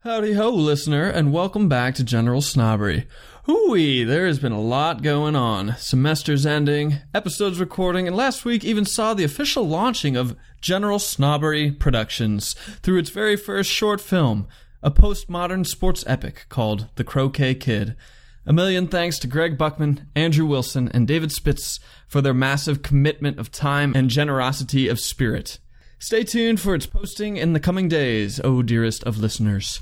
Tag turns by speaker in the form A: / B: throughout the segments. A: Howdy ho, listener, and welcome back to General Snobbery. Hooey, there has been a lot going on. Semesters ending, episodes recording, and last week even saw the official launching of General Snobbery Productions through its very first short film, a postmodern sports epic called The Croquet Kid. A million thanks to Greg Buckman, Andrew Wilson, and David Spitz for their massive commitment of time and generosity of spirit. Stay tuned for its posting in the coming days, oh dearest of listeners.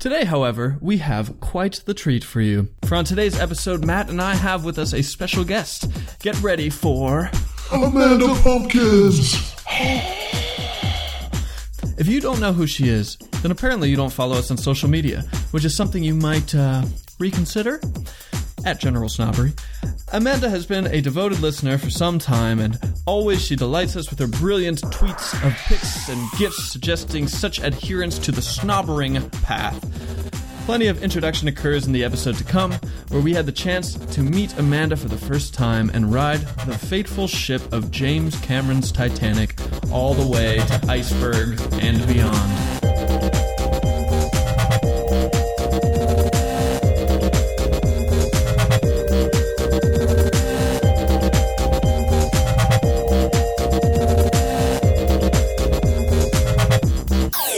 A: Today, however, we have quite the treat for you. For on today's episode, Matt and I have with us a special guest. Get ready for.
B: Amanda Pumpkins.
A: If you don't know who she is, then apparently you don't follow us on social media, which is something you might uh, reconsider. At General Snobbery. Amanda has been a devoted listener for some time, and always she delights us with her brilliant tweets of pics and gifts suggesting such adherence to the snobbering path. Plenty of introduction occurs in the episode to come, where we had the chance to meet Amanda for the first time and ride the fateful ship of James Cameron's Titanic all the way to iceberg and beyond.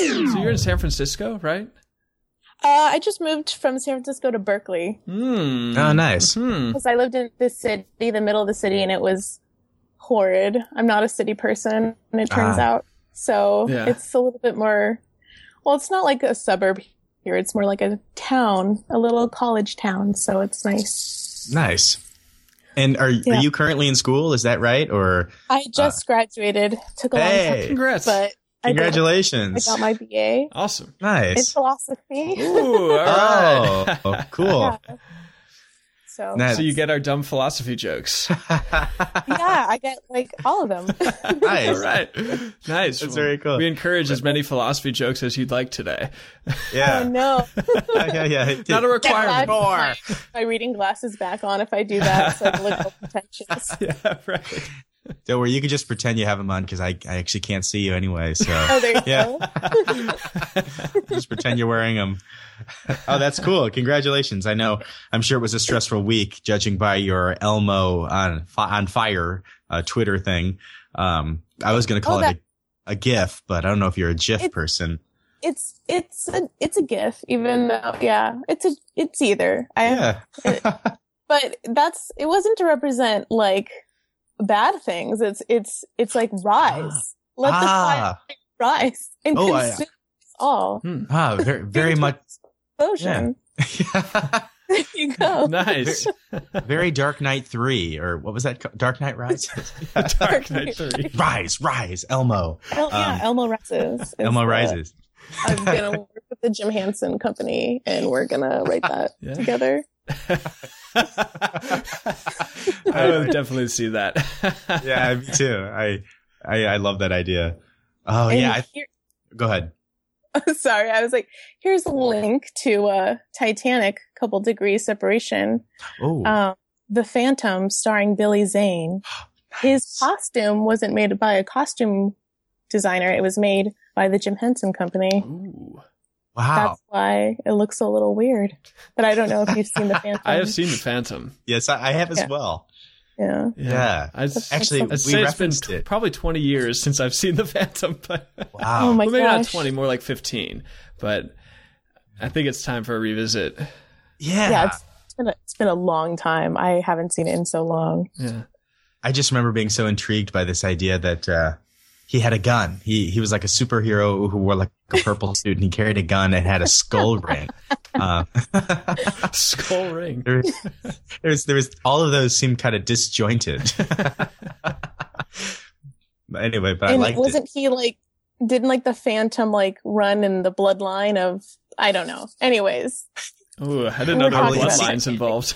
A: So you're in San Francisco, right?
C: Uh, I just moved from San Francisco to Berkeley
A: Hmm.
C: Mm-hmm.
D: Oh, nice.
C: because I lived in this city, the middle of the city, and it was horrid. I'm not a city person, and it turns
D: Ah.
C: out. So
A: Yeah.
C: it's a little bit more. Well, it's not like a suburb here. It's more like a town, a little college town. So it's nice.
D: Nice. And are,
C: Mm-hmm. Yeah.
D: are you currently in school? Is that right? Or
C: I just graduated. Took a long time,
D: Ah. hey,
A: Congrats.
C: but I did. I
D: congratulations!
C: got my BA
A: awesome.
C: in
D: nice.
C: philosophy.
A: Ooh, all
D: Oh,
A: right.
D: oh, cool.
C: So
D: Nice.
A: so you get our dumb philosophy jokes.
C: yeah, I get like all of them.
A: All
D: nice.
A: right. Nice.
D: That's very cool.
A: We encourage as many philosophy jokes as you'd like today.
C: oh
D: Yeah.
C: no.
D: yeah. Yeah.
A: Not a
C: I'm glad
A: requirement.
C: My, my reading glasses back on if I do that, so I look all pretentious.
A: yeah, right.
D: Don't worry. You could just pretend you have them on because I, I actually can't see you anyway. So
C: Oh, there you
D: Yeah.
C: go.
D: just pretend you're wearing them. oh, that's cool. Congratulations. I know. I'm sure it was a stressful week, judging by your Elmo on fi- on fire uh, Twitter thing. Um, I was going to call
C: Oh,
D: it a, a GIF, but I don't know if you're a GIF
C: It-
D: person.
C: It's it's a it's a gif, even though yeah, it's a it's either. I
D: Yeah.
C: but that's it wasn't to represent like bad things. It's it's it's like rise. Let the fire
D: ah,
C: rise and
D: Oh, I-
C: consume us all.
D: ah, very, very much.
C: Explosion. There you go.
A: Nice.
D: very Dark Knight Three, or what was that? ca- Dark Knight Rises.
A: Dark Knight 3.
D: rise, rise, Elmo.
C: El, yeah,
D: Um,
C: Elmo rises. is
D: Elmo
C: the-
D: rises.
C: I'm gonna work with the Jim Hansen company, and we're gonna write that
A: Yeah.
C: together.
A: I would definitely see that.
D: yeah, me too. I, I, I love that idea. Oh
C: And
D: yeah. I,
C: here-
D: go ahead.
C: sorry, I was like, here's a link to uh, Titanic, couple degrees separation.
D: Oh,
C: Um, the Phantom, starring Billy Zane. His costume wasn't made by a costume designer; it was made by the Jim Henson Company.
A: Ooh.
D: wow.
C: That's why it looks a little weird. But I don't know if you've seen the Phantom.
A: I have seen the Phantom.
D: Yes, I, I have as
C: Yeah.
D: well.
C: Yeah.
D: Yeah.
A: I'd,
D: Actually,
A: I'd
D: we
A: say it's been
D: referenced
A: t-
D: it.
A: probably 20 years since I've seen the Phantom. But
D: Wow.
C: Oh my
A: well, maybe not
C: gosh.
A: 20, more like 15. But I think it's time for a revisit.
D: yeah.
C: Yeah, it's been a, it's been a long time. I haven't seen it in so long.
A: Yeah.
D: I just remember being so intrigued by this idea that uh, he had a gun. He he was like a superhero who wore like a purple suit and he carried a gun and had a skull ring. Uh,
A: Skull Ring.
D: there, there was there was all of those seemed kind of disjointed. but anyway, but
C: and
D: I liked
C: wasn't he like didn't like the phantom like run in the bloodline of I don't know. Anyways,
A: Ooh, I didn't know there were
D: Probably not.
A: bloodlines involved.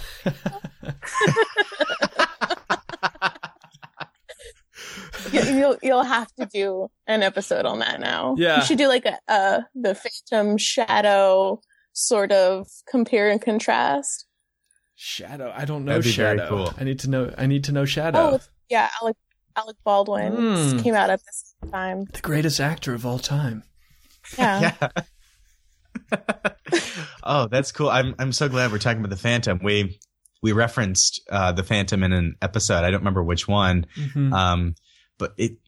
C: you, you'll you'll have to do an episode on that now.
A: Yeah.
C: you should do like a, a the phantom shadow sort of compare and contrast.
A: Shadow. I don't know
D: That'd be very
A: Shadow.
D: cool.
A: I need to know. I need to know
C: Oh,
A: Shadow,
C: it's- yeah, Alec Alec Baldwin
A: Hmm.
C: came out at this time.
A: the greatest actor of all time.
C: Yeah,
D: it. Yeah. oh, that's cool. I'm I'm so glad we're talking about the Phantom. We we referenced uh, the Phantom in an episode. I don't remember which one.
C: Mm-hmm.
A: Mhm.
D: Um, but it,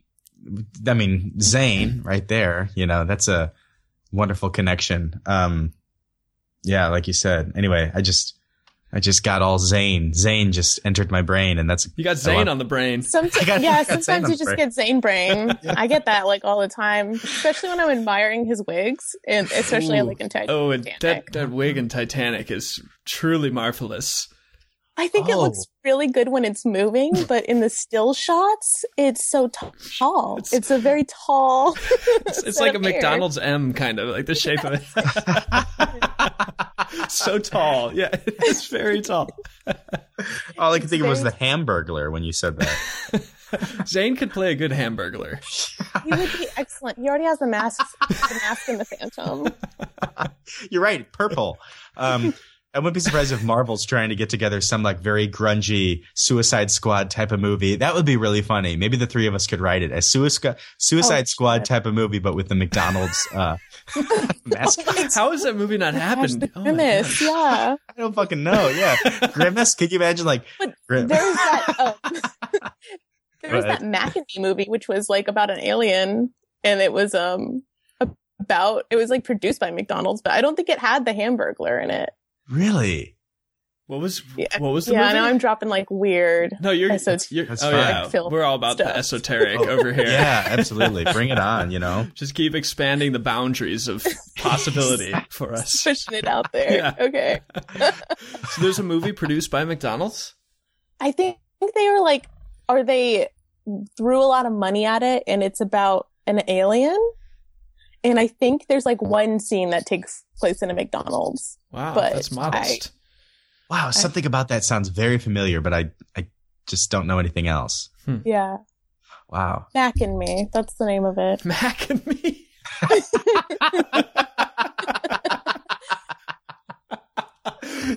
D: I mean, Zane
C: Mm-hmm.
D: right there. You know, that's a wonderful connection. Um, yeah, like you said. Anyway, I just I just got all Zane. Zane just entered my brain, and that's
A: You got Zane
D: love-
A: on the brain.
D: I
C: Sometimes,
D: got- I
C: yeah,
D: got Zane
C: sometimes
D: on
C: you just
D: brain.
C: get Zane brain. I get that like all the time, especially when I'm admiring his wigs, and especially
A: Ooh.
C: like in Titanic.
A: Oh, and that, that wig in Titanic is truly marvelous.
C: I think it
D: Oh.
C: looks really good when it's moving, but in the still shots, it's so t- tall.
A: It's-
C: It's, a very tall.
A: It's, it's
C: set
A: like a
C: of hair.
A: McDonald's M, kind of like the shape of it. so tall. Yeah, it's very tall.
D: all I could think of was the
C: Zane.
D: Hamburglar when you said that.
A: Zane could play a good hamburglar.
C: He would be excellent. He already has the mask, the mask and the phantom.
D: You're right, purple. Um, I wouldn't be surprised if Marvel's trying to get together some like very grungy Suicide Squad type of movie. That would be really funny. Maybe the three of us could write it as Suicide Suicide
C: Oh,
D: Squad
C: shit.
D: type of movie, but with the McDonald's uh, mask.
A: How has that movie not
C: Gosh,
A: happened?
C: the
A: Oh my
C: grimace, yeah.
D: I don't fucking know. Yeah, grimace. Could you imagine like
C: But
D: Grim-
C: There was that. Um, there was
D: Right.
C: that McAfee movie, which was like about an alien, and it was um about it was like produced by McDonald's, but I don't think it had the Hamburglar in it.
D: really?
A: What was
C: Yeah.
A: what was the
C: yeah,
A: movie?
C: now I'm dropping like weird.
A: no, you're,
C: Esot-
A: you're
D: That's
A: oh
D: fine.
A: yeah,
C: Like film
A: we're all about the
C: stuff.
A: esoteric over here.
D: Yeah, absolutely. Bring it on. You know.
A: Just keep expanding the boundaries of possibility for us.
C: Pushing it out there.
A: Yeah.
C: Okay,
A: So there's a movie produced by McDonald's.
C: I think, I think they were like, are they threw a lot of money at it, and it's about an alien, and I think there's like one scene that takes place in a McDonald's.
A: Wow,
C: But
A: that's modest.
D: Wow, something about that sounds very familiar, but I I just don't know anything else.
C: Yeah,
D: Wow.
C: Mac and Me. That's the name of it.
A: Mac and me.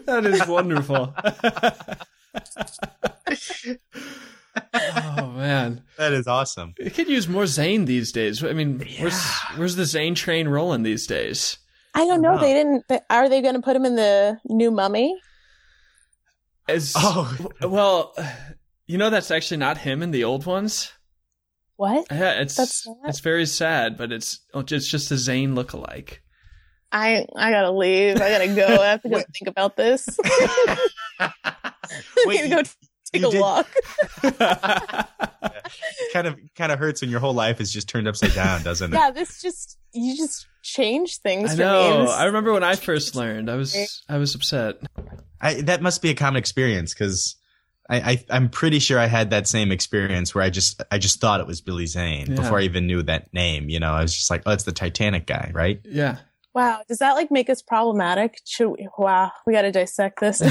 A: that is wonderful. oh man,
D: That is awesome.
A: we could use more Zane these days. I mean, where's
D: Yeah.
A: where's the Zane train rolling these days?
C: I don't know.
D: Wow.
C: They didn't. But are they going to put him in the new mummy?
A: As,
D: Oh.
A: well, you know that's actually not him in the old ones.
C: What?
A: Yeah, it's
C: That's not-
A: it's very sad, but it's oh, it's just a Zane lookalike.
C: I I gotta leave. I gotta go. I have to go think about this. I
D: Wait,
C: need to go
D: you-
C: take
D: you
C: a
D: did-
C: walk.
D: kind of kind of hurts when your whole life is just turned upside down, doesn't it?
C: Yeah, this just you just change things.
A: I
C: for
A: know.
C: Me. This-
A: I remember when I first learned. I was I was upset.
D: I, that must be a common experience because I, I I'm pretty sure I had that same experience where I just I just thought it was Billy Zane
A: Yeah.
D: before I even knew that name. You know, I was just like, oh, it's the Titanic guy, right?
A: Yeah.
C: wow, does that like make us problematic? Should we, wow, we gotta dissect this.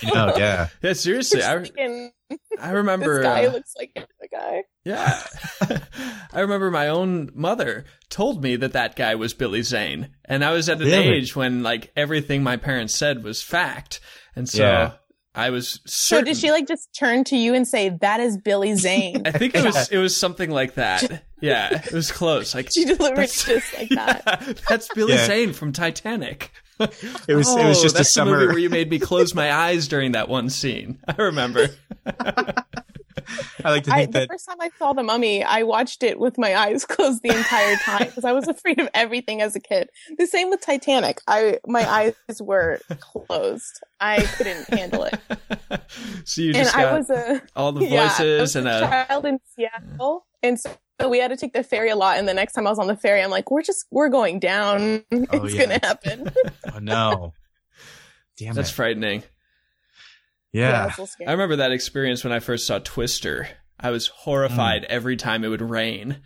D: You know, yeah.
A: Yeah. Seriously, I
C: Thinking
A: I
C: this
A: remember.
C: guy
A: uh,
C: looks like the guy.
A: yeah. I remember my own mother told me that that guy was Billy Zane, and I was at an
D: Really?
A: age when like everything my parents said was fact, and so
D: Yeah.
A: I was
C: So
A: certain.
C: did she like just turn to you and say, "That is Billy Zane"?
A: I think it was it was something like that. Yeah, it was close. Like
C: she delivered
A: That's-
C: it just like that.
A: Yeah, that's Billy
D: Yeah.
A: Zane from Titanic.
D: It was it
A: Oh,
D: was just a
A: that's the movie
D: summer.
A: where you made me close my eyes during that one scene. I remember.
D: I like to
C: I,
D: think
C: the
D: that
C: first time I saw The Mummy, I watched it with my eyes closed the entire time because I was afraid of everything as a kid. The same with Titanic. I my eyes were closed. I couldn't handle it,
A: so you
C: and
A: just got
C: I was a
A: all the
C: yeah, I
A: voices
C: was
A: and uh,
C: a
A: a
C: child in Seattle, and so. we had to take the ferry a lot, and the next time I was on the ferry, I'm like, "We're just we're going down.
D: Oh,
C: it's
D: yeah.
C: gonna happen."
D: oh no, damn
A: that's
D: it,
A: frightening.
C: Yeah,
D: yeah.
C: it's a little scary.
A: I remember that experience when I first saw Twister. I was
D: Mm.
A: horrified every time it would rain.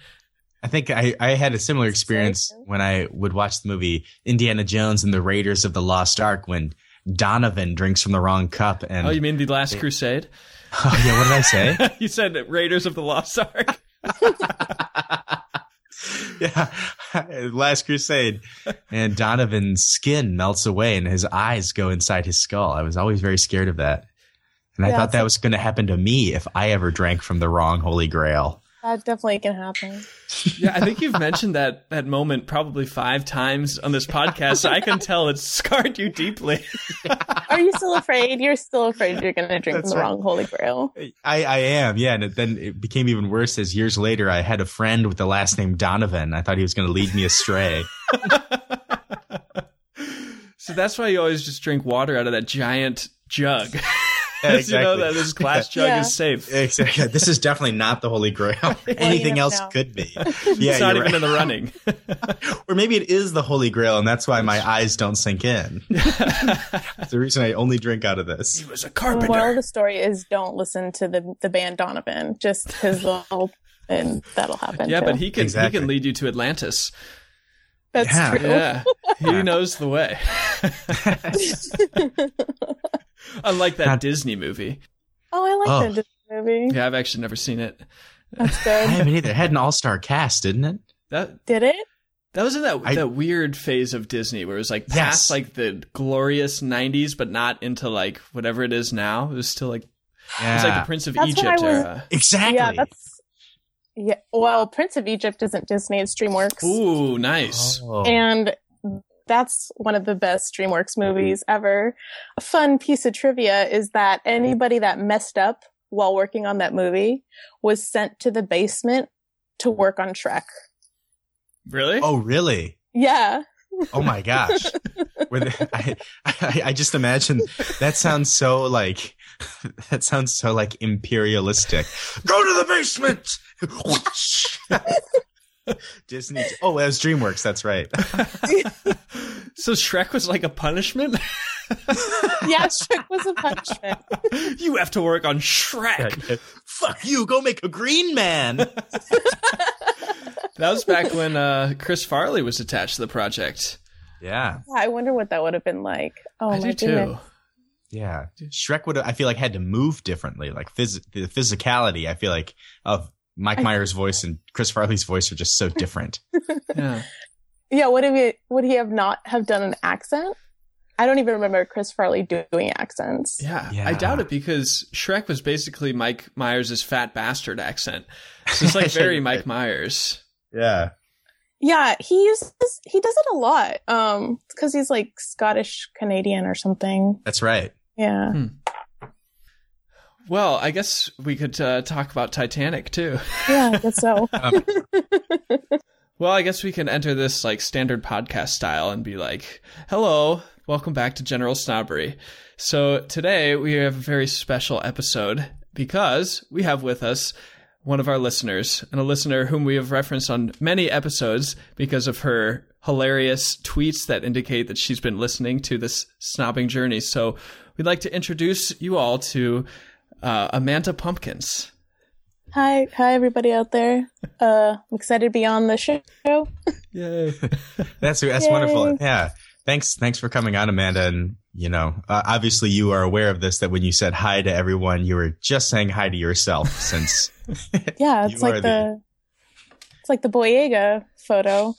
D: I think I, I had a similar experience
C: Same.
D: when I would watch the movie Indiana Jones and the Raiders of the Lost Ark when Donovan drinks from the wrong cup and
A: Oh, you mean the Last Crusade?
D: oh yeah, what did I say?
A: you said Raiders of the Lost Ark.
D: yeah, Last Crusade, and Donovan's skin melts away and his eyes go inside his skull. I was always very scared of that, and I
C: Yeah,
D: thought
C: it's
D: that
C: like-
D: was going to happen to me if I ever drank from the wrong Holy Grail.
C: That definitely can happen.
A: Yeah, I think you've mentioned that that moment probably five times on this podcast. So I can tell it's scarred you deeply.
C: Are you still afraid? You're still afraid you're going to drink
D: That's
C: the
D: right.
C: wrong Holy Grail.
D: I, I am, yeah. And it, then it became even worse as years later I had a friend with the last name Donovan. I thought he was going to lead me astray.
A: so that's why you always just drink water out of that giant jug.
D: Yeah,
A: As you know that
D: exactly.
A: this glass jug
C: Yeah.
A: is safe.
D: Exactly. This is definitely not the Holy Grail. Anything
C: never
D: else
C: know.
D: could be.
A: it's
D: Yeah,
A: not
D: you're
A: even
D: right.
A: in the running.
D: or maybe it is the Holy Grail, and that's why my eyes don't sink in. It's the reason I only drink out of this.
A: he was a
C: The moral of
A: carpenter.
C: the story is don't listen to the, the band Donovan, just because they'll, and that'll happen.
A: Yeah,
C: too.
A: but he can he
D: Exactly.
A: can lead you to Atlantis.
C: That's
D: Yeah.
C: true.
A: Yeah, he knows the way. Unlike that
D: Not-
A: Disney movie.
C: Oh, I like
D: Oh.
C: that Disney movie.
A: Yeah, I've actually never seen it.
C: That's
D: I
C: good.
D: haven't either. It had an all star cast, didn't it?
A: That
C: Did it?
A: that was in that
D: I-
A: that weird phase of Disney where it was like past
D: Yes.
A: like the glorious '90s, but not into like whatever it is now. It was still like it was like the Prince of
C: That's what I
A: Egypt
C: was-
A: era.
D: exactly.
C: Yeah, that's yeah. Well, Prince of Egypt isn't Disney; it's DreamWorks,
A: Ooh, nice.
D: Oh.
C: and that's one of the best DreamWorks movies ever. A fun piece of trivia is that anybody that messed up while working on that movie was sent to the basement to work on Shrek.
A: Really?
D: Oh, really?
C: Yeah,
D: Oh my gosh. Were they- I, I, I just imagine that sounds so like that sounds so like imperialistic. Go to the basement. Disney. Oh, that was DreamWorks. That's right.
A: so Shrek was like a punishment.
C: yeah, Shrek was a punishment.
A: you have to work on Shrek.
D: Fuck you. Go make a green man.
A: That was back when uh, Chris Farley was attached to the project.
D: Yeah.
C: I wonder what that would have been like. Oh
A: I
C: my
A: do too.
C: goodness.
D: Yeah. Shrek would, I feel like, had to move differently. Like phys- the physicality, I feel like, of Mike Myers' voice and Chris Farley's voice are just so different.
A: Yeah.
C: Yeah, would have he would he have not have done an accent? I don't even remember Chris Farley doing accents.
A: yeah,
D: Yeah.
A: I doubt it because Shrek was basically Mike Myers' fat bastard accent. So it's like very Mike Myers.
D: Yeah.
C: Yeah, he uses he does it a lot. Um because he's like Scottish Canadian or something.
D: That's right.
C: Yeah.
A: Well, I guess we could uh, talk about Titanic too.
C: Yeah, I guess so.
A: Well, I guess we can enter this like standard podcast style and be like, "Hello, welcome back to General Snobbery." So today we have a very special episode because we have with us one of our listeners and a listener whom we have referenced on many episodes because of her hilarious tweets that indicate that she's been listening to this snobbing journey. So we'd like to introduce you all to uh, Amanda Pumpkins.
C: hi hi everybody out there. Uh I'm excited to be on the show.
A: Yay!
D: That's that's
C: Yay.
D: wonderful. Yeah. Thanks. Thanks for coming on, Amanda. And you know, uh, obviously, you are aware of this. That when you said hi to everyone, you were just saying hi to yourself. Since
C: Yeah, it's
D: You are
C: like the,
D: the-
C: it's like the Boyega photo.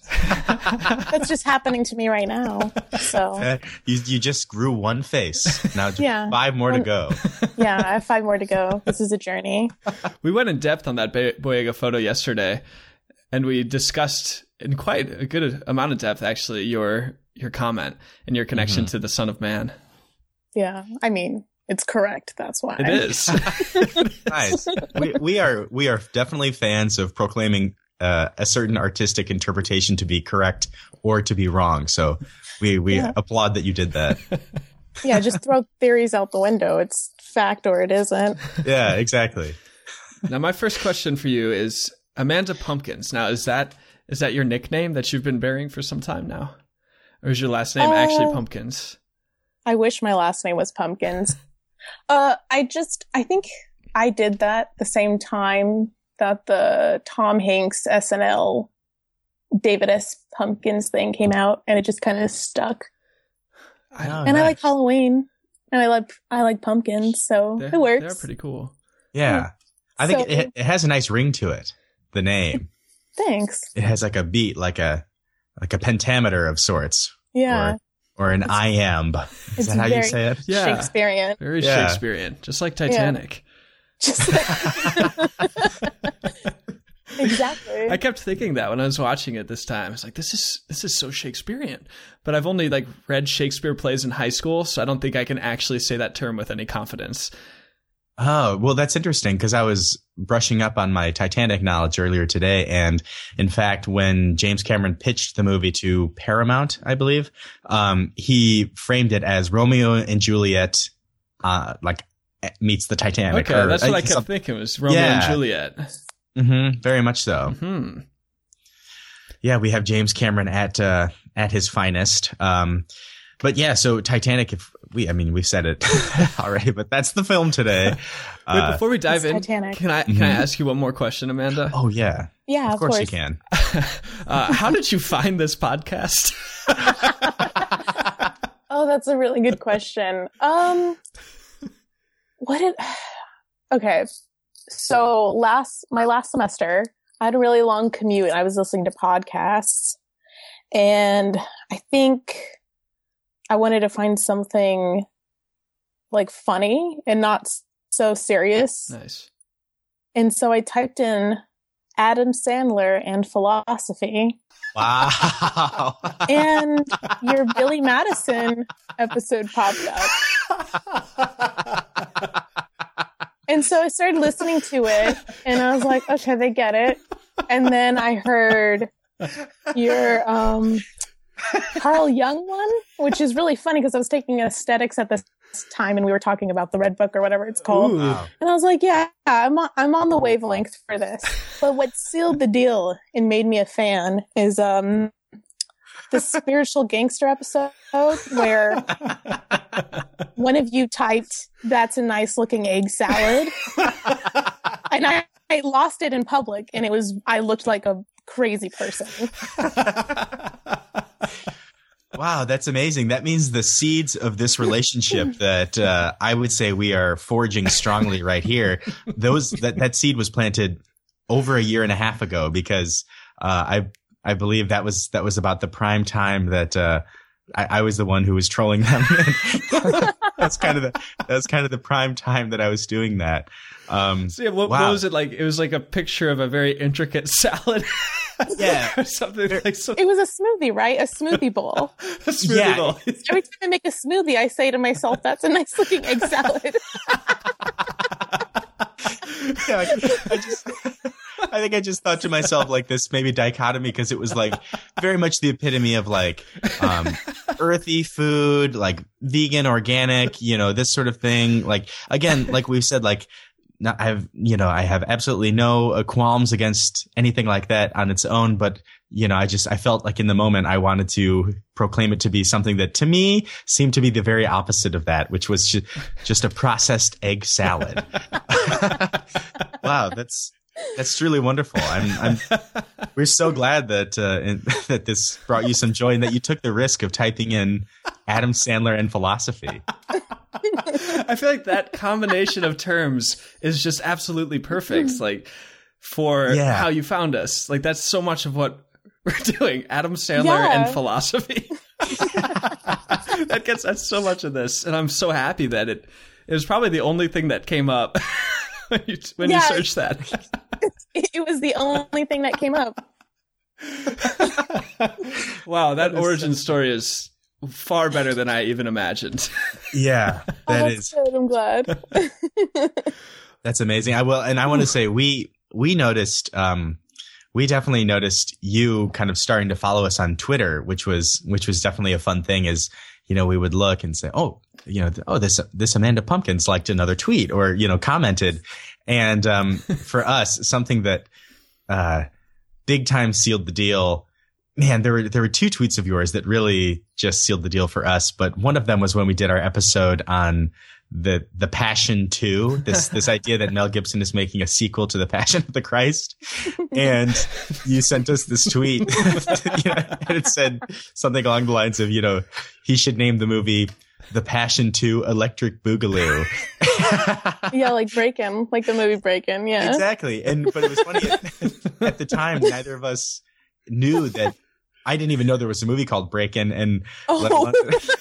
C: That's just happening to me right now. So
D: uh, you you just grew one face. Now
C: Yeah.
D: five more to
C: One-
D: go.
C: yeah, I have five more to go. This is a journey.
A: We went in depth on that Ba- Boyega photo yesterday, and we discussed in quite a good amount of depth, actually, your your comment and your connection to the Son of Man.
C: Yeah. I mean, it's correct, that's why.
A: It is.
D: Nice. we, we are we are definitely fans of proclaiming uh, a certain artistic interpretation to be correct or to be wrong. So we we
C: Yeah.
D: applaud that you did that.
C: yeah, just throw theories out the window. It's fact or it isn't.
D: yeah. Exactly.
A: now, my first question for you is Amanda Pumpkins. Now, is that is that your nickname that you've been bearing for some time now, or is your last name actually
C: Uh,
A: Pumpkins?
C: I wish my last name was Pumpkins. Uh, I just, I think I did that the same time that the Tom Hanks SNL David S. Pumpkins thing came out, and it just kind of stuck.
A: I-
D: No,
C: and I
D: Oh, nice.
C: like Halloween, and I like I like pumpkins, so
A: they're-
C: it
A: They're
C: works.
A: pretty cool.
D: Yeah. I think
C: So-
D: it, it has a nice ring to it. The name.
C: Thanks.
D: It has like a beat, like a like a pentameter of sorts,
C: Yeah,
D: or an iamb.
C: it's
D: Is that how you
C: very-
D: say it?
A: Yeah,
C: Shakespearean.
A: very
D: Yeah.
A: Shakespearean, just like Titanic.
C: Just like- Exactly.
A: I kept thinking that when I was watching it this time. It's like this is this is so Shakespearean. But I've only like read Shakespeare plays in high school, so I don't think I can actually say that term with any confidence.
D: Oh, well, that's interesting because I was brushing up on my Titanic knowledge earlier today. And in fact, when James Cameron pitched the movie to Paramount, I believe, um, he framed it as Romeo and Juliet, uh, like meets the Titanic. eh,
A: Okay, that's what I kept thinking was Romeo
D: Yeah.
A: and Juliet.
D: hmm very much so.
A: Hmm.
D: Yeah, we have James Cameron at uh, at his finest. Um, but yeah, so Titanic. If we, I mean, we've said it already, but that's the film today.
A: Wait,
D: Uh, Mm-hmm.
A: before we dive
C: It's
A: in,
C: Titanic.
A: can I can I ask you one more question, Amanda?
D: oh yeah,
C: yeah,
D: of course you can.
A: uh, how did you find this podcast?
C: Oh, that's a really good question. Um, what did? Okay, so last my last semester, I had a really long commute. and I was listening to podcasts, and I think I wanted to find something like funny and not s- so serious.
A: nice.
C: And so I typed in Adam Sandler and philosophy,
D: Wow.
C: and your Billy Madison episode popped up. And so I started listening to it and I was like, okay, they get it. And then I heard your um, Carl Jung one, which is really funny because I was taking aesthetics at this time and we were talking about the Red Book or whatever it's called.
A: Ooh.
D: Wow.
C: And I was like, yeah, I'm on, I'm on the wavelength for this. But what sealed the deal and made me a fan is um, the spiritual gangster episode where one of you typed, that's a nice looking egg salad. and I, I lost it in public and it was, I looked like a crazy person.
D: Wow, that's amazing. That means the seeds of this relationship that uh, I would say we are forging strongly right here. Those that that seed was planted over a year and a half ago because uh, I I believe that was that was about the prime time that uh, I, I was the one who was trolling them. that's kind of the that's kind of the prime time that I was doing that. Um,
A: So yeah, what, what
D: Wow.
A: was it like? It was like a picture of a very intricate salad.
D: Yeah.
A: or something like some
C: It was a smoothie, right? A smoothie bowl.
A: a smoothie
D: Yeah.
A: bowl.
C: Every time I make a smoothie, I say to myself, that's a nice looking egg salad.
D: yeah, I- I just, I think I just thought to myself like this maybe dichotomy because it was like very much the epitome of like um, earthy food, like vegan, organic, you know, this sort of thing. Like again, like we've said, like not, I have, you know, I have absolutely no uh, qualms against anything like that on its own, but you know, I just I felt like in the moment I wanted to proclaim it to be something that to me seemed to be the very opposite of that, which was ju- just a processed egg salad. wow, that's that's truly wonderful. I'm, I'm we're so glad that uh, in, that this brought you some joy and that you took the risk of typing in Adam Sandler and philosophy.
A: I feel like that combination of terms is just absolutely perfect, like for
D: Yeah.
A: how you found us. Like that's so much of what we're doing. Adam Sandler
C: Yeah.
A: and philosophy. that gets that's so much of this, and I'm so happy that it it was probably the only thing that came up when you when
C: Yeah.
A: you searched that.
C: It it was the only thing that came up.
A: wow, that, origin story is far better than I even imagined.
D: Yeah, that
C: oh,
D: is.
C: that's good. I'm glad.
D: That's amazing. I will, and I want to say we we noticed, um, we definitely noticed you kind of starting to follow us on Twitter, which was which was definitely a fun thing. Is you know we would look and say, oh, you know, th- oh this this Amanda Pumpkins liked another tweet or you know commented, and um, for us something that uh, big time sealed the deal. Man, there were there were two tweets of yours that really just sealed the deal for us. But one of them was when we did our episode on the the Passion Two. This this idea that Mel Gibson is making a sequel to the Passion of the Christ, and you sent us this tweet, you know, and it said something along the lines of, you know, he should name the movie The Passion Two: Electric Boogaloo.
C: yeah, like Break Him, like the movie Break Him. Yeah.
D: Exactly. And but it was funny at, at the time neither of us knew that I didn't even know there was a movie called Break In, and let
C: Oh,
D: alone,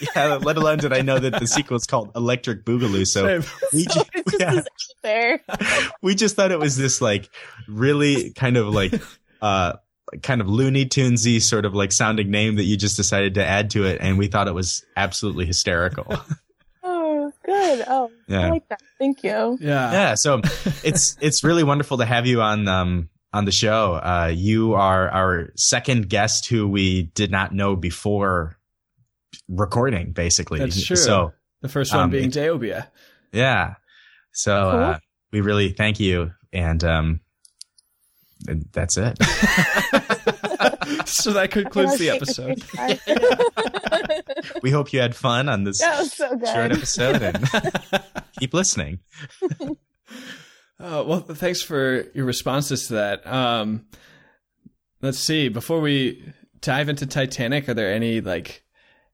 D: yeah, let alone did I know that the sequel is called Electric Boogaloo. So we,
C: so
D: ju-
C: it's just
D: yeah.
C: this out there.
D: we just thought it was this like really kind of like uh kind of Looney Tunesy sort of like sounding name that you just decided to add to it, and we thought it was absolutely hysterical.
C: Oh, good. Oh, I
D: Yeah.
C: like that. Thank you.
A: Yeah.
D: yeah so it's it's really wonderful to have you on um on the show uh you are our second guest who we did not know before recording basically
A: That's true.
D: so
A: The first
D: Um,
A: one being
D: it-
A: Deobia.
D: yeah so uh
C: Cool.
D: we really thank you and um and that's it
A: so that concludes the episode.
D: we hope you had fun on this
C: that was so good.
D: short episode and keep listening
A: Uh, well, thanks for your responses to that. Um, let's see. Before we dive into Titanic, are there any like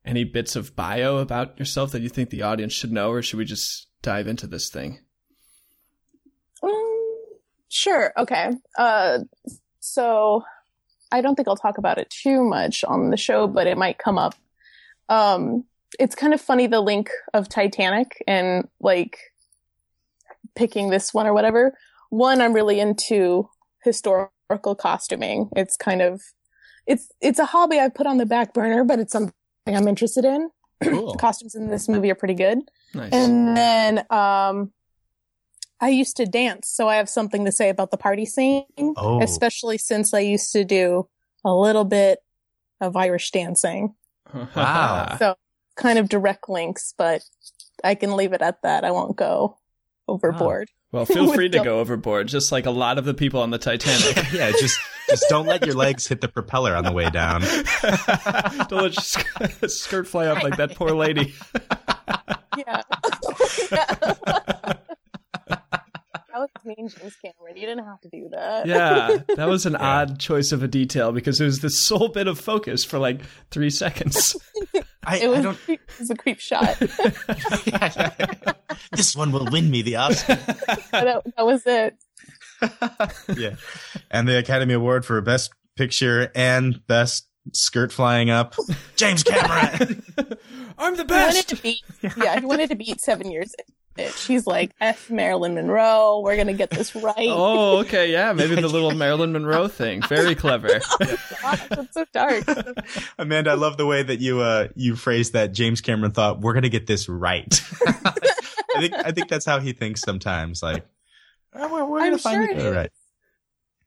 A: any bits of bio about yourself that you think the audience should know, or should we just dive into this thing?
C: Mm, sure. Okay. Uh, so I don't think I'll talk about it too much on the show, but it might come up. Um, it's kind of funny the link of Titanic and like picking this one or whatever. One, I'm really into historical costuming. It's kind of it's it's a hobby I've put on the back burner, but it's something I'm interested in.
D: Cool.
C: Costumes in this movie are pretty good.
A: Nice.
C: And then um, I used to dance, so I have something to say about the party scene,
D: oh
C: especially since I used to do a little bit of Irish dancing.
D: Wow.
C: So kind of direct links, but I can leave it at that. I won't go overboard.
A: well, feel
C: With
A: free to
C: the-
A: go overboard, just like a lot of the people on the Titanic.
D: yeah just just don't let your legs hit the propeller on the way down
A: Don't let your sk- skirt fly up like that poor lady.
D: Ah.
C: Yeah. that was mean, James Cameron. You didn't have to do that.
A: Yeah, that was an
D: Yeah.
A: odd choice of a detail because it was the sole bit of focus for like three seconds.
D: I,
C: It
D: I
C: was,
D: don't
C: it was a creep shot.
D: this one will win me the Oscar
C: that, that was it.
D: yeah. And the Academy Award for Best Picture and Best Skirt Flying Up, James Cameron.
A: I'm the
C: He wanted to beat, yeah, he wanted to beat seven years. It. She's like, F Marilyn Monroe. We're gonna get this right.
A: Oh, okay, yeah, maybe the little Marilyn Monroe thing. Very clever.
C: God, that's so dark.
D: Amanda, I love the way that you uh you phrased that. James Cameron thought we're gonna get this right. I think I think that's how he thinks sometimes. Like "Oh, we're, we're gonna
C: I'm
D: find
C: sure
D: it
C: it is.
D: right.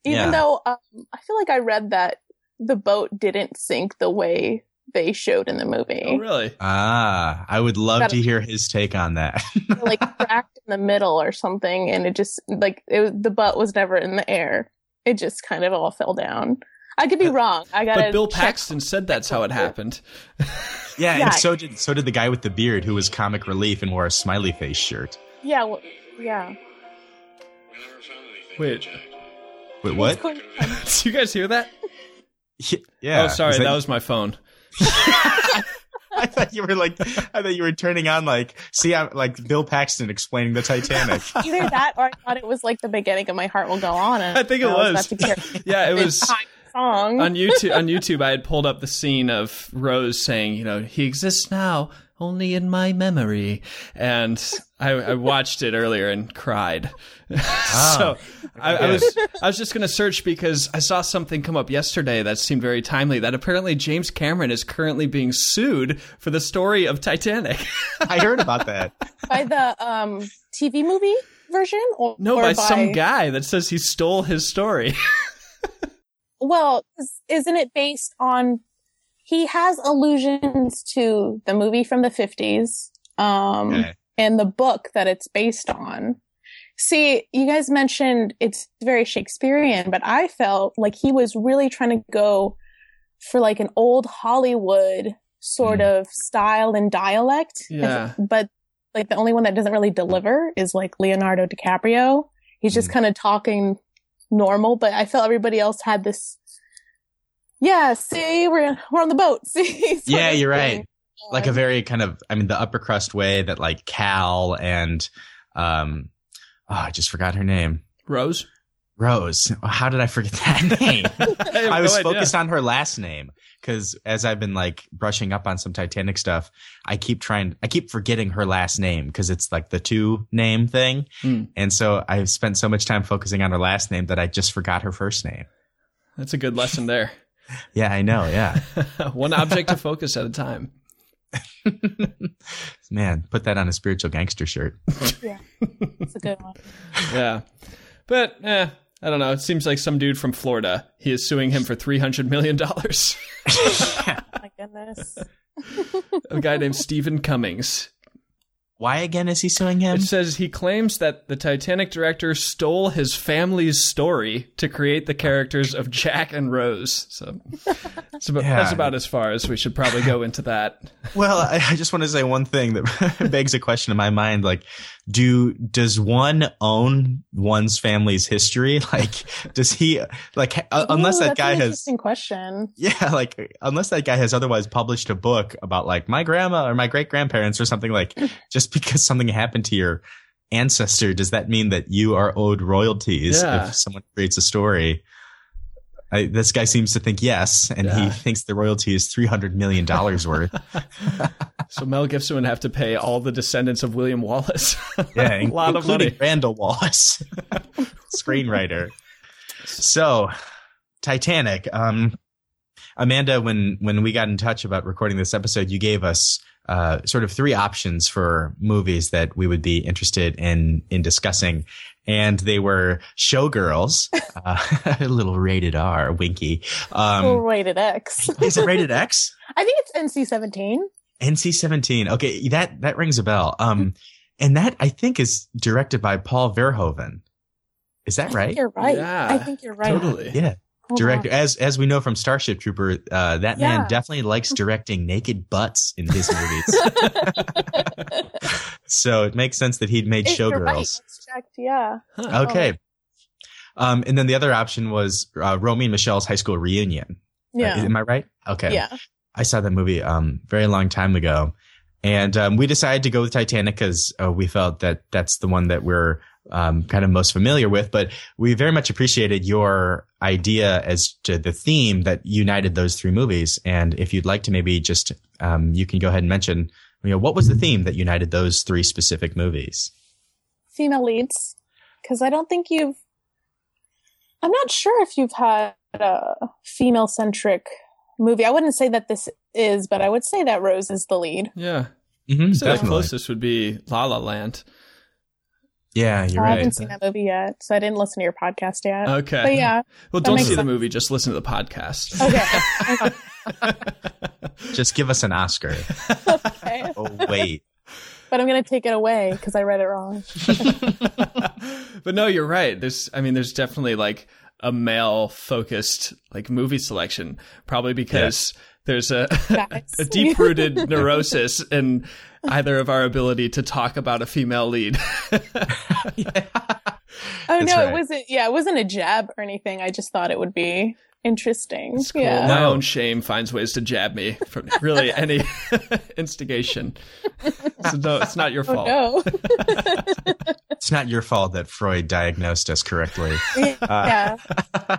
C: Even
D: Yeah.
C: though um, I feel like I read that the boat didn't sink the way they showed in the movie.
A: Oh, really?
D: Ah, I would love
C: Gotta-
D: to hear his take on that.
C: It, Like cracked in the middle or something, and it just like it, was- the butt was never in the air. It just kind of all fell down. I could be wrong. I got
A: But Bill Paxton said that's how it happened.
D: yeah,
C: Yeah.
D: and so did so did the guy with the beard who was comic relief and wore a smiley face shirt.
C: Yeah, w yeah.
A: Wait,
D: Wait, what?
A: did you guys hear that?
D: Yeah.
A: oh, sorry,
D: Is
A: that was my phone.
D: I thought you were like, I thought you were turning on like, see, I'm like Bill Paxton explaining the Titanic.
C: Either that, or I thought it was like the beginning of "My Heart Will Go On." and
A: I think it
C: I
A: was.
C: about to get-
A: Yeah, it was
C: song.
A: on YouTube. On YouTube, I had pulled up the scene of Rose saying, "You know, he exists now, only in my memory," and I, I watched it earlier and cried.
D: Ah,
A: so I, I
D: good.
A: was I was just gonna search because I saw something come up yesterday that seemed very timely. That apparently James Cameron is currently being sued for the story of Titanic.
D: I heard about that.
C: by the um TV movie version or
A: No,
C: or
A: by, some guy that says he stole his story.
C: Well, is- isn't it based on he has allusions to the movie from the 50s um
D: Okay.
C: and the book that it's based on. See, you guys mentioned it's very Shakespearean, but I felt like he was really trying to go for like an old Hollywood sort
D: Hmm.
C: of style and dialect.
A: Yeah.
C: But like the only one that doesn't really deliver is like Leonardo DiCaprio. He's just
D: Mm.
C: kind of talking normal, but I felt everybody else had this. Yeah, see, we're we're on the boat. See, sort
D: Yeah,
C: of
D: you're right.
C: thing.
D: Like a very kind of, I mean, the upper crust way that like Cal and, um, oh, I just forgot her name.
A: Rose,
D: Rose. How did I forget that name?
A: I, have
D: I was
A: no idea.
D: focused on her last name. because as I've been like brushing up on some Titanic stuff, I keep trying, I keep forgetting her last name because it's like the two name thing.
A: Hmm.
D: And so I've spent so much time focusing on her last name that I just forgot her first name.
A: That's a good lesson there.
D: Yeah, I know. Yeah.
A: One object to focus at a time.
D: Man, put that on a spiritual gangster shirt.
C: It's a good one.
A: Yeah. But eh, I don't know. It seems like some dude from Florida. He is suing him for three hundred million dollars.
C: Oh my goodness.
A: a guy named Stephen Cummings.
D: Why again is he suing him?
A: It says he claims that the Titanic director stole his family's story to create the characters of Jack and Rose. So it's about,
D: Yeah.
A: that's about as far as we should probably go into that.
D: Well, I, I just want to say one thing that begs a question in my mind: like, do does one own one's family's history? Like, does he like uh, unless
C: Ooh,
D: that
C: that's
D: guy
C: an
D: has
C: Interesting question.
D: yeah, like unless that guy has otherwise published a book about like my grandma or my great grandparents or something like, just because something happened to your ancestor, does that mean that you are owed royalties
A: Yeah.
D: if someone creates a story? I, this guy seems to think yes, and
A: Yeah.
D: he thinks the royalty is three hundred million dollars worth.
A: So Mel Gibson would have to pay all the descendants of William Wallace.
D: Yeah,
A: a lot of
D: including
A: money.
D: Randall Wallace, screenwriter. So, Titanic. Um, Amanda, when when we got in touch about recording this episode, you gave us uh, sort of three options for movies that we would be interested in in discussing, and they were Showgirls, uh, a little rated R, winky.
C: Well,
D: Um,
C: rated X.
D: is it rated X?
C: I think it's NC seventeen.
D: NC seventeen. Okay, that that rings a bell. Um, and that I think is directed by Paul Verhoeven. Is that right?
C: You're right.
A: Yeah,
C: I think you're right.
A: totally.
D: Yeah,
C: Hold
D: director.
C: on.
D: As as we know from Starship Trooper, uh, that
C: Oh, Yeah.
D: man definitely likes directing naked butts in his movies. so it makes sense that he'd made
C: Hey, you're right. Oh.
D: Showgirls.
C: It's checked, Yeah.
A: Huh.
D: Okay. Um, and then the other option was uh, Romy and Michelle's high school reunion.
C: Yeah.
D: Uh, am I right? Okay.
C: Yeah.
D: I saw that movie um very long time ago, and um, we decided to go with Titanic because uh, we felt that that's the one that we're um, kind of most familiar with. But we very much appreciated your idea as to the theme that united those three movies. And if you'd like to, maybe just um, you can go ahead and mention. You know, what was the theme that united those three specific movies?
C: Female leads. Because I don't think you've. I'm not sure if you've had a female centric movie. I wouldn't say that this is, but I would say that Rose is the lead.
A: Yeah.
D: Mm-hmm,
A: So the closest would be La La Land.
D: Yeah, you're
C: I
D: right.
C: haven't seen that movie yet, so I didn't listen to your podcast yet.
A: Okay.
C: Uh, But yeah.
A: Well, don't
C: that
A: see
C: makes
A: the
C: sense.
A: movie. Just listen to the podcast.
C: Okay.
D: Just give us an Oscar.
C: okay.
D: oh wait,
C: But I'm going to take it away because I read it wrong.
A: but no, you're right. There's, I mean, there's definitely like a male focused like movie selection, probably because there's a,
C: Facts.
A: a deep rooted neurosis in either of our ability to talk about a female lead.
C: Oh
D: That's
C: no,
D: right.
C: it wasn't. Yeah, it wasn't a jab or anything. I just thought it would be interesting.
A: It's cool.
C: Yeah,
A: My
D: No.
A: own shame finds ways to jab me from really any instigation. So no, it's not your fault.
C: Oh, no,
D: it's not your fault that Freud diagnosed us correctly.
C: yeah,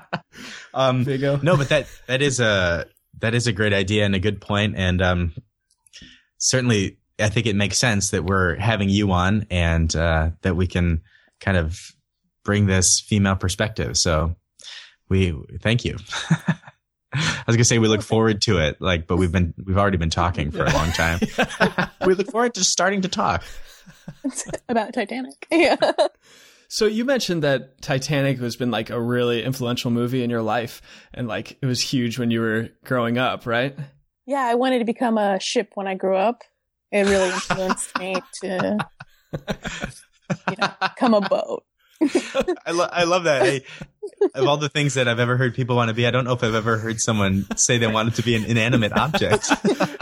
D: Um,
A: Vigo.
D: no, but that that is a that is a great idea and a good point, and um, certainly I think it makes sense that we're having you on and uh, that we can kind of bring this female perspective. So we thank you. I was gonna say we look forward to it, like, but we've been we've already been talking for a long time. we look forward to starting to talk.
C: about Titanic. Yeah,
A: So you mentioned that Titanic has been like a really influential movie in your life and like it was huge when you were growing up, right?
C: yeah. I wanted to become a ship when I grew up. It really influenced me to you know, become a boat.
D: I, lo- I love that. I, of all the things that I've ever heard people want to be, I don't know if I've ever heard someone say they wanted to be an inanimate object.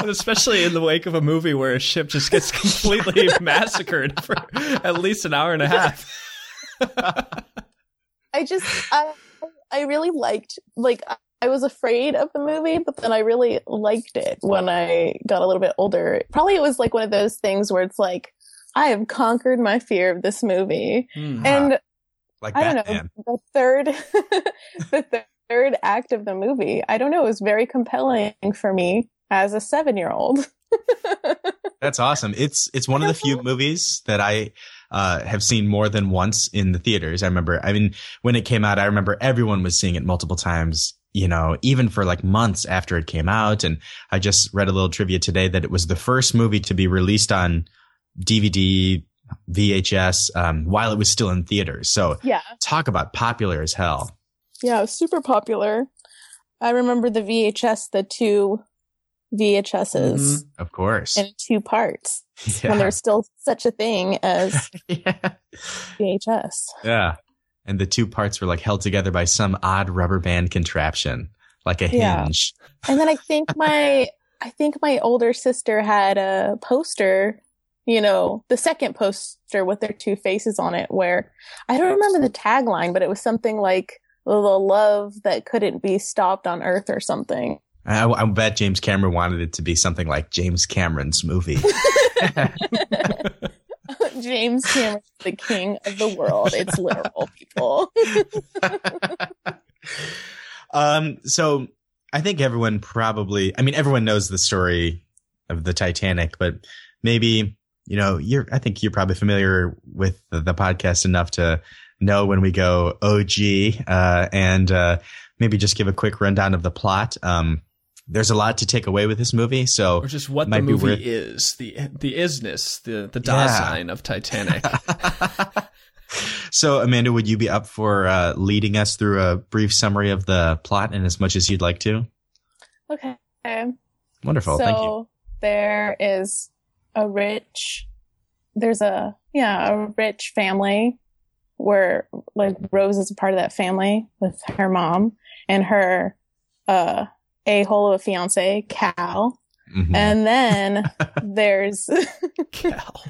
A: And especially in the wake of a movie where a ship just gets completely massacred for at least an hour and a half.
C: I just, I, I really liked. Like, I- I was afraid of the movie, but then I really liked it when I got a little bit older. Probably it was like one of those things where it's like, I have conquered my fear of this movie.
A: Hmm.
D: Ah,
C: And
D: like
C: I don't
D: Batman.
C: know. The third, the third act of the movie. I don't know. It was very compelling for me as a seven year old.
D: That's awesome. It's it's one of the few movies that I uh, have seen more than once in the theaters. I remember. I mean, when it came out, I remember everyone was seeing it multiple times. You know, even for like months after it came out. And I just read a little trivia today that it was the first movie to be released on DVD, VHS, um, while it was still in theaters. So
C: yeah.
D: talk about popular as hell.
C: Yeah, it was super popular. I remember the VHS, the two VHSs
A: Mhm.
D: Of course.
C: in two parts when
D: Yeah.
C: there's still such a thing as
D: yeah.
C: VHS.
D: Yeah. And the two parts were like held together by some odd rubber band contraption, like a
C: Yeah.
D: hinge.
C: And then I think my I think my older sister had a poster, you know, the second poster with their two faces on it where I don't remember the tagline, but it was something like the love that couldn't be stopped on earth or something.
D: I, I bet James Cameron wanted it to be something like James Cameron's movie.
C: James Cameron's the king of the world. It's literal people.
D: um, so I think everyone probably, I mean, everyone knows the story of the Titanic, but maybe, you know, you're, I think you're probably familiar with the, the podcast enough to know when we go OG, uh, and, uh, maybe just give a quick rundown of the plot. Um, there's a lot to take away with this movie. So
A: Or just what
D: Might
A: the
D: be
A: movie
D: worth-
A: is, the the isness, the the
D: Yeah.
A: Dasein of Titanic.
D: so, Amanda, would you be up for uh, leading us through a brief summary of the plot and as much as you'd like to?
C: Okay.
D: Wonderful.
C: so
D: Thank you.
C: there is a rich there's a yeah, a rich family where like Rose is a part of that family with her mom and her uh a hole of a fiance, Cal.
D: Mhm.
C: And then there's
A: Cal.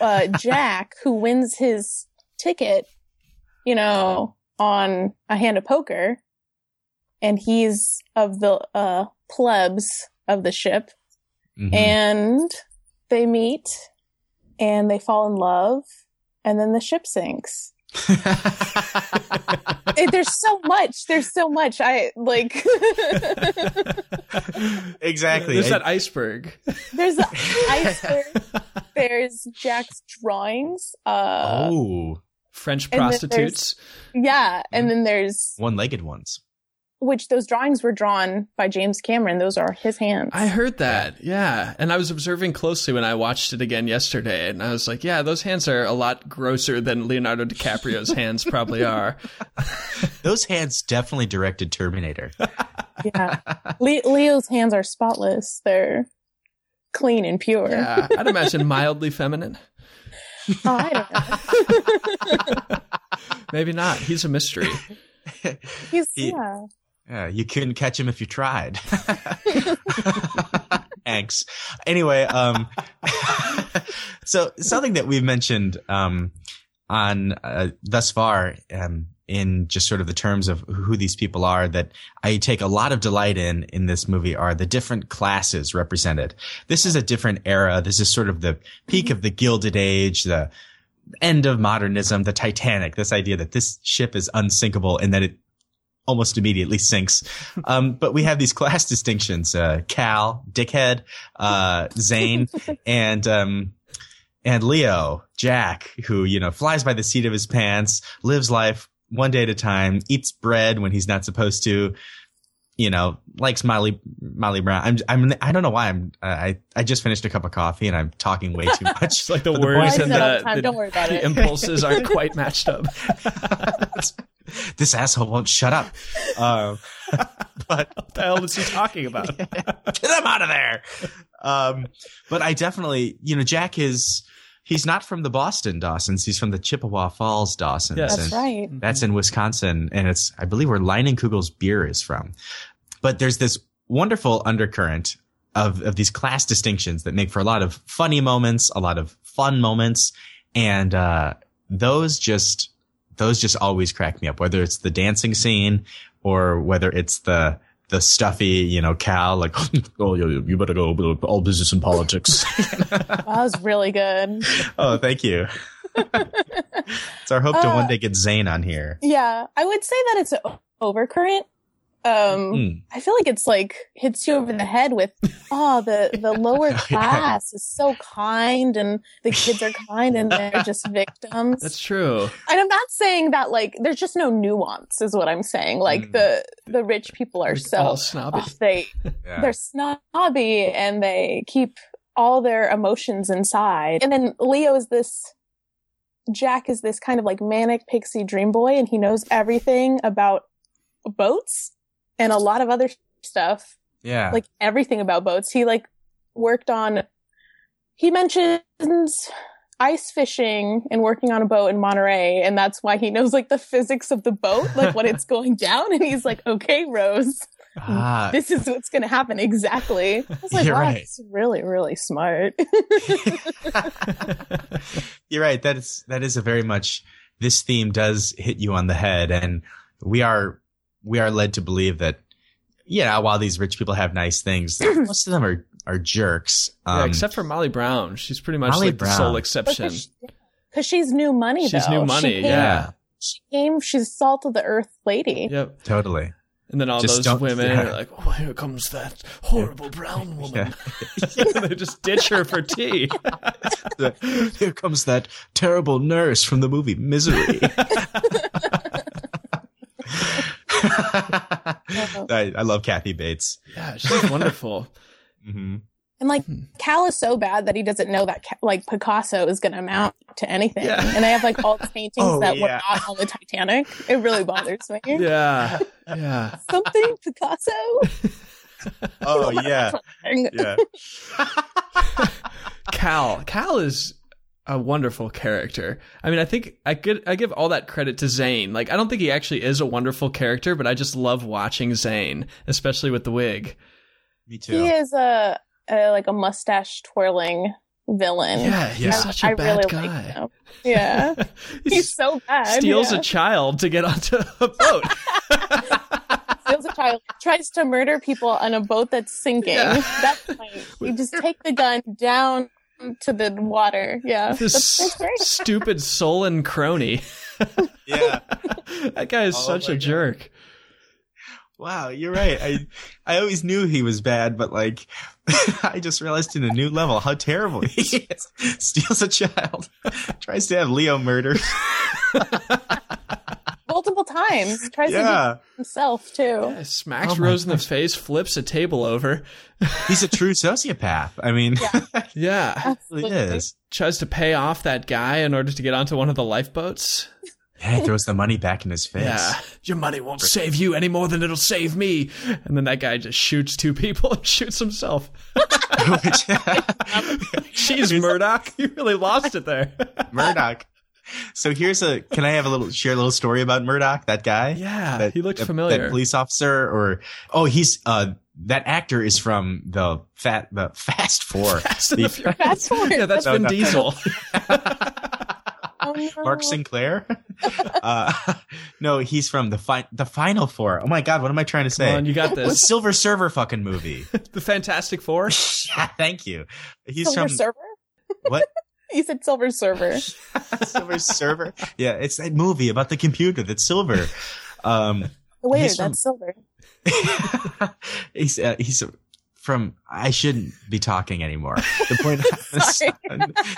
C: uh, Jack, who wins his ticket, you know, on a hand of poker, and he's of the uh, plebs of the ship,
A: Mm.
D: Mhm.
C: and they meet, and they fall in love, and then the ship sinks. Eh, there's so much. There's so much. I like.
D: exactly.
A: There's that iceberg.
C: there's the iceberg. There's Jack's drawings. Uh,
D: oh,
A: French
C: And then there's-
A: prostitutes.
C: Yeah,
A: Mm.
C: and then there's
D: one-legged ones.
C: which those drawings were drawn by James Cameron. Those are his hands.
A: I heard that. Yeah. And I was observing closely when I watched it again yesterday. And I was like, yeah, those hands are a lot grosser than Leonardo DiCaprio's hands probably are.
D: Those hands definitely directed Terminator.
C: yeah, Le- Leo's hands are spotless. They're clean and pure.
A: Yeah. I'd imagine mildly feminine.
C: Oh, I don't know.
A: Maybe not. He's a mystery.
C: He's
D: He-
C: yeah.
D: Yeah, you couldn't catch him if you tried. Thanks. Anyway, um, so something that we've mentioned um, on uh, thus far um, in just sort of the terms of who these people are that I take a lot of delight in in this movie are the different classes represented. This is a different era. This is sort of the peak of the Gilded Age, the end of modernism, the Titanic. This idea that this ship is unsinkable and that it almost immediately sinks. Um, but we have these class distinctions: uh, Cal, dickhead, uh, Zane, and um, and Leo, Jack, who you know flies by the seat of his pants, lives life one day at a time, eats bread when he's not supposed to. You know, likes Molly Molly Brown. I'm I'm I don't know why I'm I I just finished a cup of coffee and I'm talking way too much.
A: It's like the
D: But
A: words
D: point
A: and
C: Why is that all
A: the,
C: the time?
A: the-
C: Don't worry about
A: the
C: it.
A: impulses aren't quite matched up.
D: this asshole won't shut up. Um, but
A: What the hell is he talking about?
D: get him out of there. Um, but I definitely, you know, Jack is, he's not from the Boston Dawsons. He's from the Chippewa Falls Dawsons.
A: Yes.
C: That's
D: And
C: right.
D: That's in Wisconsin. And it's, I believe, where Leinenkugel's beer is from. But there's this wonderful undercurrent of, of these class distinctions that make for a lot of funny moments, a lot of fun moments. And, uh, those just, those just always crack me up, whether it's the dancing scene or whether it's the, the stuffy, you know, Cal, like, oh, you, you better go, all business and politics.
C: Wow, that was really good.
D: oh, thank you. it's our hope to
C: Uh,
D: one day get Zane on here.
C: Yeah, I would say that it's overcurrent. Um,
A: Hmm.
D: Mm.
C: I feel like it's like hits you over the head with, oh, the the lower
D: yeah.
C: class is so kind and the kids are kind and they're just victims.
A: That's true.
C: and I'm not saying that like there's just no nuance is what I'm saying. Like
D: Mm.
C: the the rich people are
A: Like,
C: so
A: Hmm. all snobby.
C: oh, they
D: Yeah.
C: they're snobby and they keep all their emotions inside. And then Leo is this Jack is this kind of like manic pixie dream boy and he knows everything about boats and a lot of other stuff,
D: yeah.
C: like everything about boats. He like worked on he mentions ice fishing and working on a boat in Monterey and that's why he knows like the physics of the boat, like when it's going down and he's like, "Okay, Rose,
D: ah,
C: this is what's going to happen exactly. I was like,
D: You're
C: wow,
D: right.
C: it's really, really smart.
D: You're right. That is that is a very much this theme does hit you on the head, and we are we are led to believe that yeah, while these rich people have nice things, most of them are are jerks.
A: Yeah,
D: Um,
A: except for Molly Brown. She's pretty much
D: Molly
A: like the sole
D: Brown.
A: exception.
C: Because she's new money,
A: She's
C: though.
A: new
C: She
A: money,
C: came-
D: yeah,
C: She came, she's salt of the earth lady.
A: Yep.
D: totally.
A: And then all
D: Just
A: those
D: don't-
A: women
D: yeah.
A: are like, oh, here comes that horrible brown woman. they just ditch her for tea.
D: Here comes that terrible nurse from the movie Misery. I, I love Kathy Bates.
A: Yeah, she's wonderful.
D: hmm
C: And like,
A: Mm-hmm.
C: Cal is so bad that he doesn't know that Ca- like Picasso is going to amount to anything.
A: Yeah.
C: And they have like all the paintings
D: Oh,
C: that were
D: yeah.
C: not on the Titanic. It really bothers me.
A: Yeah. Yeah.
C: Something Picasso.
D: Oh yeah, yeah.
A: Cal. Cal is a wonderful character. I mean, I think I could I give all that credit to Zane. Like I don't think he actually is a wonderful character, but I just love watching Zane, especially with the wig.
D: Me too.
C: He is a, a like a mustache twirling villain.
A: Yeah, he's
D: Yeah.
A: such a
C: I
A: bad
C: really
A: guy.
C: like him. Yeah.
A: He
C: He's so bad.
A: steals
C: yeah.
A: a child to get onto a boat.
C: steals a child, tries to murder people on a boat that's sinking.
A: Yeah.
C: That's point. You just take the gun down to the water. Yeah.
A: this
C: That's, that's great.
A: stupid sullen crony.
D: yeah.
A: That guy is
D: Oh
A: such a
D: my God.
A: jerk.
D: Wow, you're right. I I always knew he was bad, but like I just realized in a new level how terrible he is. Steals a child, tries to have Leo murdered.
C: Multiple times. Tries to
D: Yeah.
C: do himself too.
A: Yeah, smacks
D: Oh my
A: Rose in the face, flips a table over.
D: He's a true sociopath. I mean,
A: Yeah.
D: he is.
A: Tries to pay off that guy in order to get onto one of the lifeboats.
D: Yeah, he throws the money back in his face.
A: Yeah. Your money won't save you any more than it'll save me. And then that guy just shoots two people and shoots himself.
D: Which,
A: Jeez, Murdoch, you really lost it there.
D: Murdoch. So here's a can I have a little share a little story about Murdoch, that guy?
A: yeah.
D: that-
A: he looked
D: that-
A: familiar.
D: That police officer, or oh, he's uh, that actor is from the fat, the Fast Four.
A: Fast and the Furious.
C: Fast forward.
A: Yeah, that's
D: No,
A: Vin
D: no.
A: Diesel.
C: Oh, no.
D: Mark Sinclair. uh, no, he's from the fi- the Final Four. Oh my God, what am I trying to
A: Come
D: say?
A: on, you got
D: the
A: this.
D: Silver Server fucking movie.
A: the Fantastic Four.
D: Yeah, Thank you. He's
C: Silver
D: from
C: server?
D: What?
C: You said silver server.
D: Silver Server. Yeah, it's that movie about the computer that's silver. Um,
C: Wait,
D: He's
C: that's
D: from-
C: silver.
D: he's uh, he's from. I shouldn't be talking anymore. The point.
C: Sorry.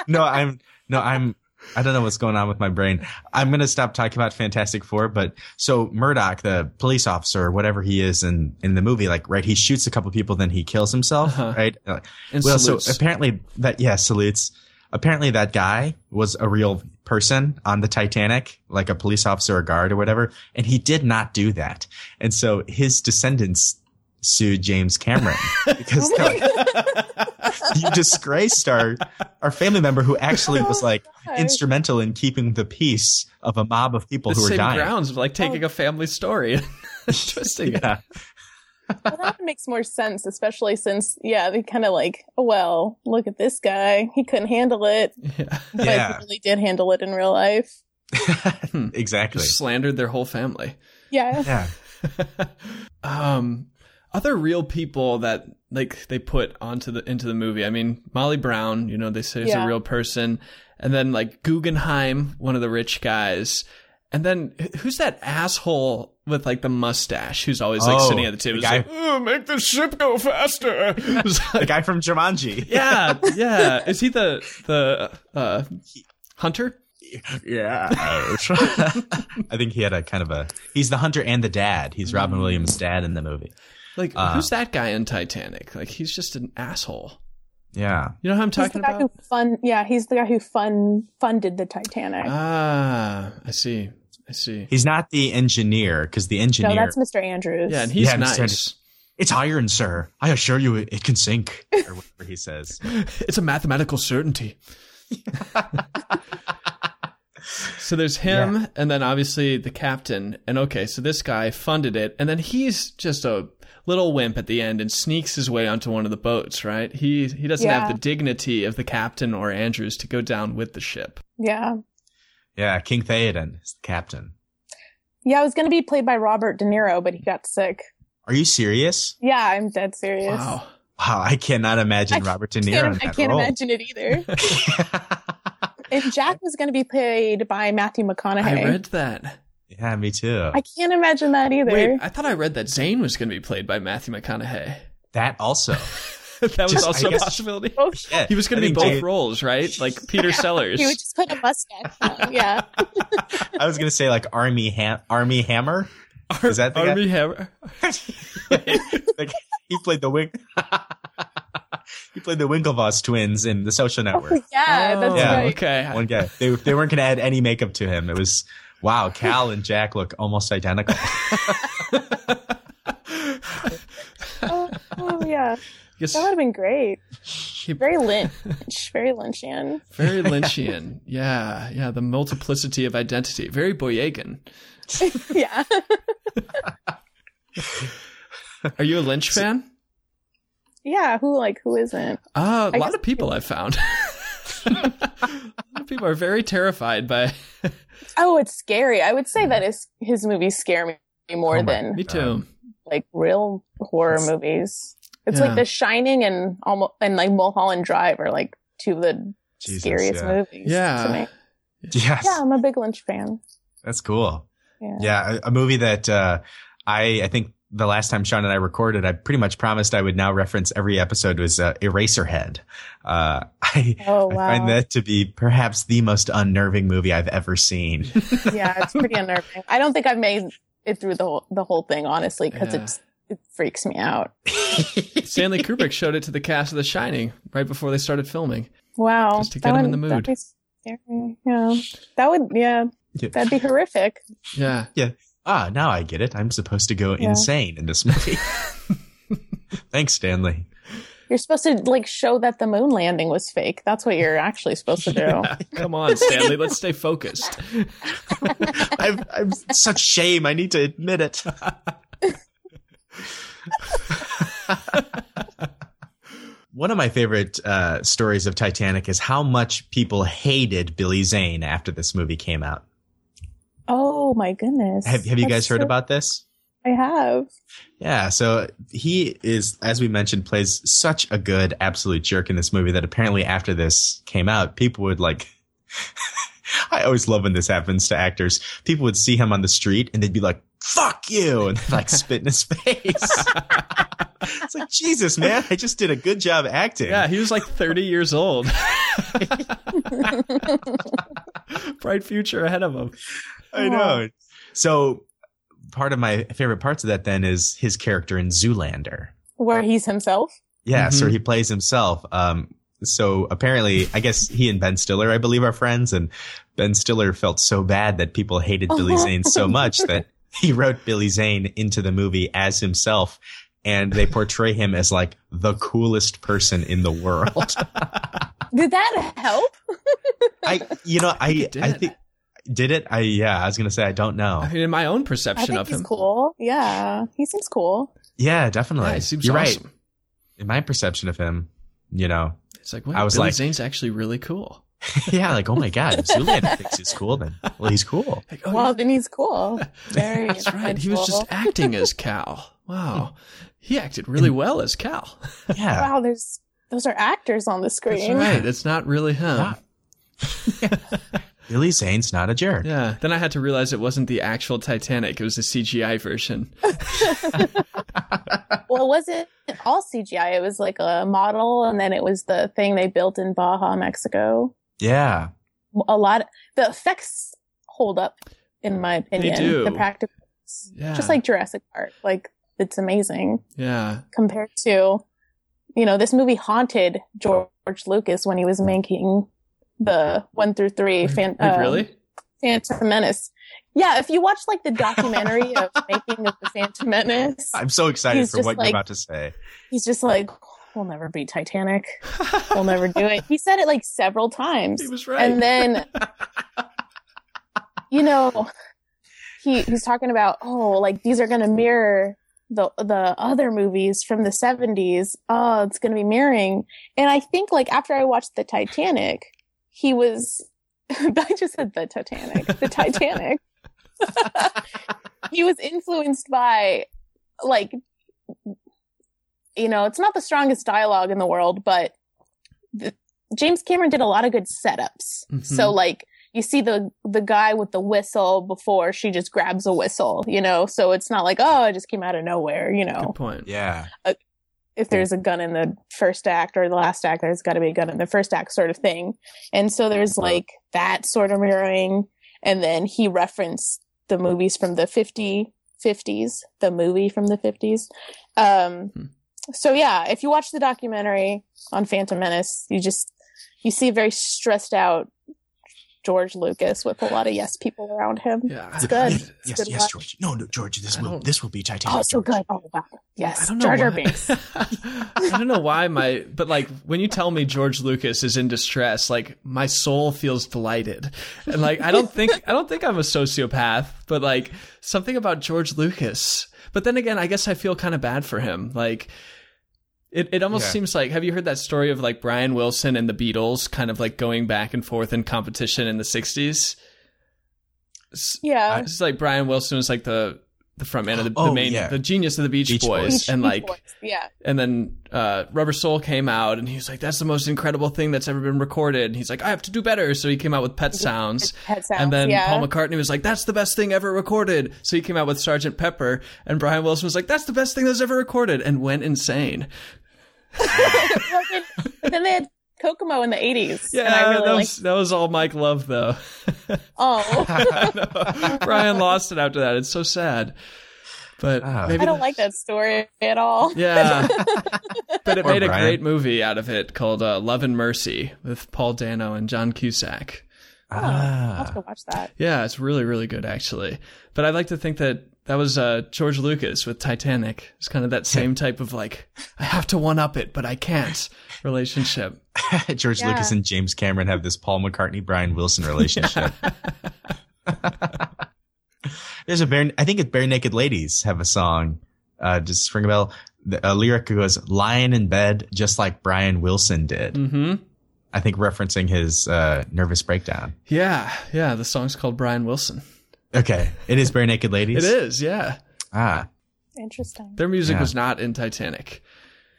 D: no, I'm no, I'm. I don't know what's going on with my brain. I'm gonna stop talking about Fantastic Four, but so Murdoch, the police officer, or whatever he is in in the movie, like right, he shoots a couple people, then he kills himself,
A: Uh-huh.
D: right? Uh,
A: And
D: well,
A: salutes.
D: so apparently that yeah, salutes. Apparently that guy was a real person on the Titanic, like a police officer or guard or whatever, and he did not do that. And so his descendants sued James Cameron because
C: Oh my
D: they're like, you disgraced our our family member who actually was like
C: God.
D: instrumental in keeping the peace of a mob of people
A: the
D: who were
A: same
D: dying.
A: grounds of like taking a family story and twisting it.
D: Yeah.
C: Well, that makes more sense, especially since, yeah, they kind of like, oh, well, look at this guy. He couldn't handle it.
A: Yeah.
C: But
D: Yeah.
C: he really did handle it in real life.
D: exactly.
A: Just slandered their whole family.
C: Yeah.
D: Yeah.
A: um other real people that like they put onto the into the movie i mean molly brown you know they say is
C: Yeah.
A: a real person and then like guggenheim one of the rich guys And then wh- who's that asshole with like the mustache who's always like
D: Oh,
A: sitting at the table?
D: the
A: He's
D: guy-
A: like, "Oh, make the ship go faster. It's like-
D: The guy from Jumanji.
A: yeah, yeah. Is he the the uh, hunter?
D: Yeah. I think he had a kind of a. He's the hunter and the dad. He's Robin Williams' dad in the movie.
A: Like,
D: Uh.
A: who's that guy in Titanic? Like, he's just an asshole.
D: Yeah.
A: You know who I'm
C: He's the
A: talking
C: guy
A: about?
C: who fund. Yeah, he's the guy who fund funded the Titanic.
A: Ah, I see. I see.
D: He's not the engineer because the
C: no,
D: engineer.
C: that's Mr. Andrews.
A: Yeah, and he's
D: Yeah, I'm just trying
A: nice.
D: to- it's iron, sir. I assure you, it, it can sink. Or whatever he says.
A: It's a mathematical certainty. so there's him, and then obviously the captain. And okay, so this guy funded it, and then he's just a little wimp at the end and sneaks his way onto one of the boats. Right? He he doesn't have
C: Yeah.
A: the dignity of the captain or Andrews to go down with the ship.
C: yeah,
D: Yeah, King Theoden is the captain.
C: yeah. It was going to be played by Robert De Niro, but he got sick.
D: Are you serious?
C: Yeah, I'm dead serious.
A: Wow.
D: Wow, I cannot imagine
C: I
D: Robert De
C: I
D: Niro. in
C: can't, I
D: that
C: can't
D: role.
C: imagine it either.
D: yeah,
C: And Jack was going to be played by Matthew McConaughey.
A: I read that.
D: me too.
C: I can't imagine that either.
A: Wait, I thought I read that Zane was going to be played by Matthew McConaughey.
D: that also.
A: that was
D: Just- I
A: also a
D: guess-
A: possibility.
C: Both-
D: Yeah,
A: He was going
D: I
A: to be
D: think
A: both
D: Jane-
A: roles, right? Like Peter Sellers.
C: He would just put a mustache on. Yeah.
D: I was gonna say like Army Ham- Army Hammer. Is that the guy?
A: Army Hammer.
C: Uh,
D: like, he played the Wink. he played the Winklevoss twins in The Social Network.
C: Oh, Yeah, that's
D: Yeah.
C: right.
A: Oh. Okay.
D: One guy. They they weren't gonna add any makeup to him. It was wow. Cal and Jack look almost identical.
C: Oh, oh, yeah.
A: Yes.
C: That would have been great.
A: He-
C: Very Lynch. Very Lynchian.
A: very Lynchian. Yeah. Yeah. The multiplicity of identity. Very Boyegan.
C: Yeah.
A: Are you a Lynch fan?
C: Yeah. Who, like, who isn't?
A: Uh, a
C: I
A: lot
C: guess-
A: of people I've found. a lot of people are very terrified by.
C: Oh, it's scary. I would say that his, his movies scare me more
D: Oh my-
C: than
A: Me too.
C: like real horror movies. It's
A: Yeah.
C: like The Shining and almost and like Mulholland Drive are like two of the
D: Jesus,
C: scariest
D: yeah.
C: movies.
A: Yeah.
C: To me.
D: yes.
C: Yeah, I'm a big Lynch fan.
D: That's cool.
C: Yeah.
D: Yeah, a, a movie that uh, I I think the last time Sean and I recorded, I pretty much promised I would now reference every episode was uh, Eraserhead. Uh, I,
C: Oh wow.
D: I find that to be perhaps the most unnerving movie I've ever seen.
C: yeah, it's pretty unnerving. I don't think I've made it through the whole, the whole thing honestly because
A: Yeah.
C: it's it freaks me out.
A: Stanley Kubrick showed it to the cast of The Shining right before they started filming.
C: Wow,
A: Just to
C: That
A: get 'em in
C: would-
A: the
C: that'd be scary. Yeah, that would yeah,
D: Yeah.
C: that'd be horrific.
A: Yeah.
D: ah, now I get it. I'm supposed to go
C: Yeah.
D: insane in this movie. Thanks, Stanley.
C: You're supposed to like show that the moon landing was fake. That's what you're actually supposed to do.
A: Come on, Stanley. Let's stay focused.
D: I've, I'm such shame. I need to admit it. One of my favorite uh, stories of Titanic is how much people hated Billy Zane after this movie came out.
C: Oh my goodness.
D: Have, have you
C: That's
D: guys heard
C: so-
D: about this?
C: I have.
D: Yeah, so he is, as we mentioned, plays such a good absolute jerk in this movie that apparently after this came out, people would like. I always love when this happens to actors. People would see him on the street and they'd be like, "Fuck you!" and like spit in his face. it's like Jesus, man! I just did a good job acting.
A: Yeah, he was like 30 years old. Bright future ahead of him.
D: I know. So part of my favorite parts of that then is his character in Zoolander.
C: Where he's himself.
D: Yes,
A: Mhm.
D: or he plays himself. Um, so apparently, I guess he and Ben Stiller, I believe, are friends. And Ben Stiller felt so bad that people hated
A: Oh.
D: Billy Zane so much that he wrote Billy Zane into the movie as himself. And they portray him as like the coolest person in the world.
C: Did that help?
D: I, you know, I,
A: It
D: I
A: did.
D: think, did it? I, yeah, I was going to say, I don't know.
A: I mean, in my own
C: I
A: perception
C: think
A: of
C: he's
A: him,
C: cool. Yeah, he seems cool.
D: Yeah, definitely.
A: yeah, he seems
D: You're
A: awesome.
D: right. In my perception of him, you know,
A: It's like, wow,
D: I was
A: Billy
D: like-
A: Zane's actually really cool.
D: yeah, like, oh my God, if Zoolander thinks he's cool, then, well, he's cool.
A: Like, oh,
C: well,
A: yeah,
C: then he's cool. Very.
A: that's right. He was just
C: influential.
A: acting as Cal. Wow, he acted really well as Cal.
D: Yeah.
C: Wow, there's those are actors on the
A: That's
C: screen.
A: right. It's not really him.
D: Um, Billy Zane's not a jerk.
A: Yeah. Then I had to realize it wasn't the actual Titanic; it was the CGI version.
C: Well, it wasn't all CGI. It was like a model, and then it was the thing they built in Baja, Mexico.
D: Yeah.
C: A lot. The effects hold up, in my opinion.
A: do.
C: The practical,
A: Yeah.
C: just like Jurassic Park. Like it's amazing
A: yeah.
C: compared to, you know, this movie haunted George Lucas when he was making the one through three. Fan,
A: Like,
C: um,
A: really?
C: Phantom Menace. Yeah, if you watch like the documentary of making of the Phantom Menace,
D: I'm so excited
C: He's
D: for
C: just
D: what
C: like-
D: you're about to say.
C: he's just like, "We'll never beat Titanic. We'll never do it." He said it like several times,
A: He was right.
C: and then you know, he he's talking about, "Oh, like these are going to mirror the the other movies from the '70s. Oh, it's going to be mirroring." And I think like after I watched the Titanic, he was. I just said the Titanic. The Titanic. he was influenced by like you know, it's not the strongest dialogue in the world, but the, James Cameron did a lot of good setups.
A: Mhm.
C: So like you see the the guy with the whistle before she just grabs a whistle, you know. So it's not like, oh, it just came out of nowhere, you know.
A: Good point.
D: Yeah.
C: If there's a gun in the first act or the last act, there's got to be a gun in the first act sort of thing. And so there's
A: Uh-huh.
C: like that sort of mirroring and then he referenced the movies from the 50 50s, the movie from the 50s. Um,
A: Hmm.
C: So yeah, if you watch the documentary on Phantom Menace, you just you see a very stressed out George Lucas with a lot of yes people around him.
A: Yeah.
C: It's good. It's
D: yes,
C: good
D: yes,
C: watch.
D: George. No, no, George. This
A: I
D: will
A: don't-
D: this will be Titanic.
C: Oh, so
D: George.
C: good. Oh wow.
A: I
C: Yes.
A: don't know
C: Jar Jar
A: why.
C: Binks.
A: I don't know why my, but like when you tell me George Lucas is in distress, like my soul feels delighted, and like I don't think I don't think I'm a sociopath, but like something about George Lucas. But then again, I guess I feel kind of bad for him. Like it, it almost
D: Yeah.
A: seems like have you heard that story of like Brian Wilson and the Beatles kind of like going back and forth in competition in the '60s?
C: Yeah.
A: It's just like Brian Wilson was like the the front man of the, the
D: Oh,
A: main
D: yeah.
A: the genius of the Beach,
D: Beach
A: Boys,
D: Boys.
A: and like
C: yeah.
A: and then uh, Rubber Soul came out, and he was like, "That's the most incredible thing that's ever been recorded." And he's like, "I have to do better," so he came out with Pet Sounds.
C: Head sounds.
A: And then
C: yeah.
A: Paul McCartney was like, "That's the best thing ever recorded." So he came out with Sergeant Pepper, and Brian Wilson was like, "That's the best thing that's ever recorded," and went insane.
C: Well, then- but then they had Kokomo in the 80s.
A: Yeah,
C: and I really
A: that
C: like,
A: was that was all Mike Love though.
C: oh,
A: Brian lost it after that. It's so sad. But
D: Ah.
A: maybe
C: I don't
A: that-
C: like that story at all.
A: Yeah, but it
D: Poor
A: made a
D: Brian.
A: great movie out of it called uh, Love and Mercy with Paul Dano and John Cusack.
C: I'll have
D: Ah.
C: to watch that.
A: Yeah, it's really, really good actually. But I like to think that that was uh, George Lucas with Titanic. It's kind of that same type of like, I have to one up it, but I can't relationship.
D: George
C: Yeah.
D: Lucas and James Cameron have this Paul McCartney Brian Wilson relationship. There's a bare. I think it's Bare Naked Ladies have a song. Uh, just ring a bell. The, a lyric goes lying in bed just like Brian Wilson did.
A: hmm
D: I think referencing his uh, nervous breakdown.
A: Yeah, yeah. The song's called Brian Wilson.
D: Okay, it is Bare Naked Ladies.
A: It is, yeah.
D: Ah,
C: Interesting.
A: Their music
D: Yeah.
A: was not in Titanic.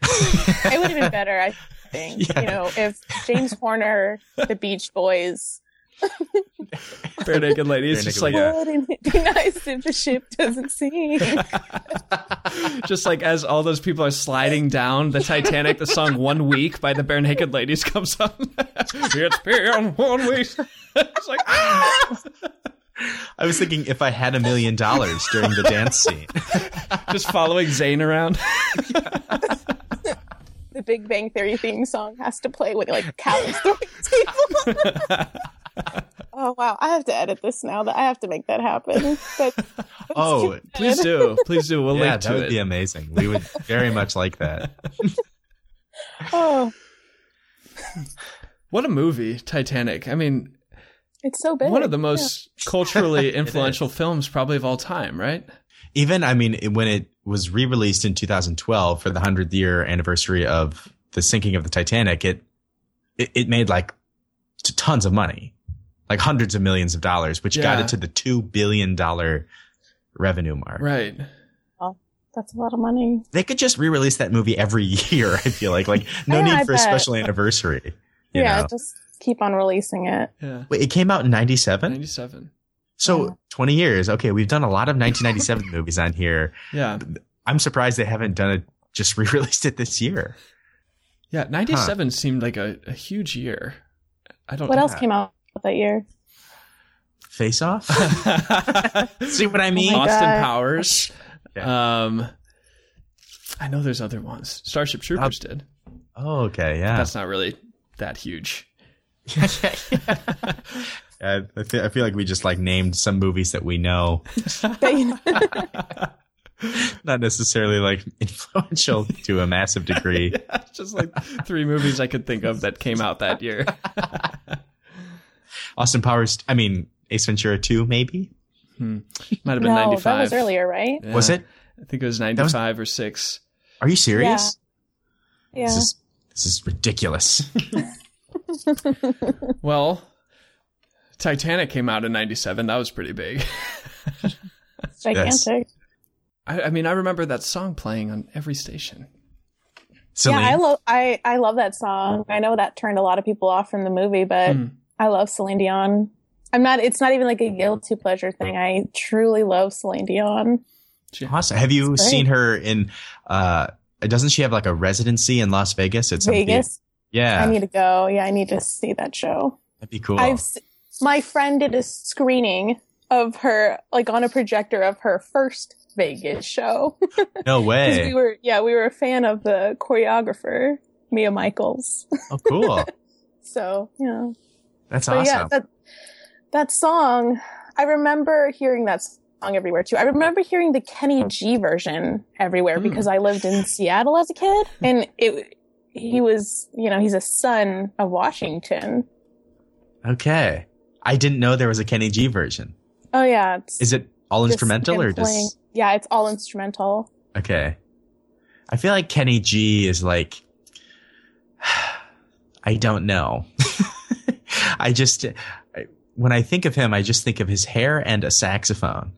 C: It would have been better, I think,
D: Yeah.
C: you know, if James Horner, the Beach Boys,
A: Bare Naked Lady. It's
D: Bare
A: just
D: Naked
A: like
D: Lady. Yeah.
C: wouldn't it be nice if the ship doesn't sink?
A: just like as all those people are sliding down the Titanic, the song One Week by the Bare Naked Ladies comes on. it's been one week. it's like, ah!
D: I was thinking if I had a million dollars during the dance scene.
A: Just following Zayn around.
C: The Big Bang Theory theme song has to play when like Cal is throwing people. oh wow, I have to edit this now. That I have to make that happen. But
D: Oh,
A: Please do. Please do. We'll
D: yeah,
A: link
D: that
A: to
D: would
A: it.
D: be amazing. We would very much like that.
C: oh,
A: what a movie, Titanic. I mean,
C: it's so big.
A: one of the most culturally influential films probably of all time, right?
D: Even I mean, it- when it was re-released in 2012 for the hundredth year anniversary of the sinking of the Titanic, it it, it made like t- tons of money, like hundreds of millions of dollars, which got
A: Yeah.
D: it to the two billion dollar revenue mark.
A: Right.
C: That's a lot of money.
D: They could just re-release that movie every year. I feel like, like no
C: Yeah,
D: need
C: I
D: for a
C: bet.
D: special anniversary. You
C: yeah,
D: know?
C: just just keep on releasing it.
A: Yeah.
D: Wait, it came out in 97?
A: 97.
C: Yeah.
D: So 20 years. Okay, we've done a lot of 1997 movies on here.
A: Yeah.
D: I'm surprised they haven't done it, just re released it this year.
A: Yeah. 97 seemed like a, a huge year. I
D: Oh,
A: don't
C: What
A: know.
C: else came out that year?
D: Face Off? See what I mean?
C: Oh my-
A: Austin
C: God.
A: Powers. Um, I know there's other ones. Starship Troopers did.
D: Oh, okay, yeah.
A: That's not really that huge.
D: I, I, feel, I feel like we just like named some movies that we know, not necessarily like influential to a massive degree.
A: Just like three movies I could think of that came out that year.
D: Austin Powers, I mean, Ace Ventura 2, maybe?
A: Might have been
C: no,
A: 95.
C: that was earlier, right?
A: Yeah.
D: Was it?
A: I think it was
D: was-
A: 95 or 6.
D: Are you serious?
C: Yeah.
D: This is this is ridiculous.
A: Well, Titanic came out in 97. That was pretty big.
C: It's gigantic.
A: I, I mean, I remember that song playing on every station.
D: Celine,
C: Yeah, I love I I love that song. I know that turned a lot of people off from the movie, but
A: Mm.
C: I love Celine Dion. I'm not it's not even like a guilty pleasure thing. I truly love Celine Dion.
D: awesome. Have you
C: It's great.
D: seen her in? uh Doesn't she have like a residency in Las Vegas? At some thea-
C: Vegas.
D: Yeah,
C: I need to go. Yeah, I need to see that show.
D: that'd be cool.
C: I've s- my friend did a screening of her like on a projector of her first Vegas show.
D: no
C: 'Cause
D: way.
C: we were yeah, we were a fan of the choreographer, Mia Michaels.
D: oh, cool.
C: So, yeah.
D: That's
C: But
D: awesome.
C: yeah, that that song, I remember hearing that song everywhere too. I remember hearing the Kenny G version everywhere
A: Hmm.
C: because I lived in Seattle as a kid, and it he was you know he's a son of Washington.
D: okay, I didn't know there was a Kenny G version.
C: Oh yeah, it's
D: Is it all
C: just
D: instrumental
C: him
D: or
C: playing-
D: just
C: yeah, it's all instrumental.
D: okay? I feel like Kenny G is like I don't know. I just I, when I think of him, I just think of his hair and a saxophone.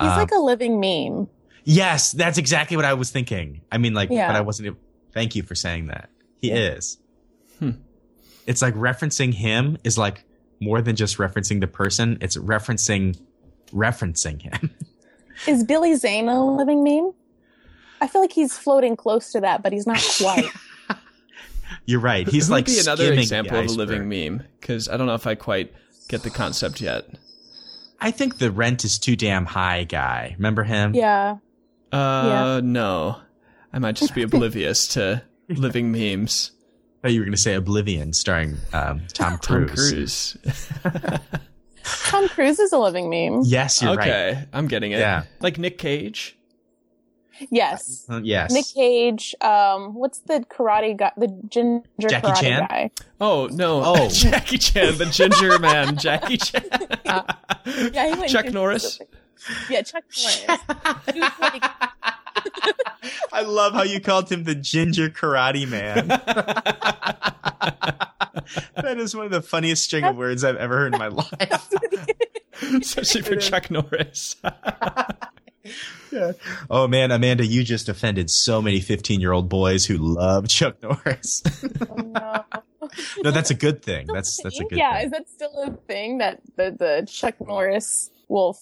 C: He's
D: Um,
C: like a living meme.
D: Yes, that's exactly what I was thinking. I mean, like,
C: Yeah.
D: but I wasn't. Thank you for saying that. He is.
A: Hmm.
D: It's like referencing him is like more than just referencing the person. It's referencing referencing him.
C: Is Billy Zane a living meme? I feel like he's floating close to that, but he's not quite.
D: You're right. He's
A: Who
D: like
A: would be another
D: skimming the
A: example of a
D: iceberg.
A: living meme because I don't know if I quite get the concept yet.
D: I think the rent is too damn high guy. Remember him?
C: yeah.
A: Uh, no, I might just be oblivious to living memes.
D: Oh, you were gonna say Oblivion, starring um, Tom,
A: Tom
D: Cruise.
A: Cruise.
C: Tom Cruise is a living meme.
D: Yes, you're right.
A: okay, I'm getting it.
D: Yeah.
A: like Nick Cage.
C: Yes.
D: Uh, Yes.
C: Nick Cage. Um, what's the karate guy? The ginger
D: Jackie
C: karate
D: Chan?
C: guy.
A: Oh no!
D: Oh.
A: Jackie Chan, the ginger man, Jackie Chan.
C: Yeah, he went
A: Chuck
C: ginger-
A: Norris.
C: Yeah, Chuck Norris. He was like-
D: I love how you called him the ginger karate man. that is one of the funniest string of words I've ever heard in my life.
A: Especially for Chuck Norris.
D: Oh man, Amanda, you just offended so many 15 year old boys who love Chuck Norris.
C: no.
D: no, that's a good thing. That's that's a good
C: um, yeah.
D: thing.
C: Is that still a thing that the the Chuck Norris will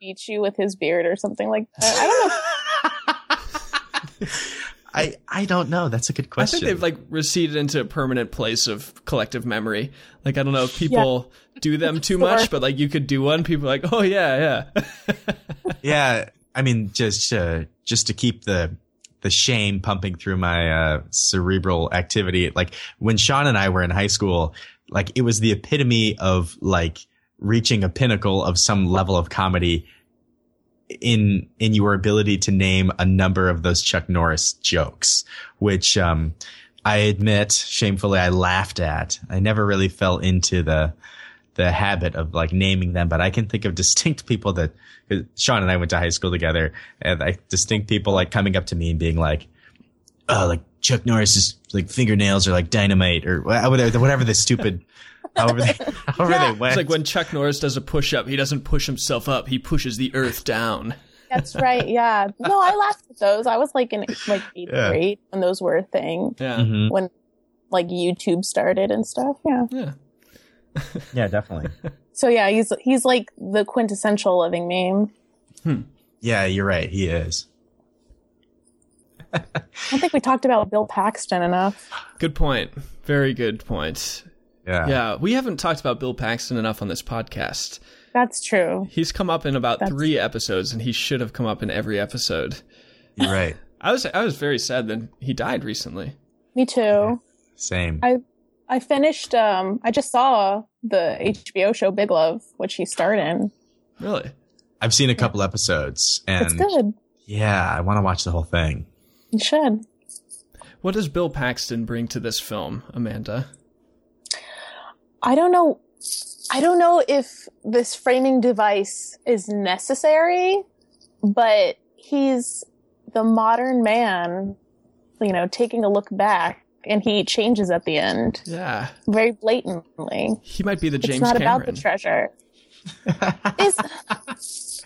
C: beat you with his beard or something like that? I don't know.
D: I, I don't know. That's a good
A: I
D: question.
A: think they've like receded into a permanent place of collective memory. Like I don't know if people do them too much, but like you could do one, people are like, oh yeah, yeah.
D: yeah, I mean, just uh, just to keep the the shame pumping through my uh, cerebral activity. Like when Sean and I were in high school, like it was the epitome of like reaching a pinnacle of some level of comedy in in your ability to name a number of those Chuck Norris jokes, which um, I admit shamefully I laughed at. I never really fell into the the habit of like naming them, but I can think of distinct people that 'cause Sean and I went to high school together, and I distinct people like coming up to me and being like, "Oh, like Chuck Norris's like fingernails are like dynamite or wha- whatever, whatever the stupid." However, they, however they went.
A: It's like when Chuck Norris does a push up, he doesn't push himself up, he pushes the earth down.
C: That's right. Yeah. No, I laughed at those. I was like in like eighth
D: Yeah.
C: grade when those were a thing.
A: Yeah.
D: Mhm.
C: When like YouTube started and stuff. Yeah.
A: Yeah.
D: Yeah, definitely.
C: So yeah, he's he's like the quintessential living meme.
D: yeah, you're right. He is.
C: I don't think we talked about Bill Paxton enough.
A: Good point. Very good point.
D: Yeah.
A: Yeah, we haven't talked about Bill Paxton enough on this podcast.
C: That's true.
A: He's come up in about
C: That's-
A: three episodes, and he should have come up in every episode.
D: You're right.
A: I was I was very sad that he died recently.
C: Me too.
D: Same.
C: I- I finished. Um, I just saw the HBO show Big Love, which he starred in.
A: Really?
D: I've seen a couple episodes
C: It's
D: and
C: good.
D: yeah, I want to watch the whole thing.
C: You should.
A: What does Bill Paxton bring to this film, Amanda?
C: I don't know. I don't know if this framing device is necessary, but he's the modern man. You know, taking a look back, and he changes at the end
A: Yeah,
C: very blatantly.
A: he might be the James
C: it's not
A: Cameron.
C: about the treasure. Is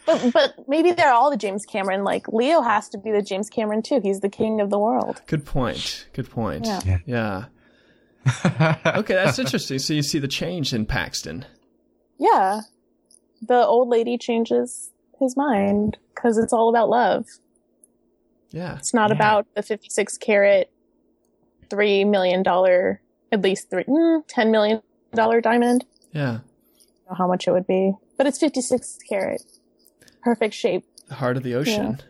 C: but but maybe they're all the James Cameron. Like Leo has to be the James Cameron too. He's the king of the world.
A: Good point. Good point.
C: Yeah.
D: Yeah.
A: yeah. Okay, that's interesting. So you see the change in Paxton.
C: Yeah, the old lady changes his mind because it's all about love.
A: Yeah.
C: It's not
D: Yeah.
C: about the fifty-six carat, three million dollar, at least three mm, ten million dollar diamond.
A: Yeah.
C: I don't know how much it would be, but it's fifty-six carat, perfect shape,
A: The heart of the ocean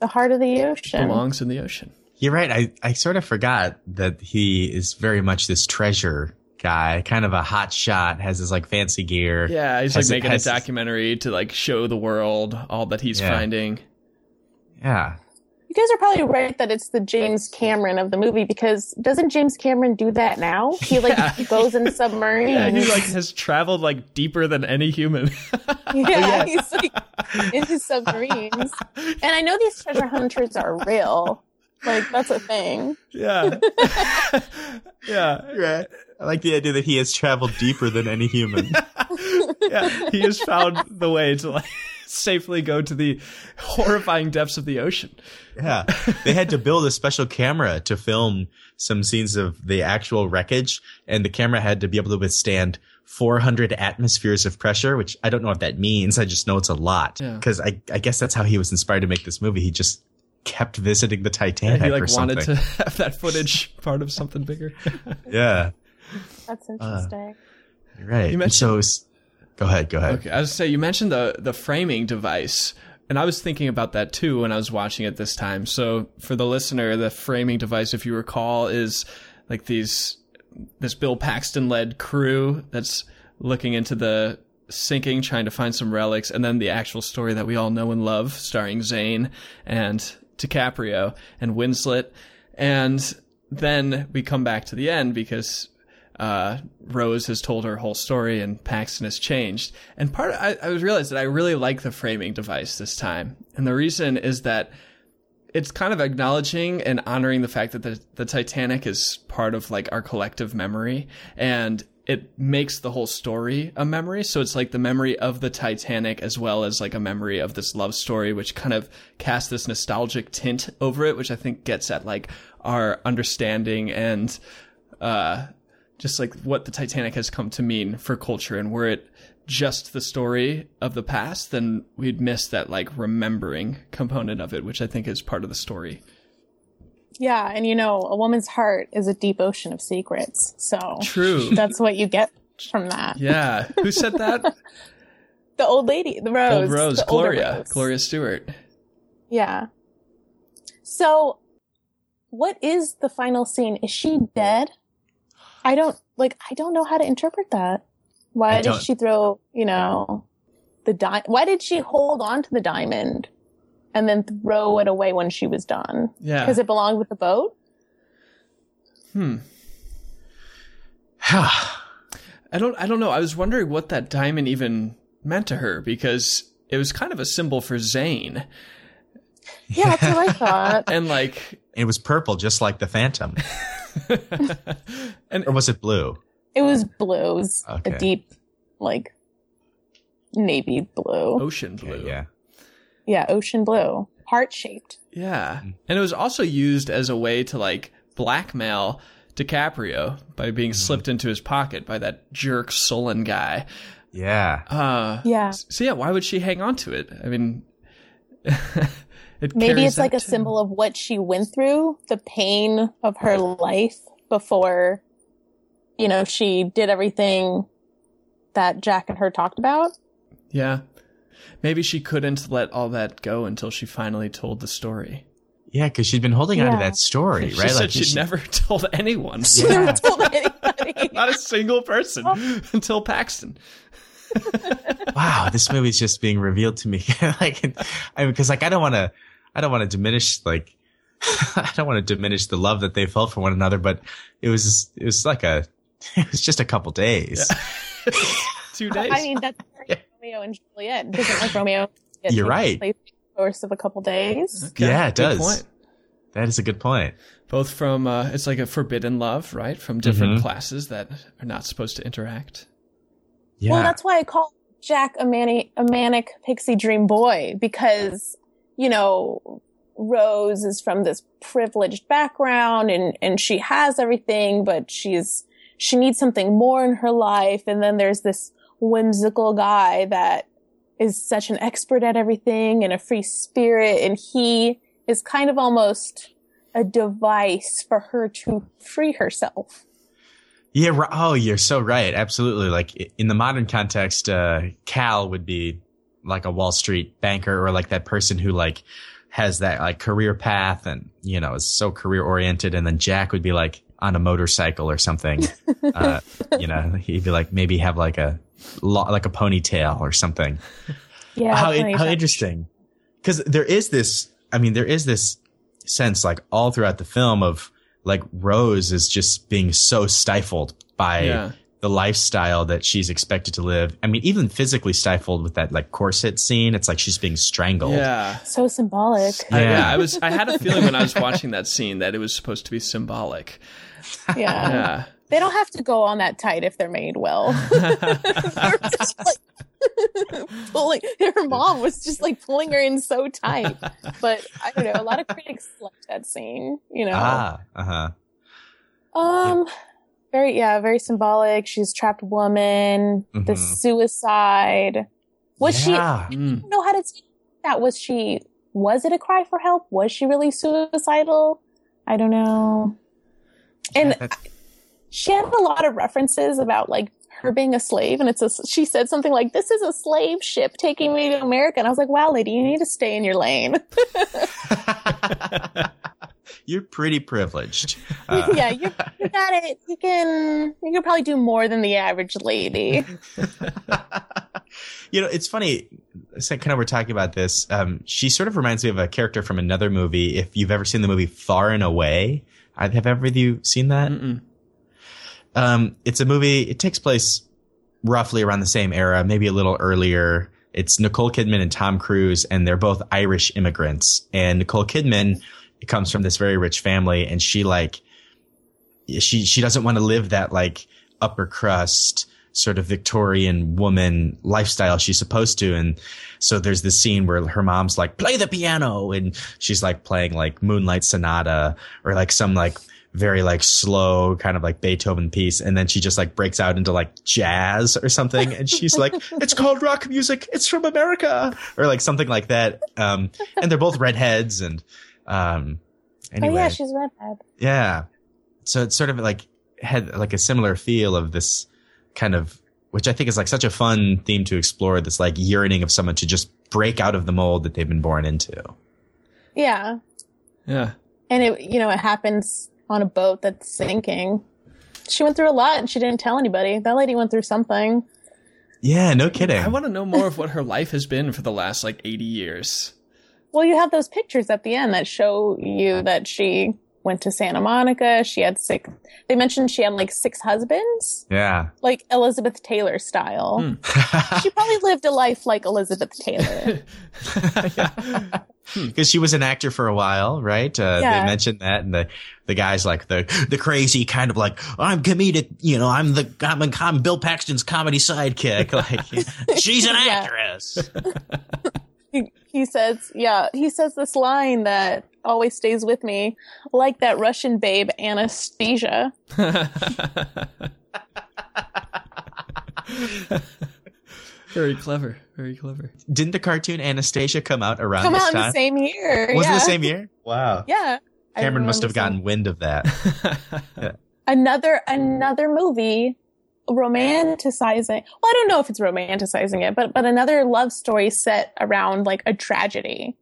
C: the heart of the ocean.
A: belongs in the ocean.
D: You're right. I, I sort of forgot that he is very much this treasure guy, kind of a hot shot, has his like fancy gear.
A: Yeah, he's
D: Has
A: like
D: it-
A: making a
D: has-
A: documentary to like show the world all that he's
D: Yeah.
A: finding.
D: Yeah.
C: You guys are probably right that it's the James Cameron of the movie because doesn't James Cameron do that now? He like
A: Yeah.
C: goes in submarines.
A: Yeah, he like has traveled like deeper than any human. oh,
C: Yeah, he's like in his submarines. And I know these treasure hunters are real. Like that's a thing.
A: yeah. yeah.
D: Right. I like the idea that he has traveled deeper than any human.
A: yeah, he has found the way to like safely go to the horrifying depths of the ocean.
D: yeah. They had to build a special camera to film some scenes of the actual wreckage, and the camera had to be able to withstand 400 atmospheres of pressure, which I don't know what that means. I just know it's a lot.
A: Yeah.
D: Because I, I guess that's how he was inspired to make this movie. He just kept visiting the Titanic
A: he
D: or
A: like
D: something.
A: wanted to have that footage part of something bigger.
D: Yeah.
C: That's
A: Uh,
C: interesting.
D: Right.
A: You mentioned-
D: so, s- go ahead. Go ahead.
A: okay, I was gonna say you mentioned the the framing device, and I was thinking about that too when I was watching it this time. So for the listener, the framing device, if you recall, is like these this Bill Paxton led crew that's looking into the sinking, trying to find some relics, and then the actual story that we all know and love, starring Zane and DiCaprio and Winslet. And then we come back to the end because uh, Rose has told her whole story and Paxton has changed. And part of, I, I realized that I really like the framing device this time. And the reason is that it's kind of acknowledging and honoring the fact that the, the Titanic is part of like our collective memory and it makes the whole story a memory. So it's like the memory of the Titanic as well as like a memory of this love story, which kind of casts this nostalgic tint over it, which I think gets at like our understanding and, uh, just like what the Titanic has come to mean for culture. And were it just the story of the past, then we'd miss that like remembering component of it, which I think is part of the story.
C: Yeah, and you know, a woman's heart is a deep ocean of secrets. So
A: True.
C: that's what you get from that.
A: yeah. Who said that?
C: The old lady, the rose.
A: Old Rose,
C: Oh, the older
A: Gloria,
C: Rose.
A: Gloria Stewart.
C: Yeah. So, what is the final scene? Is she dead? I don't like. I don't know how to interpret that.
D: I
C: Why did
D: don't-
C: she throw? You know, the di- Why did she hold on to the diamond and then throw it away when she was done?
A: Yeah.
C: Because it belonged with the boat.
A: Hmm. I don't I don't know. I was wondering what that diamond even meant to her because it was kind of a symbol for Zane.
C: Yeah, that's what I thought.
A: And like
D: it was purple, just like the Phantom.
A: and
D: or was it blue?
C: It was blues,
D: Okay.
C: a deep, like navy blue.
A: ocean blue.
D: Okay, yeah.
C: Yeah, ocean blue, heart shaped.
A: Mm. Yeah. And it was also used as a way to like blackmail DiCaprio by being
D: Mm-hmm.
A: slipped into his pocket by that jerk Solon guy.
D: Yeah.
A: Uh,
C: Yeah.
A: so yeah, why would she hang on to it? I mean, it
C: Maybe
A: carries
C: it's like
A: that
C: a
A: too.
C: symbol of what she went through, the pain of her life before, you know, she did everything that Jack and her talked about.
A: Yeah, maybe she couldn't let all that go until she finally told the story.
D: Yeah, because she'd been holding on to
C: Yeah.
D: that story,
A: She
D: right?
A: said
D: Like,
A: she
D: she-
A: never told anyone,
C: She never told anybody.
A: not a single person, until Paxton.
D: wow, this movie's just being revealed to me. like, I mean, because like I don't want to, I don't want to diminish like, I don't want to diminish the love that they felt for one another, but it was, it was like a, it was just a couple days.
A: Two days.
C: I mean, that's Romeo and Juliet. Doesn't like Romeo. and Juliet
D: You're
C: take
D: right.
C: place in the course of a couple days.
A: Okay,
D: Yeah, it
A: good
D: does.
A: point.
D: That is a good point.
A: Both from uh, it's like a forbidden love, right? From different
D: Mhm.
A: classes that are not supposed to interact.
D: Yeah,
C: Well, that's why I call Jack a, mani- a manic pixie dream boy because, you know, Rose is from this privileged background and, and she has everything, but she's, she needs something more in her life. And then there's this whimsical guy that is such an expert at everything and a free spirit. And he is kind of almost a device for her to free herself.
D: yeah. ri- Oh, you're so right. Absolutely. Like i- in the modern context, uh, Cal would be like a Wall Street banker or like that person who like has that like career path and you know is so career oriented, and then Jack would be like on a motorcycle or something. uh, you know, he'd be like maybe have like a lo- like a ponytail or something.
C: Yeah.
D: how,
C: funny
D: how
C: that-
D: interesting because there is this i mean there is this sense like all throughout the film of like rose is just being so stifled by
A: Yeah.
D: the lifestyle that she's expected to live i mean even physically stifled with that like corset scene it's like she's being strangled
A: Yeah.
C: So symbolic.
A: I-
D: Yeah.
A: I, was. I had a feeling when I was watching that scene that it was supposed to be symbolic.
C: Yeah.
A: Yeah.
C: They don't have to go on that tight if they're made well.
A: Mm.
C: They're just, like, pulling, her mom was just like pulling her in so tight. But I don't know, a lot of critics liked that scene, you know.
D: ah uh-huh
C: Um very yeah, very symbolic. She's a trapped woman, the
D: Mhm.
C: suicide. Was she
D: yeah.
A: Mm.
C: know how to take that. Was she? Was it a cry for help? Was she really suicidal? I don't know. And
D: that's-
C: she had a lot of references about like her being a slave, and it's a. She said something like, "This is a slave ship taking me to America," and I was like, "Wow, lady, you need to stay in your lane."
D: you're pretty privileged Uh,
C: yeah, you, you got it. You can you can probably do more than the average lady.
D: you know, it's funny. Sen- Kind of, we're talking about this. Um, she sort of reminds me of a character from another movie. If you've ever seen the movie Far and Away, I- have ever of you seen that?
A: Mm-mm.
D: Um, it's a movie. It takes place roughly around the same era, maybe a little earlier. It's Nicole Kidman and Tom Cruise, and they're both Irish immigrants. And Nicole Kidman comes from this very rich family, and she like she she doesn't want to live that like upper crust sort of Victorian woman lifestyle she's supposed to. And so there's this scene where her mom's like, play the piano. And she's like playing like Moonlight Sonata or like some like very like slow kind of like Beethoven piece. And then she just like breaks out into like jazz or something. And she's like, it's called rock music. It's from America or like something like that. Um, and they're both redheads and, um, anyway.
C: Oh yeah, she's redhead.
D: Yeah. So it's sort of like had like a similar feel of this kind of which I think is like such a fun theme to explore this like yearning of someone to just break out of the mold that they've been born into.
C: Yeah,
A: Yeah.
C: and it you know it happens on a boat that's sinking. She went through a lot and she didn't tell anybody. That lady went through something.
D: Yeah, no kidding.
A: I want to know more of what her life has been for the last like 80 years.
C: Well, you have those pictures at the end that show you that she went to Santa Monica. She had six. They mentioned she had like six husbands,
D: yeah.
C: like Elizabeth Taylor style. She probably lived a life like Elizabeth Taylor.
D: Because Hmm. she was an actor for a while, right? Uh,
C: Yeah.
D: They mentioned that, and the the guys like the the crazy kind of like I'm comedic, you know, I'm the I'm, I'm Bill Paxton's comedy sidekick. Like she's an
C: Yeah.
D: actress.
C: he, he says, yeah, he says this line that always stays with me, like that Russian babe Anastasia.
A: Very clever. Very clever.
D: Didn't the cartoon Anastasia come out around
C: Come
D: this
C: out in
D: time?
C: the same year.
D: Was
C: yeah.
D: it the same year? Wow.
C: Yeah. I
D: Cameron must have
C: remember
D: gotten
C: seeing-
D: wind of that.
C: another another movie romanticizing. Well, I don't know if it's romanticizing it, but but another love story set around like a tragedy.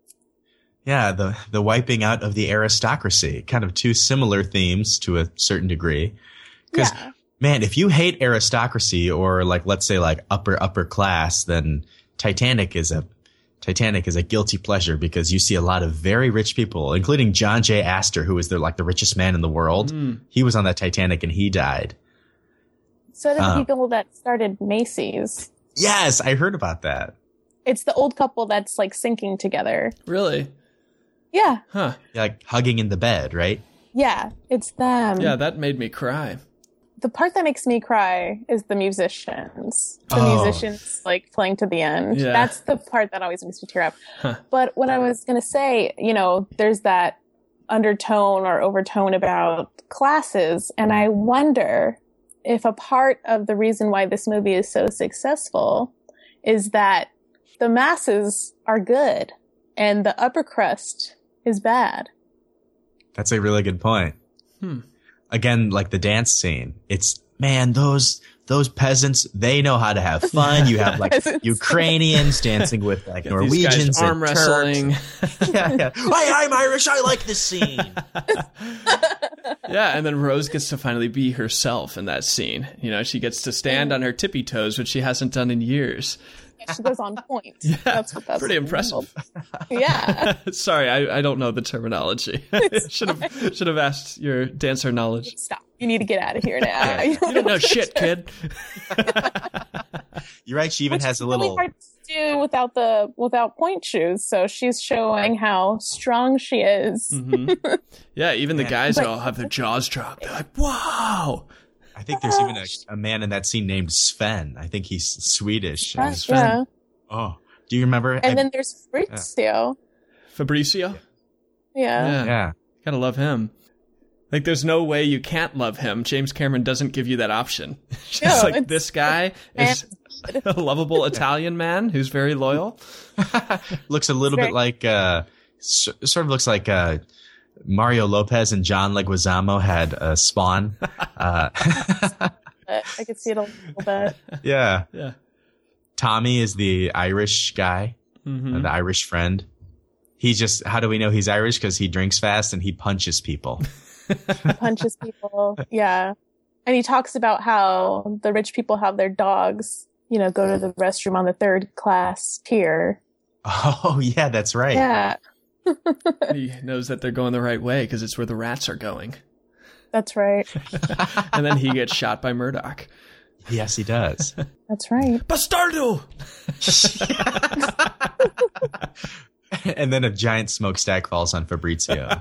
D: Yeah, the the wiping out of the aristocracy. Kind of two similar themes to a certain degree. 'Cause
C: Yeah.
D: Man, if you hate aristocracy or like let's say like upper upper class, then Titanic is a Titanic is a guilty pleasure because you see a lot of very rich people, including John J. Astor, who is the like the richest man in the world.
A: Mm.
D: He was on that Titanic and he died.
C: So the
D: Uh.
C: people that started Macy's.
D: Yes, I heard about that.
C: It's the old couple that's like sinking together.
A: Really?
C: Yeah.
A: Huh.
D: Like hugging in the bed, right?
C: Yeah. It's them.
A: Yeah, that made me cry.
C: The part that makes me cry is the musicians. The
D: Oh.
C: musicians like playing to the end.
A: Yeah.
C: That's the part that always makes me tear up.
A: Huh.
C: But what I was going to say, you know, there's that undertone or overtone about classes. And I wonder if a part of the reason why this movie is so successful is that the masses are good and the upper crust is bad.
D: That's a really good point.
A: Hmm.
D: Again, like the dance scene, it's man, those those peasants, they know how to have fun. You have like
C: Peasants.
D: Ukrainians dancing with like
A: Get these guys
D: Norwegians,
A: arm
D: and Turks.
A: wrestling.
D: yeah, yeah. I, I'm Irish. I like this scene.
A: yeah, and then Rose gets to finally be herself in that scene. You know, she gets to stand on her tippy toes, which she hasn't done in years.
C: She goes on point. that's what that's
A: Pretty impressive.
C: Yeah.
A: Sorry, I, I don't know the terminology. should have should have asked your dancer knowledge.
C: stop. You need to get out of here now.
D: Yeah.
A: You don't know shit, kid.
D: You're right. She even
C: Which
D: has a
C: is really
D: little.
C: hard to do without the without point shoes. So she's showing how strong she is.
D: Mm.
A: Mhm. Yeah, even the
D: Yeah.
A: guys
C: But-
A: all have their jaws dropped. They're like, "Wow!"
D: I think there's even a, a man in that scene named Sven. I think he's Swedish.
C: Yeah,
D: And-
C: yeah.
D: Oh, do you remember?
C: And then there's Fabrizio.
A: Fabrizio,
C: Yeah.
A: yeah.
D: yeah.
A: gotta love him. Like, there's no way you can't love him. James Cameron doesn't give you that option. She's
C: No,
A: like,
C: it's-
A: this guy is a lovable Italian man who's very loyal.
D: looks a little
C: It's
D: bit like uh s- sort of looks like uh Mario Lopez and John Leguizamo had a spawn. Uh,
C: But I could see it a little bit.
D: yeah.
A: Yeah.
D: Tommy is the Irish guy,
A: hmm
D: the Irish friend. He just, how do we know he's Irish? Because he drinks fast and he punches people.
C: Punches people. Yeah. And he talks about how the rich people have their dogs, you know, go to the restroom on the third class pier.
D: Oh, yeah, that's right.
C: Yeah.
A: He knows that they're going the right way because it's where the rats are going.
C: That's right.
A: And then he gets shot by Murdoch.
D: Yes, he does.
C: That's right.
A: Bastardo!
D: and then a giant smokestack falls on Fabrizio.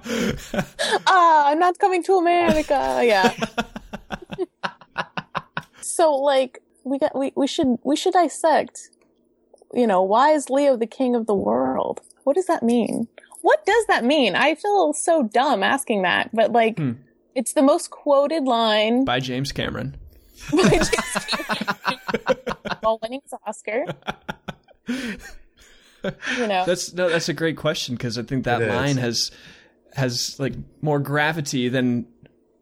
C: ah, I'm not coming to America. Yeah. so like we got we, we should we should dissect, you know, why is Leo the king of the world? What does that mean? What does that mean? I feel so dumb asking that, but like
A: Hmm.
C: it's the most quoted line by
A: By James Cameron.
C: James Cameron while winning his Oscar. You know,
A: That's no, that's a great question because I think that
D: It is.
A: line has has like more gravity than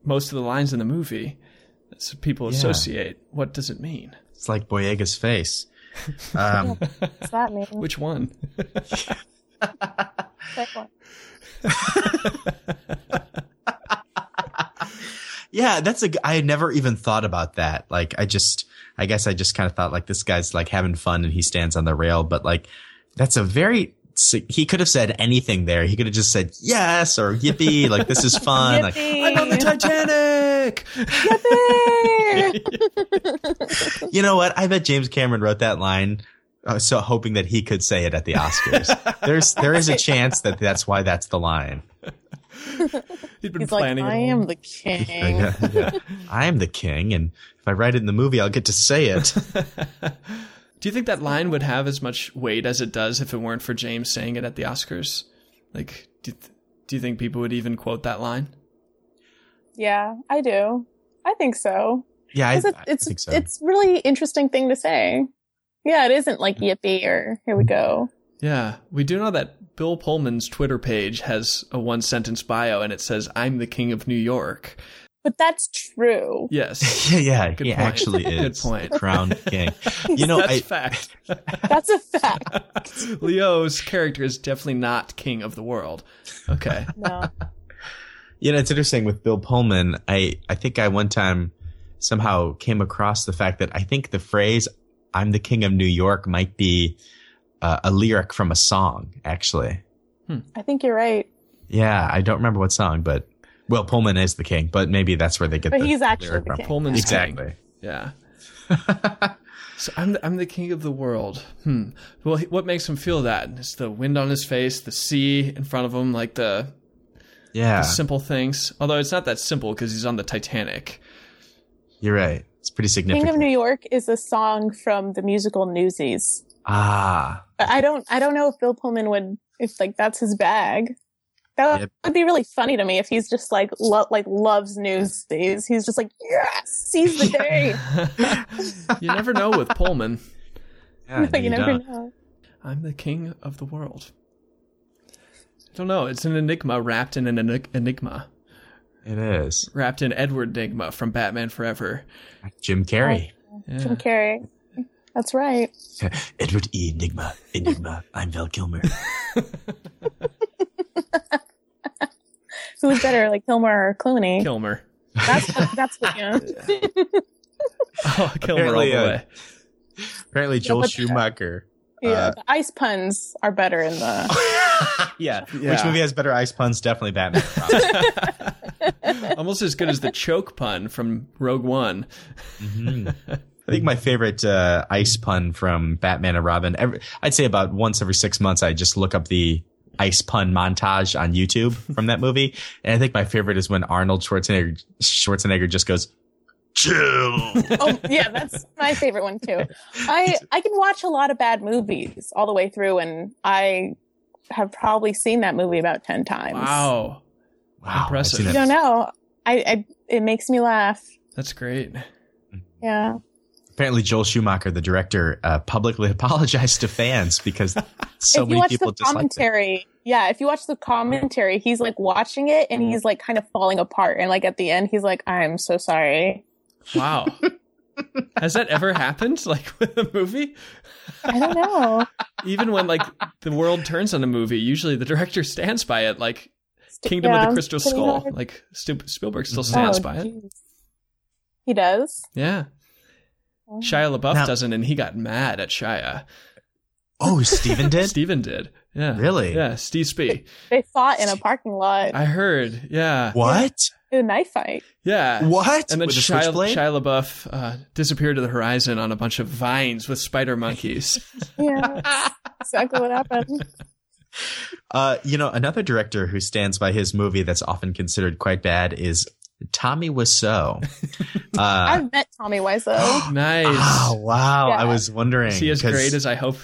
A: most of the lines in the movie. So people
D: Yeah.
A: associate. What does it mean?
D: It's like Boyega's face. Um,
C: what does that mean?
A: Which one?
C: That one.
D: Yeah, that's a. g- I had never even thought about that. Like, I just, I guess I just kind of thought like this guy's like having fun and he stands on the rail, but like, that's a very. si- He could have said anything there. He could have just said yes or yippee, like this is fun. Like, I'm on the
C: Yippee.
D: Titanic.
C: There!
D: you know what? I bet James Cameron wrote that line, uh, so hoping that he could say it at the Oscars. There's there is a chance that that's why that's the line.
A: He'd been
C: He's like,
A: planning.
C: I
A: it all.
C: am the king.
D: Yeah, yeah. I'm the king, and if I write it in the movie, I'll get to say it.
A: Do you think that line would have as much weight as it does if it weren't for James saying it at the Oscars? Like, do you th- Do you think people would even quote that line?
C: Yeah, I do. I think so.
D: Yeah, I,
C: 'Cause
D: I
C: it- it's
D: think so.
C: it's really interesting thing to say. Yeah, it isn't like
D: Mm-hmm.
C: yippee or here we go.
A: Yeah, we do know that Bill Pullman's Twitter page has a one sentence bio and it says, I'm the king of New York.
C: But that's true.
A: Yes.
D: yeah, yeah,
A: Good
D: he
A: point.
D: actually is.
A: Good point.
D: The crown king. You know,
A: That's
D: I,
A: fact.
C: That's a fact.
A: Leo's character is definitely not king of the world. Okay.
C: No.
D: You know, it's interesting with Bill Pullman. I, I think I one time somehow came across the fact that I think the phrase "I'm the king of New York" might be uh, a lyric from a song. Actually,
C: I think you're right.
D: yeah, I don't remember what song, but well, Pullman is the king, but maybe that's where they get.
C: But
D: the
C: he's actually
D: lyric
C: the
D: from.
C: king.
A: Pullman's king.
D: Exactly.
A: Yeah. So I'm the, I'm the king of the world. Hmm. Well, he- what makes him feel that? It's the wind on his face, the sea in front of him, like the, the
D: yeah,
A: simple things. Although it's not that simple because he's on the Titanic.
D: you're right. It's pretty
C: King
D: significant.
C: of New York is a song from the musical Newsies.
D: ah,
C: But I don't I don't know if Bill Pullman would if like that's his bag. That
D: Yep.
C: would be really funny to me if he's just like lo- like loves news these. He's just like yes, seize the day.
A: you never know with Pullman.
D: yeah,
C: No, you never
D: don't.
C: know.
A: I'm the king of the world. I don't know. It's an enigma wrapped in an enig- enigma,
D: It is
A: wrapped in Edward Enigma from Batman Forever.
D: Jim Carrey.
A: Yeah.
C: Jim Carrey. That's right.
D: Edward E. Enigma. Enigma. I'm Val Kilmer.
C: Who's better, like Kilmer or Clooney?
A: Kilmer.
C: That's what, that's what you know.
A: Oh, Kilmer
D: Apparently,
A: all the
D: uh,
A: way.
D: Apparently, Joel
C: but-
D: Schumacher.
C: Yeah, the ice puns are better in the.
D: yeah.
A: Yeah.
D: Which movie has better ice puns? Definitely Batman.
A: Almost as good as the choke pun from Rogue One.
D: I think my favorite uh, ice pun from Batman and Robin. Every, I'd say about once every six months, I just look up the ice pun montage on YouTube from that movie, and I think my favorite is when Arnold Schwarzenegger Schwarzenegger just goes chill.
C: Oh yeah, that's my favorite one too. I I can watch a lot of bad movies all the way through, and I have probably seen that movie about ten times.
A: Wow.
D: Wow,
A: Impressive.
D: I've seen
C: I
D: that-
C: don't know. I, I it makes me laugh.
A: That's great.
C: Yeah.
D: Apparently, Joel Schumacher, the director, uh, publicly apologized to fans because so
C: if you
D: many
C: watch
D: people
C: the
D: disliked it.
C: commentary, yeah, if you watch the commentary, he's like watching it and he's like kind of falling apart, and like at the end, he's like, "I'm so sorry."
A: Wow. Has that ever happened? Like with a movie?
C: I don't know.
A: Even when like the world turns on a movie, usually the director stands by it. Like Kingdom
C: Yeah,
A: of the Crystal
C: pretty
A: Skull.
C: hard.
A: Like Stu- Spielberg still stands
C: Oh,
A: by it.
C: jeez. He does.
A: Yeah.
C: Oh.
A: Shia LaBeouf
D: Now-
A: doesn't, and he got mad at Shia.
D: Oh, Steven did.
A: Steven did. Yeah.
D: Really?
A: Yeah. Steve Spee.
C: They fought in a parking lot.
A: I heard. Yeah.
D: What?
C: A knife fight.
A: Yeah.
D: What?
A: And then
D: With a
A: Shia,
D: switchblade?
A: Shia LaBeouf uh, disappeared to the horizon on a bunch of vines with spider monkeys.
C: Yeah, that's exactly what happened.
D: Uh, you know, another director who stands by his movie that's often considered quite bad is Tommy Wiseau. Uh,
C: I've met Tommy Wiseau.
A: nice.
D: ah, wow.
C: Yeah.
D: I was wondering.
A: Is he as
D: 'cause
A: great as I hope?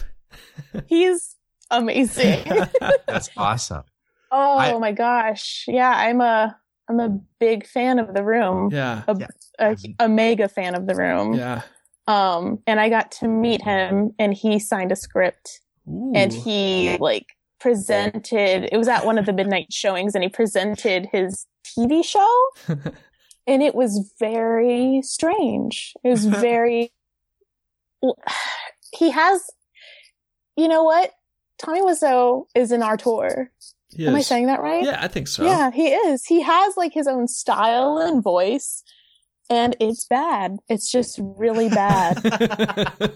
C: He's amazing.
D: That's awesome.
C: Oh
D: I-
C: my gosh. Yeah, I'm a I'm a big fan of the room.
A: Yeah.
C: A, a mega fan of the room.
A: Yeah.
C: Um and I got to meet him and he signed a script
A: Ooh.
C: and he like presented it was at one of the midnight showings and he presented his TV show and it was very strange. It was very he has you know what? Tommy Wiseau is in our tour.
A: He
C: Am I
A: is-
C: saying that right?
A: Yeah, I think so.
C: Yeah, he is. He has like his own style and voice, and it's bad. It's just really bad.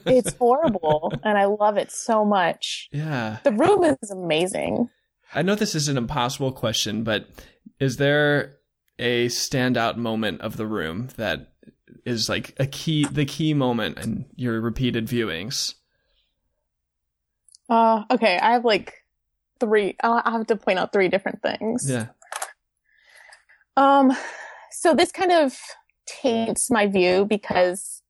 C: it's horrible, and I love it so much.
A: yeah.
C: The room is amazing.
A: I know this is an impossible question, but is there a standout moment of the room that is like a key, the key moment in your repeated viewings?
C: Uh, okay, I have like three. I'll- I have to point out three different things.
A: Yeah.
C: Um, so this kind of taints my view because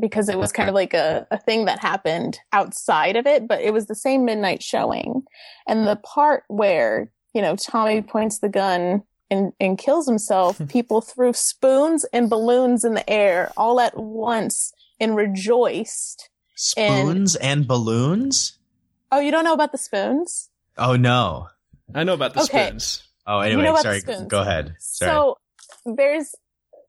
C: because it was kind of like a, a thing that happened outside of it, but it was the same midnight showing. And the part where you know, Tommy points the gun and, and kills himself, people threw spoons and balloons in the air all at once and rejoiced.
D: Spoons and balloons?
C: Oh, you don't know about the spoons?
D: Oh no.
A: I know about the
C: Okay.
A: spoons.
D: Oh,
C: You
D: anyway,
C: know about
D: sorry.
C: the spoons.
D: Go ahead. Sorry.
C: So there's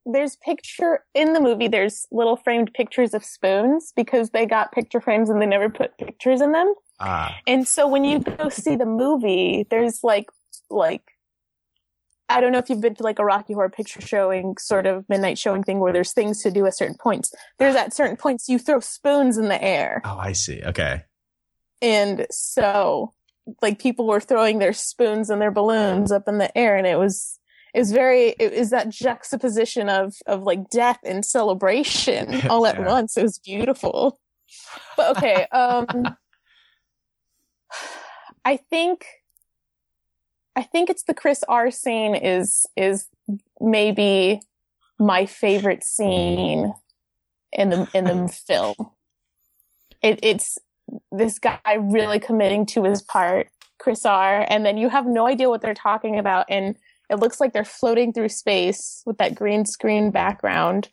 C: there's picture in the movie. There's little framed pictures of spoons because they got picture frames and they never put pictures in them.
D: ah,
C: And so when you go see the movie, there's like like I don't know if you've been to like a Rocky Horror Picture Showing sort of midnight showing thing where there's things to do at certain points. There's at certain points you throw spoons in the air,
D: oh, I see. Okay.
C: and so like people were throwing their spoons and their balloons up in the air, and it was it was very it was that juxtaposition of of like death and celebration all at
D: Yeah.
C: once. It was beautiful. But okay, um. I think I think it's the Chris R scene is is maybe my favorite scene in the in the film. It, it's this guy really committing to his part, Chris R, and then you have no idea what they're talking about, and it looks like they're floating through space with that green screen background.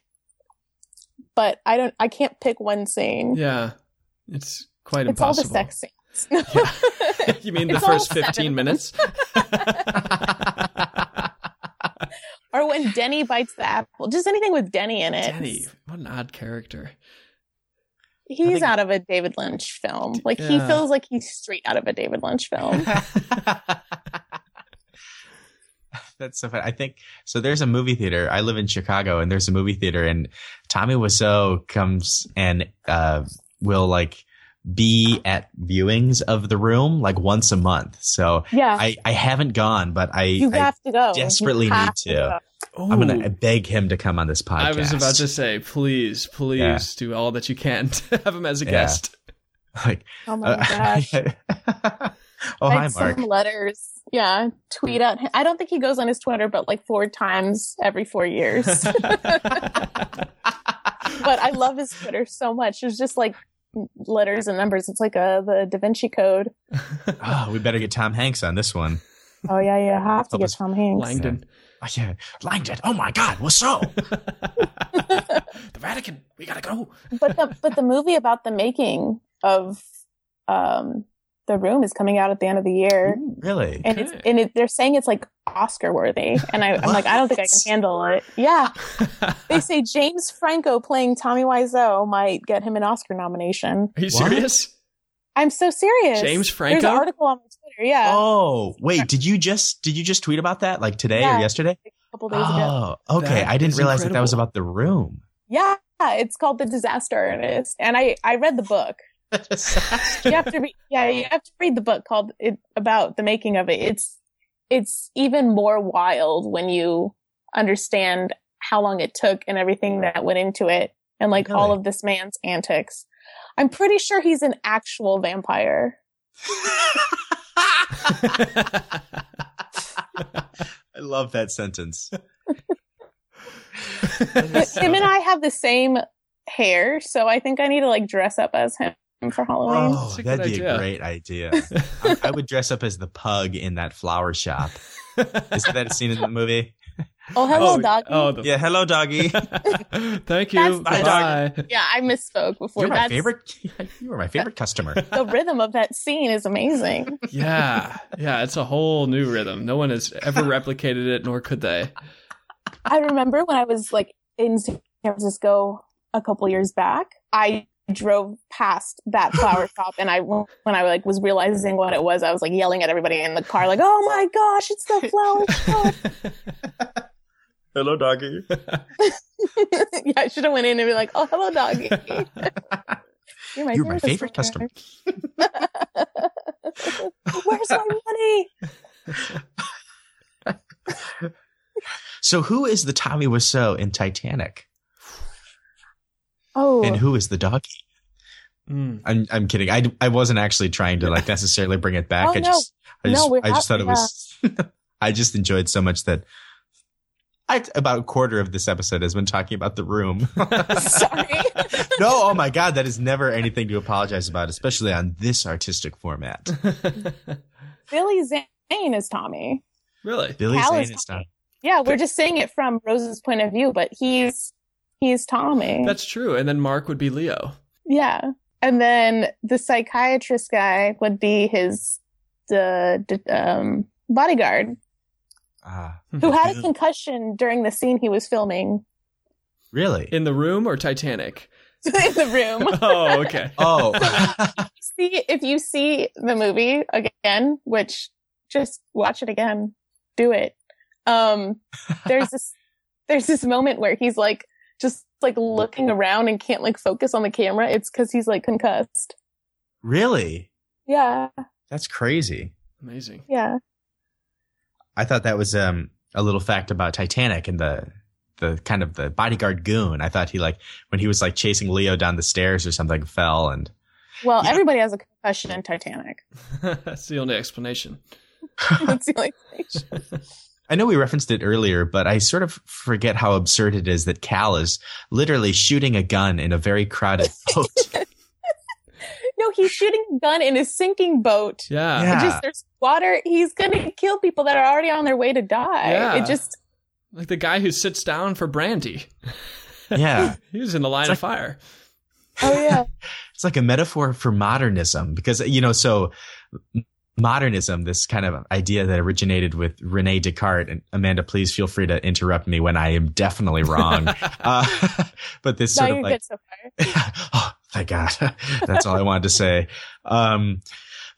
C: But I don't, I can't pick one scene.
A: Yeah, it's quite
C: it's all the
A: impossible.
C: sex scenes.
A: you mean the
C: It's all
A: first
C: sex.
A: 15 minutes?
C: or when Denny bites the apple, just anything with Denny in it.
A: Denny, what an odd character.
C: He's
D: I think-
C: out of a David Lynch film. Like he
A: Yeah.
C: feels like he's straight out of a David Lynch film.
D: That's so funny. I think so. There's a movie theater. I live in Chicago, and there's a movie theater, and Tommy Wiseau comes and uh, will like be at viewings of the room like once a month. So
C: yeah,
D: I I haven't gone, but I,
C: Uh. you
D: I
C: have to go. You
D: desperately need
C: have
D: to.
C: go.
A: Oh,
D: I'm gonna beg him to come on this podcast.
A: I was about to say, please, please do all that you can to have him as a
D: Yeah.
A: guest.
D: like.
C: Oh my
D: uh,
C: gosh!
D: oh hi,
C: Write
D: Mark.
C: Some letters. Yeah, tweet out. I don't think he goes on his Twitter, but like four times every four years. but I love his Twitter so much. It's just like letters and numbers. It's like a the Da Vinci Code.
D: Oh, we better get Tom Hanks on this one.
C: Oh yeah, yeah. I have to
D: Help
C: get
D: us
C: Tom Hanks.
A: Langdon.
D: Oh, yeah, Langdon. Oh my God, what's so?
A: the Vatican, we gotta go.
C: but the but the movie about the making of um the room is coming out at the end of the year
D: really?
C: and it's
A: okay.
C: and it, they're saying it's like oscar worthy and I, i'm like i don't think i can handle it yeah
A: Are
C: they say james franco playing tommy wiseau might get him an oscar nomination
A: you
D: What?
A: serious?
C: i'm so serious
A: James
C: there's
A: Franco?
C: an article on my twitter yeah
D: Oh, wait. Did you just did you just tweet about that like today
C: Yeah.
D: or yesterday?
C: a couple days ago
D: Oh, okay.
A: That
D: I didn't
A: is
D: realize that that was
A: incredible.
D: about the room.
C: yeah it's called the disaster artist and i i read the book you have to read yeah you have to read the book called it about the making of it it's it's even more wild when you understand how long it took and everything that went into it and like all
D: Really?
C: of this man's antics i'm pretty sure he's an actual vampire
D: I love that sentence.
C: him and i have the same hair so i think i need to like dress up as him for halloween
D: Oh,
A: That's a good
D: that'd be
A: idea.
D: a great idea. I, I would dress up as the pug in that flower shop. Isn't that a scene in the movie?
C: oh hello
A: oh,
C: doggy
A: Oh, the
D: Yeah, hello, doggy.
A: Thank you.
C: That's-
A: Bye. Bye.
C: yeah i misspoke before
D: You're my
C: That's-
D: favorite. You were my favorite customer.
C: the rhythm of that scene is amazing
A: Yeah. Yeah, it's a whole new rhythm. No one has ever replicated it, nor could they.
C: I remember when I was like in San Francisco a couple years back, I drove past that flower shop and I when I like was realizing what it was, I was like yelling at everybody in the car like, "Oh my gosh, it's the flower
D: Hello, doggy.
C: shop." yeah, I should have went in and be like, "Oh, hello doggy." You're my
D: You're my favorite customer.
C: Where's my money?
D: So, who is the Tommy Wiseau in Titanic,
C: Oh,
D: and who is the doggy?
A: Mm.
D: I'm I'm kidding. I, I wasn't actually trying to like necessarily bring it back.
C: Oh, no.
D: I just I
C: No,
D: just,
C: we're
D: I just
C: not-
D: thought it was I just enjoyed so much that I about a quarter of this episode has been talking about the room.
C: sorry.
D: no, oh my god, that is never anything to apologize about, especially on this artistic format.
C: Billy Zane Zane is Tommy.
A: Really?
D: Billy
C: Hal
D: Zane
C: is
D: is not.
C: Tommy. Yeah, we're just saying it from Rose's point of view, but he's he's Tommy.
A: That's true. And then Mark would be Leo.
C: yeah. And then the psychiatrist guy would be his the, the um, bodyguard
D: Ah,
C: who had a
D: Yeah.
C: concussion during the scene he was filming
D: really?
A: In the room or Titanic?
C: in the room.
A: Oh, okay.
D: Oh,
C: see if you see the movie again, which just watch it again, do it. Um, there's this there's this moment where he's like just like looking around and can't like focus on the camera. It's because he's like concussed.
D: really?
C: Yeah,
D: That's crazy.
A: Amazing.
C: yeah.
D: I thought that was um, a little fact about Titanic and the the kind of the bodyguard goon. I thought he like when he was like chasing Leo down the stairs or something fell and
C: Well,
D: Yeah.
C: everybody has a concussion in Titanic.
A: That's the only explanation.
C: That's the only explanation.
D: I know we referenced it earlier, but I sort of forget how absurd it is that Cal is literally shooting a gun in a very crowded boat.
C: no, he's shooting a gun in a sinking boat.
A: Yeah.
D: Yeah.
C: It just there's water. He's gonna kill people that are already on their way to die.
A: Yeah.
C: It just
A: Like the guy who sits down for brandy.
D: yeah.
A: He was in the line
D: It's
A: of fire.
C: oh yeah
D: It's like a metaphor for modernism because, you know, so modernism, this kind of idea that originated with Rene Descartes, and Amanda, please feel free to interrupt me when I am definitely wrong. uh, but this
C: now
D: sort
C: you're
D: of like,
C: good so far.
D: oh, thank God. That's all I wanted to say. Um,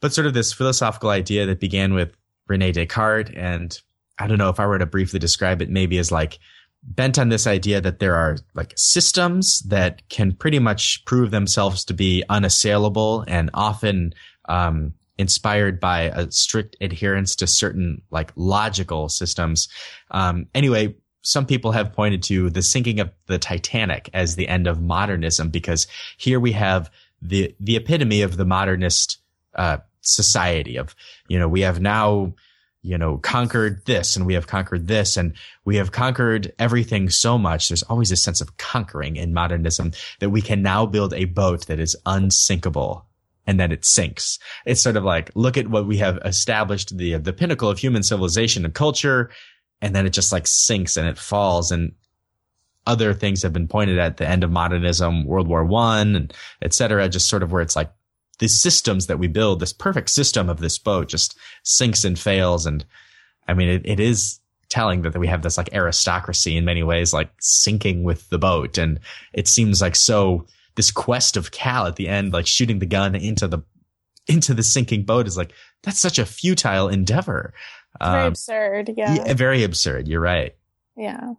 D: but sort of this philosophical idea that began with Rene Descartes. And I don't know if I were to briefly describe it, maybe as like bent on this idea that there are like systems that can pretty much prove themselves to be unassailable and often, um, inspired by a strict adherence to certain like logical systems. Um, anyway, some people have pointed to the sinking of the Titanic as the end of modernism because here we have the the epitome of the modernist uh, society of you know we have now you know conquered this and we have conquered this and we have conquered everything so much there's always a sense of conquering in modernism that we can now build a boat that is unsinkable and then it sinks it's sort of like look at what we have established the the pinnacle of human civilization and culture and then it just like sinks and it falls and other things have been pointed at the end of modernism world war one and et cetera just sort of where it's like these systems that we build this perfect system of this boat just sinks and fails and i mean it, it is telling that we have this like aristocracy in many ways like sinking with the boat and it seems like so this quest of cal at the end like shooting the gun into the into the sinking boat is like that's such a futile endeavor
C: It's very
D: Um,
C: absurd.
D: yeah, very absurd. You're right.
C: Yeah.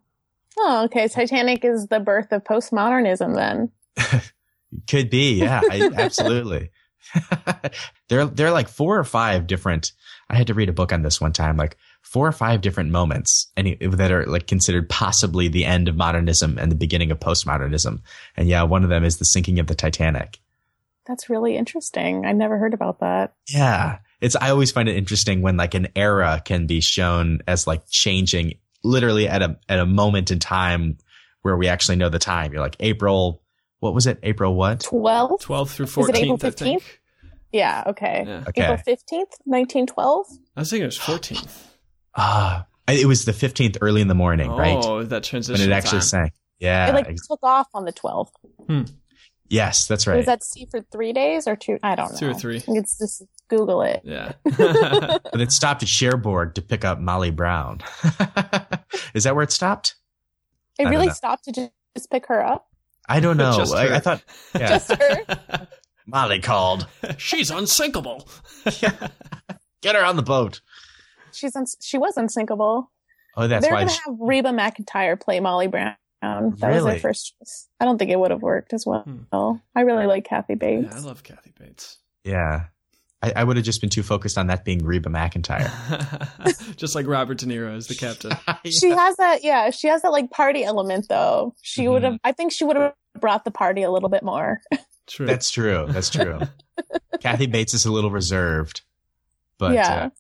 C: Oh, okay. Titanic is the birth of postmodernism then.
D: Could be. Yeah, I, absolutely. there, there are like four or five different. I had to read a book on this one time, like four or five different moments, and it- that are like considered possibly the end of modernism and the beginning of postmodernism. And yeah, one of them is the sinking of the Titanic.
C: That's really interesting. I never heard about that.
D: Yeah, it's. I always find it interesting when like an era can be shown as like changing literally at a at a moment in time where we actually know the time. You're like April. What was it? April what?
C: 12?
A: 12th through
C: Is it
A: 14th,
C: April
A: I think.
C: Yeah, okay.
A: Yeah.
D: Okay.
C: April 15th, 1912?
A: I was
D: Oh,
A: thinking it was 14th.
D: Ah, it was the 15th early in the morning, right?
A: Oh, that
D: When
A: transition.
D: it actually
A: time.
D: sank.
C: It
D: Yeah.
C: like
D: ex-
C: took off on the 12th.
D: yes, that's
C: It was
D: right.
C: at sea for three days or two? I don't know.
A: Two or three.
C: It's just Google it.
A: Yeah.
D: but it stopped at Cherbourg to pick up Molly Brown. Is that where it stopped?
C: It
D: I
C: really
D: don't know.
C: stopped to ju- just pick her up.
D: I don't know.
A: Just her.
D: I, I thought Yeah.
C: Just her.
D: Molly called.
A: She's unsinkable.
D: Get her on the boat.
C: She's uns- she was unsinkable.
D: Oh, that's
C: they were
D: why.
C: going
D: she-
C: to have Reba McIntyre play Molly Brown. That was
D: Really?
C: their first choice. I don't think it would have worked as well. I really like Kathy Bates.
A: Hmm. Yeah, I love Kathy Bates.
D: yeah. I, I would have just been too focused on that being Reba McIntyre.
A: Just like Robert De Niro is the captain.
C: she has that yeah she has that like party element though she
D: Mm-hmm.
C: would have i think she would have brought the party a little bit more
A: True.
D: That's true. That's true. Kathy Bates is a little reserved, but
C: Yeah.
D: uh,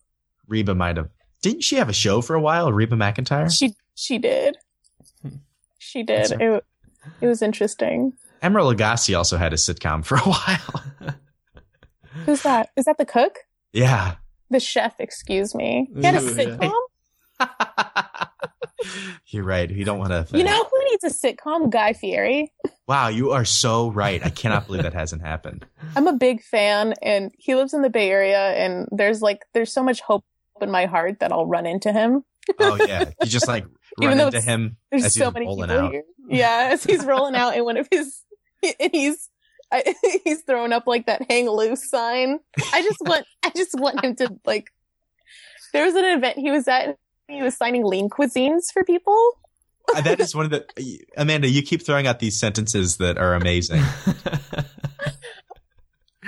D: Reba might have. Didn't she have a show for a while, Reba McIntyre?
C: she she did
A: Hmm.
C: she did
D: uh, That's
C: it, it was interesting
D: Emeril Lagasse also had a sitcom for a while.
C: who's that is that the cook
D: yeah.
C: the chef, excuse me. He had a
A: Ooh, yeah.
C: sitcom.
D: You're right. You don't want to.
C: You know who needs a sitcom? Guy Fieri.
D: Wow, you are so right. I cannot believe that hasn't happened.
C: I'm a big fan, and he lives in the Bay Area, and there's like there's so much hope in my heart that I'll run into him.
D: Oh yeah, you just like
C: Even
D: run
C: though
D: into
C: it's-
D: him
C: There's
D: as
C: so
D: he's
C: many
D: rolling
C: people
D: out.
C: here. Yeah, as he's rolling out in one of his, and he's I, he's throwing up like that "hang loose" sign. I just want, I just want him to like. There was an event he was at. and He was signing lean cuisines for people.
D: Uh, that is one of the Amanda. You keep throwing out these sentences that are amazing.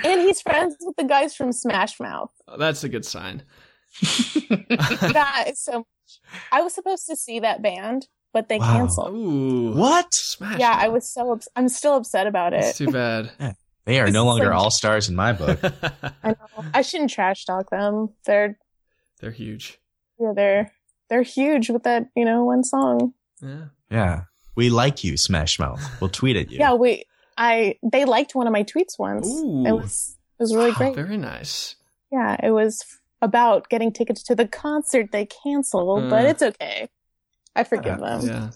C: And he's friends with the guys from Smash Mouth.
A: That's a good sign.
C: That is so. I was supposed to see that band, but they
D: Wow.
C: canceled.
A: Ooh.
D: What?
A: Smash.
C: Yeah, I
A: Mouth.
C: was so. Ups- I'm still upset about
A: That's
C: it.
A: too bad.
D: They are
C: This
D: no
C: is
D: longer
C: like-
D: all stars in my book.
C: I know. I shouldn't trash talk them. They're
A: They're huge.
C: yeah, they're they're huge with that you know one song.
A: Yeah.
D: Yeah, we like you, Smash Mouth. We'll tweet at you.
C: Yeah, we. I they liked one of my tweets once. It
A: Ooh.
C: was it was really great.
A: Oh, Very nice.
C: Yeah, it was f- about getting tickets to the concert they canceled, but
A: Uh.
C: it's okay. I forgive
D: Uh,
C: them.
A: Yeah.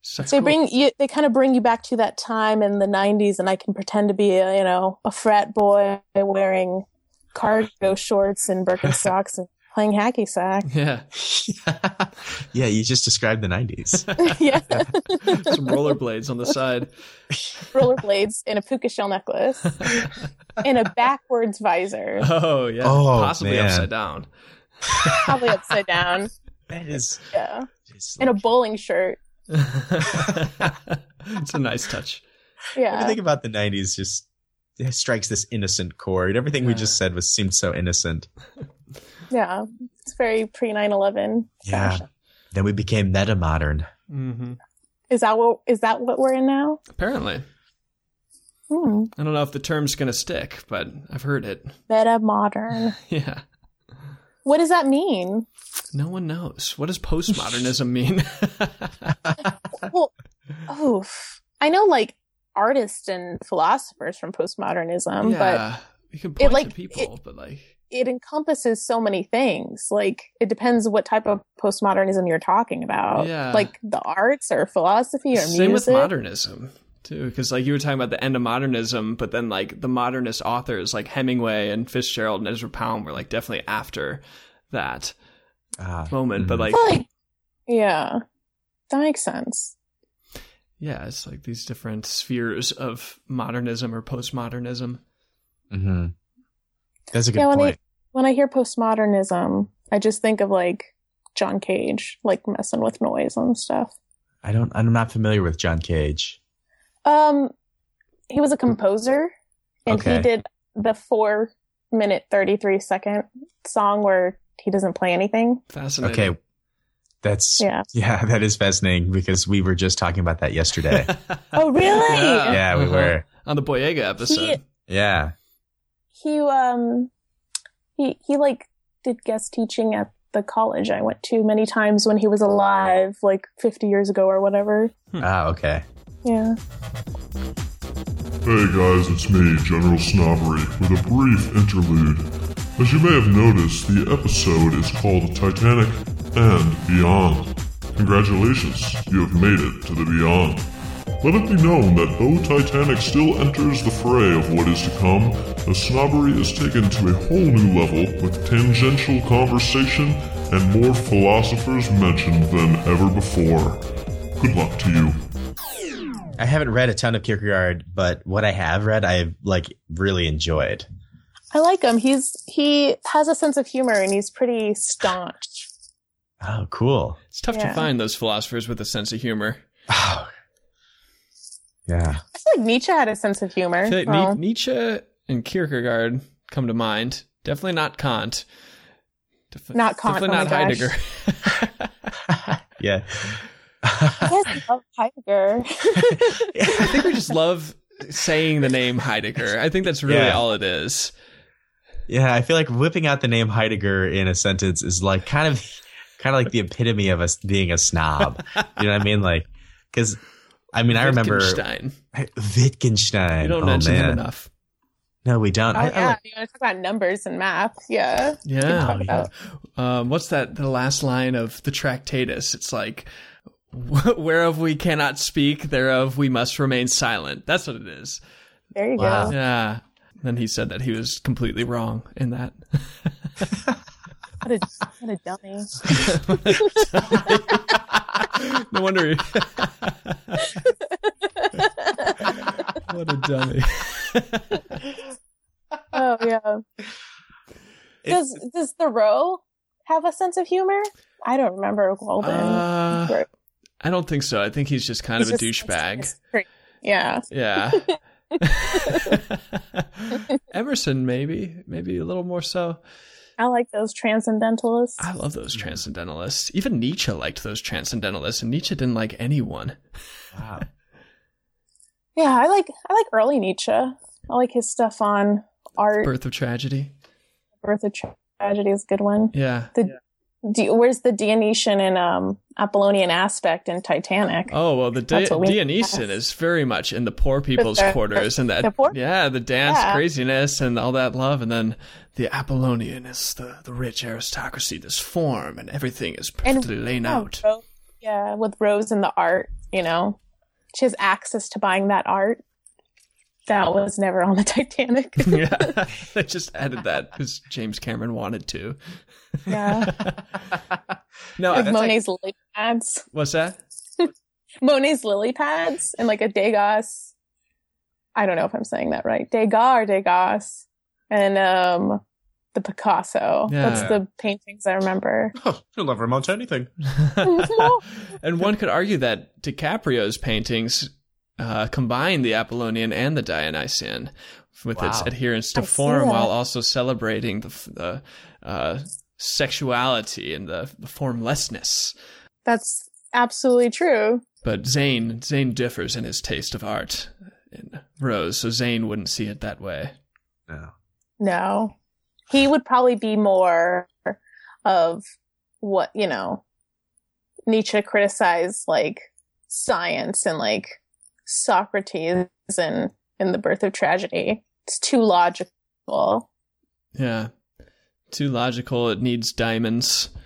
A: So
C: Um, So they
A: cool.
C: bring you, they kind of bring you back to that time in the '90s, and I can pretend to be, a, you know, a frat boy wearing cargo shorts and Birkenstocks and playing hacky sack.
A: Yeah.
D: yeah, you just described the '90s.
C: yeah,
A: Some rollerblades on the side.
C: rollerblades and a puka shell necklace and a backwards visor,
A: Oh yeah.
D: Oh,
A: Possibly
D: man.
A: upside down.
C: probably upside down.
D: that is.
C: Yeah,
D: It's
C: and a bowling shirt.
A: it's a nice touch.
C: Yeah,
D: Everything about the '90s just it strikes this innocent chord. Everything we
A: Yeah.
D: just said was seemed so innocent.
C: yeah, it's very pre 9/11
D: Yeah.
C: fashion.
D: Then we became meta modern.
C: Mm-hmm.
A: hmm
C: Is that what is that what we're in now?
A: Apparently,
C: Hmm.
A: I don't know if the term's gonna stick, but I've heard it.
C: Meta modern.
A: Yeah.
C: What does that mean?
A: No one knows. What does postmodernism mean?
C: well, oof. I know like artists and philosophers from postmodernism, Um, but
A: yeah. You can point
C: like,
A: to people, but like,
C: it encompasses so many things. Like it depends what type of postmodernism you're talking about.
A: Yeah.
C: Like the arts or philosophy or
A: same with
C: music.
A: modernism too, because like you were talking about the end of modernism, but then like the modernist authors like Hemingway and Fitzgerald and Ezra Pound were like definitely after that
D: Ah,
A: moment. But
D: mhm.
A: like,
C: Well, like yeah. That makes sense.
A: yeah, it's like these different spheres of modernism or postmodernism.
D: hmm that's a good
C: yeah, when
D: point.
C: I when I hear postmodernism, I just think of like John Cage, like messing with noise and stuff.
D: I don't. I'm not familiar with John Cage.
C: Um, he was a composer, and
D: Okay.
C: he did the four minute thirty three second song where he doesn't play anything.
A: Fascinating.
D: Okay, that's yeah.
C: Yeah.
D: that is fascinating because we were just talking about that yesterday.
C: Oh, really?
A: Yeah.
D: yeah, we
A: Uh-huh.
D: were.
A: On the Boyega episode.
D: Yeah,
C: He um, he he like did guest teaching at the college I went to many times when he was alive, like fifty years ago or whatever.
D: Ah, okay.
C: Yeah.
B: Hey guys, it's me, General Snobbery, with a brief interlude. As you may have noticed, the episode is called Titanic and Beyond. Congratulations, you have made it to the Beyond. Let it be known that though Titanic still enters the fray of what is to come, the snobbery is taken to a whole new level with tangential conversation and more philosophers mentioned than ever before. Good luck to you.
D: I haven't read a ton of Kierkegaard, but what I have read, I've like really enjoyed.
C: I like him. He's he has a sense of humor and he's pretty staunch.
D: Oh, cool.
A: It's tough to
C: Yeah.
A: find those philosophers with a sense of humor.
D: Oh. Yeah.
C: I feel like Nietzsche had a sense of humor.
A: I feel like Ni-
C: Well,
A: Nietzsche and Kierkegaard come to mind. Definitely not Kant. Defi-
C: Not Kant,
A: Definitely
C: oh
A: not
C: my gosh.
A: Heidegger.
D: Yeah.
C: I guess I love Heidegger.
A: I think we just love saying the name Heidegger. I think that's really
D: Yeah.
A: all it is.
D: yeah, I feel like whipping out the name Heidegger in a sentence is like kind of kind of like the epitome of us being a snob. you know what I mean? Like cuz I mean, I remember
A: Wittgenstein.
D: Wittgenstein.
A: We don't
D: oh,
A: mention
D: man.
A: him enough.
D: No, we don't.
C: Oh,
D: I- I
C: yeah.
D: like-
C: you want to talk about numbers and math? Yeah.
A: Yeah.
C: Talk about-
A: Um, what's that? The last line of the Tractatus. It's like, whereof we cannot speak, thereof we must remain silent. That's what it is.
C: There you
D: Wow.
C: go.
A: Yeah. Then he said that he was completely wrong in that.
C: What a, what a dummy.
A: No wonder. He... what a dummy.
C: Oh yeah. Does does Thoreau have a sense of humor? I don't remember Walden.
A: Uh, I don't think so. I think he's just kind of a douchebag.
C: Yeah.
A: Yeah. Emerson, maybe, maybe a little more so.
C: I like those transcendentalists.
A: I love
C: Hmm.
A: those transcendentalists. Even Nietzsche liked those transcendentalists, and Nietzsche didn't like anyone.
D: wow.
C: Yeah, I like I like early Nietzsche. I like his stuff on art. Birth,
A: Birth of Tragedy.
C: of Tra- Tragedy is a good one.
A: Yeah.
C: D- where's the Dionysian and um, Apollonian aspect in Titanic?
A: Oh well, the da-
C: That's what we-
A: Dionysian is very much in the poor people's
C: The-
A: quarters, and that
C: the poor-
A: yeah, the dance
C: Yeah.
A: craziness and all that love, and then the Apollonian is the the rich aristocracy, this form, and everything is perfectly laid
C: Yeah,
A: out.
C: Ro- Oh, yeah, with Rose and the art, you know, she has access to buying that art. That was never on the Titanic.
A: yeah, I just added that because James Cameron wanted to.
C: yeah,
A: No,
C: with
A: I-
C: Monet's lily pads,
A: what's that?
C: Monet's lily pads, and like a Degas. I don't know if I'm saying that right. Degas or Degas, and um, the Picasso.
A: Yeah.
C: That's the paintings I remember.
D: Oh, you'll never amount to anything.
A: and one could argue that DiCaprio's paintings uh, combine the Apollonian and the Dionysian with its
D: Wow.
A: adherence to
C: I see
A: form
C: that.
A: while also celebrating the, f- the uh, sexuality and the, the formlessness.
C: That's absolutely true.
A: But Zane, Zane differs in his taste of art in Rose, so Zane wouldn't see it that way.
D: No.
C: No. He would probably be more of what, you know, Nietzsche criticized like science and like Socrates and in the birth of tragedy. It's too logical.
A: Yeah. Too logical, it needs diamonds.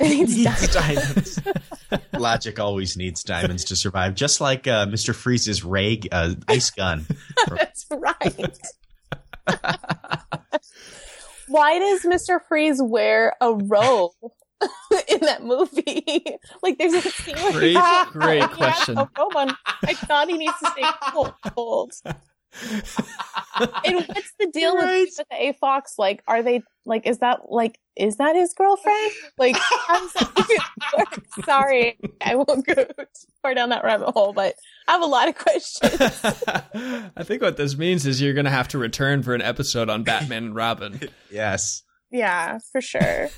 C: It's not-
D: diamonds. Logic always needs diamonds to survive, just like uh, Mr. Freeze's ray uh, ice gun.
C: That's right. Why does Mr. Freeze wear a robe in that movie? like, there's a scene where he
A: Great,
C: has-
A: great
C: he has
A: question.
C: A robe on. Oh, I thought he needs to stay cold. and what's the deal
D: Right.
C: with the A Fox? Like, are they like? Is that like? Is that his girlfriend? Like, I'm sorry, sorry, I won't go too far down that rabbit hole, but I have a lot of questions.
A: I think what this means is you're going to have to return for an episode on Batman and Robin.
D: Yes.
C: Yeah, for sure.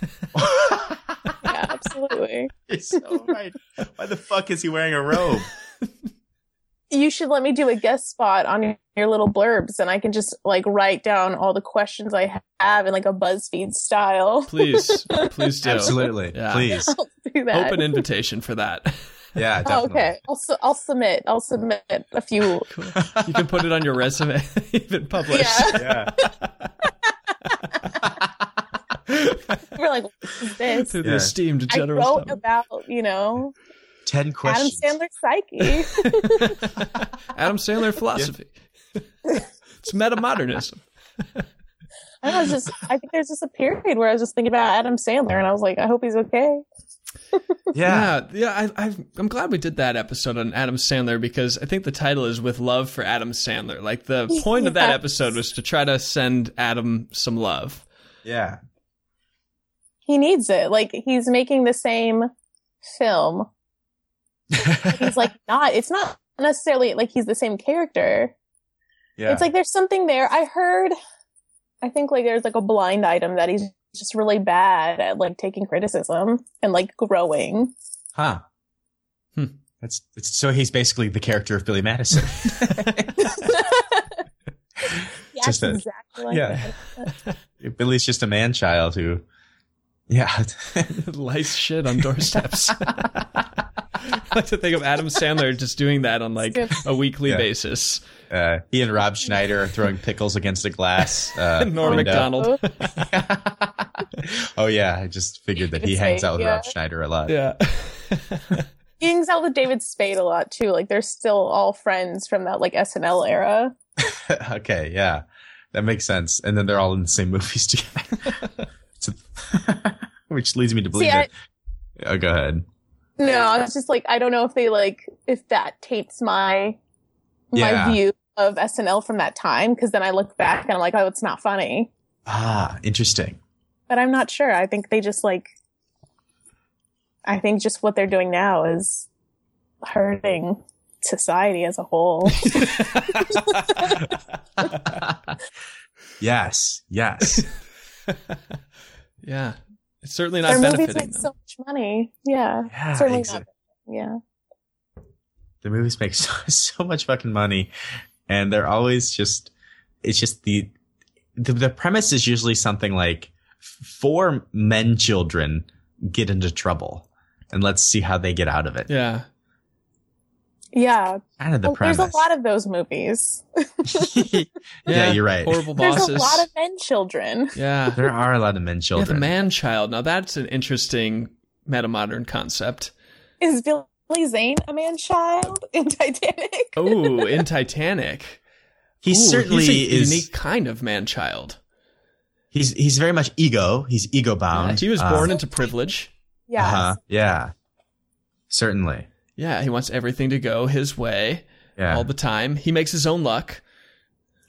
C: Yeah, absolutely.
D: You're so right. Why the fuck is he wearing a robe?
C: You should let me do a guest spot on your- your little blurbs, and I can just like write down all the questions I have in like a BuzzFeed style.
A: Please, please do.
D: Absolutely.
A: Yeah.
D: Please.
C: do that.
A: Open invitation for that.
D: Yeah,
C: Oh,
D: definitely.
C: okay, I'll su- I'll submit. I'll submit a few.
A: You can put it on your resume, even publish.
C: Yeah,
D: Yeah.
C: we're like, what is this?
A: Through the
D: Yeah.
A: esteemed
C: I
A: general.
C: wrote about you know
D: Ten questions.
C: Adam Sandler's psyche.
A: Adam Sandler philosophy. it's meta modernism.
C: I was just. I think there's just a period where I was just thinking about Adam Sandler, and I was like, I hope he's okay.
D: Yeah.
A: yeah. yeah, I, I, I'm glad we did that episode on Adam Sandler because I think the title is "With Love for Adam Sandler." Like the point of that
C: Yes.
A: episode was to try to send Adam some love.
D: Yeah.
C: He needs it. Like he's making the same film. He's like not. It's not necessarily like he's the same character.
D: yeah.
C: It's like there's something there. I heard, I think like there's like a blind item that he's just really bad at like taking criticism and like growing.
D: huh.
A: Hmm.
D: That's it's, so he's basically the character of Billy Madison.
C: Yes,
D: Just that-
C: exactly. Like
D: yeah.
C: yeah.
D: Billy's just a man child who Yeah.
A: Lice shit on doorsteps. like to think of Adam Sandler just doing that on like a weekly
D: Yeah.
A: basis.
D: Uh, he and Rob Schneider are throwing pickles against a glass. Uh,
A: Norm
D: window.
A: Macdonald.
D: oh yeah, I just figured that he
C: His
D: hangs
C: face,
D: out with
C: yeah.
D: Rob Schneider a lot.
A: Yeah.
C: He hangs out with David Spade a lot too. Like they're still all friends from that like SNL era.
D: okay, yeah, that makes sense. And then they're all in the same movies together, So- which leads me to believe
C: See, I-
D: that. oh, go ahead.
C: No, it's just like I don't know if they like if that taints my
D: Yeah.
C: my view of SNL from that time because then I look back and I'm like, oh, it's not funny.
D: Ah, interesting.
C: But I'm not sure. I think they just like I think just what they're doing now is hurting society as a whole.
D: Yes, yes.
A: yeah. It's certainly not
C: Their movies
A: benefiting
C: make
A: them. Ah,
C: so much money. Yeah.
D: Yeah,
C: Certainly
D: exactly.
C: not. Yeah.
D: the movies make so, so much fucking money and they're always just it's just the the, the premise is usually something like f- four men children get into trouble and let's see how they get out of it
A: yeah.
C: Yeah.
D: kind of the
C: Well,
D: premise
C: Oh, there's a lot of those movies.
D: yeah,
A: Yeah.
D: you're right
A: Horrible bosses.
C: There's a lot of men children.
A: yeah.
D: there are a lot of men
A: Yeah, the
D: children
A: man child. Now that's an interesting metamodern concept.
C: Is Billy Zane a man child in Titanic?
A: Oh, in Titanic.
D: he
A: Ooh,
D: certainly
A: he's a
D: is
A: unique kind of man child.
D: he's he's very much ego he's ego bound
A: He was born
D: um,
A: into privilege.
C: Yes.
D: uh-huh, yeah certainly
A: Yeah, he wants everything to go his way
D: yeah
A: all the time. He makes his own luck.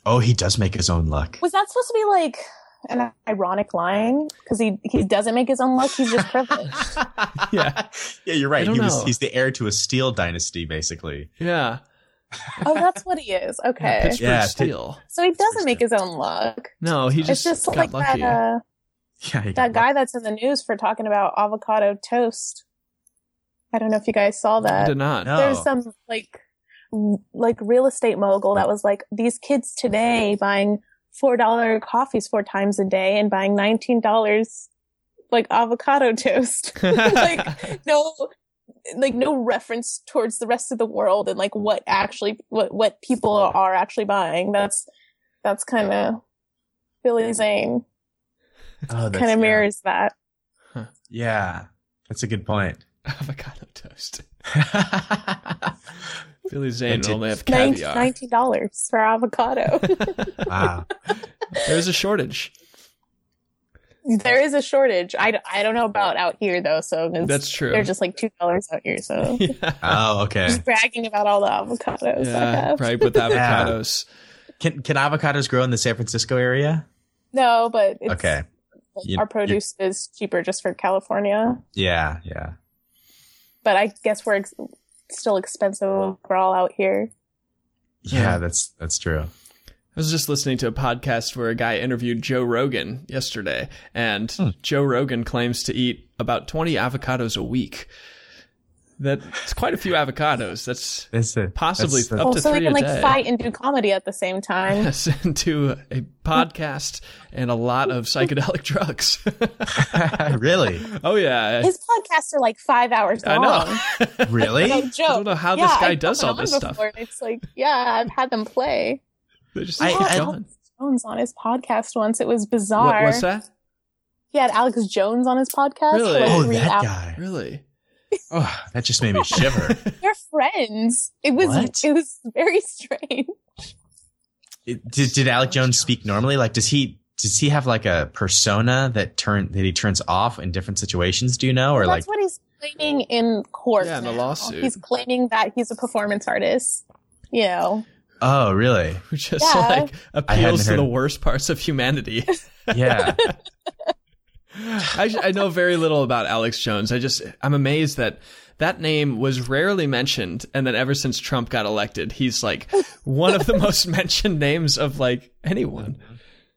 D: oh he does make his own luck
C: Was that supposed to be like an ironic line? Because he he doesn't make his own luck. He's just privileged.
A: Yeah.
D: yeah, you're
A: I
D: right.
A: don't
D: He
A: know.
D: was, he's the heir to a steel dynasty, basically.
A: Yeah.
C: oh, that's what he is.
A: yeah
C: Okay.
A: Pittsburgh
D: Yeah, Pit-
A: Steel.
C: so he doesn't make his own luck.
A: No, he
C: It's
A: just,
C: just
A: got
C: like
A: lucky.
C: that uh,
D: Yeah, he
C: that
D: got lucky.
C: guy that's in the news for talking about avocado toast. I don't know if you guys saw
A: I
C: that.
A: did not.
D: No.
C: There's some like m- like real estate mogul that was like these kids today buying four dollar coffees four times a day and buying nineteen dollars like avocado toast. like no like no reference towards the rest of the world and like what actually what what people are actually buying that's that's kind of billy zane
D: Oh, that's-
C: kind of
D: yeah.
C: mirrors that
D: Yeah, that's a good point.
A: Avocado toast.
D: wow,
A: Billy Zane would
D: Nineteen-
A: only have
C: Nin-
A: caviar.
C: nineteen dollars for avocado
D: Ah,
A: There's a shortage.
C: there is a shortage I, d- I don't know about out here though so it's-
A: That's true.
C: they're just like two dollars out here so
A: yeah.
D: oh, okay.
C: just bragging about all the avocados I
A: yeah
C: have.
A: right with
D: Yeah.
A: avocados.
D: Can can avocados grow in the San Francisco area?
C: no but it's,
D: Okay,
C: like,
D: You-
C: our
D: you-
C: produce is cheaper just for california
D: yeah, yeah.
C: but I guess we're ex- still expensive overall out here.
D: Yeah, that's that's true.
A: I was just listening to a podcast where a guy interviewed Joe Rogan yesterday, and Joe Rogan claims to eat about 20 avocados a week. That's quite a few avocados. That's
D: That's a,
A: Possibly
D: that's a-
A: Up
C: Oh,
A: to
C: so we
A: three
C: can
A: a
C: like
A: day.
C: fight and do comedy at the same time.
A: yes, into a podcast and a lot of psychedelic drugs.
D: really,
A: oh yeah, I-
C: His podcasts are like five hours
A: I
C: long.
A: know.
C: No
D: really?
C: joke.
A: I don't know how this
C: Yeah,
A: guy
C: I've
A: does
C: gone
A: all this
C: on
A: stuff.
C: before. It's like, yeah, I've had them play.
A: They just
D: I-
A: keep
D: I-
A: going.
C: Jones on his podcast once. It was
A: What
C: bizarre.
A: was that?
C: He had Alex Jones on his podcast. for,
A: Really?
C: like,
D: Oh,
C: three
D: that
C: hours.
D: guy.
A: Really?
D: Oh, that just made me shiver.
C: They're friends. It was
D: What?
C: it was very strange.
D: It- did, did Alec Jones speak normally? Like, does he does he have like a persona that turn that he turns off in different situations? Do you know, or like,
C: That's what he's claiming in court.
A: Yeah, in the
C: now.
A: lawsuit.
C: He's claiming that he's a performance artist. You know.
D: oh, really?
A: Who just
C: Yeah.
A: like appeals to
D: heard-
A: the worst parts of humanity?
D: Yeah,
A: I, I know very little about Alex Jones. I just I'm amazed that that name was rarely mentioned, and then ever since Trump got elected, he's like one of the most mentioned names of like anyone.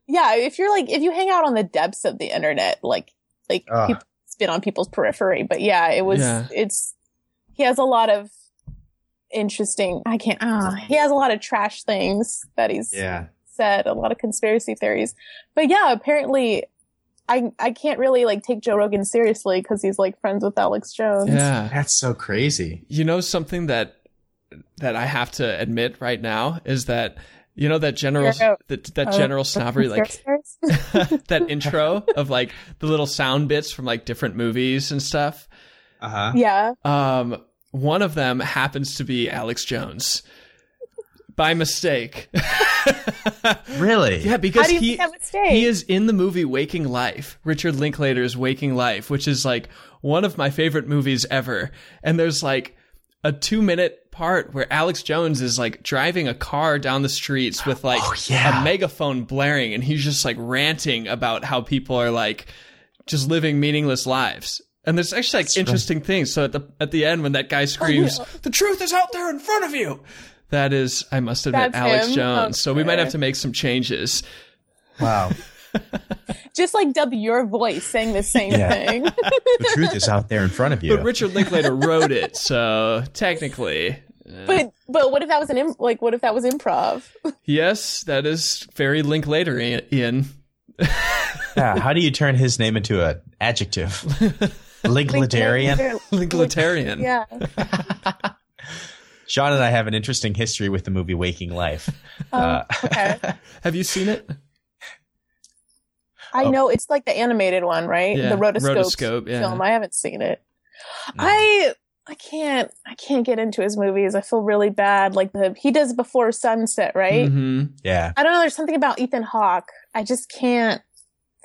C: yeah if you're like if you hang out on the depths of the internet like like
D: Ugh.
C: people, it's been on people's periphery but yeah it was
A: Yeah.
C: it's he has a lot of interesting i can't ah he has a lot of trash things that he's
D: yeah.
C: said a lot of conspiracy theories but yeah apparently I I can't really like take Joe Rogan seriously because he's like friends with Alex Jones.
A: Yeah.
D: That's so crazy.
A: You know something that that I have to admit right now is that you know that general
C: Yeah.
A: that, that
C: Oh,
A: general snobbery like
C: Conspiracy theories?
A: that intro of like the little sound bits from like different movies and stuff.
D: Uh huh.
C: yeah.
A: Um, one of them happens to be Alex Jones by mistake.
D: Really?
A: yeah,
C: How
A: because
C: do you
A: he
C: make that mistake?
A: he is in the movie Waking Life, Richard Linklater's Waking Life, which is like one of my favorite movies ever. And there's like a two minute part where Alex Jones is like driving a car down the streets with like
D: Oh, yeah.
A: a megaphone blaring and he's just like ranting about how people are like just living meaningless lives. And there's actually like interesting things. So at the at the end when that
C: Oh,
A: guy screams, "The truth is out there in front of you," that is, I must admit,
C: That's
A: Alex
C: him?
A: Jones. So we might
C: Okay.
A: have to make some changes.
D: Wow.
C: Just like dub your voice saying the same
D: Yeah.
C: thing.
D: The truth is out there in front of you.
A: But Richard Linklater wrote it, so technically,
C: but but what if that was an imp- like what if that was improv?
A: yes, that is very Linklater in.
D: Yeah, how do you turn his name into an adjective? Liglitarian.
A: Linklatarian.
C: Yeah.
D: Sean and I have an interesting history with the movie Waking Life.
A: Uh,
D: Uh,
C: Um, okay.
A: Have you seen it?
C: I
D: Oh.
C: know it's like the animated one, right?
A: Yeah,
C: The rotoscope,
A: rotoscope, yeah.
C: film. I haven't seen it. I I can't I can't get into his movies. I feel really bad. Like the he does Before Sunset, right?
A: hmm
D: Yeah.
C: I don't know. There's something about Ethan Hawke. I just can't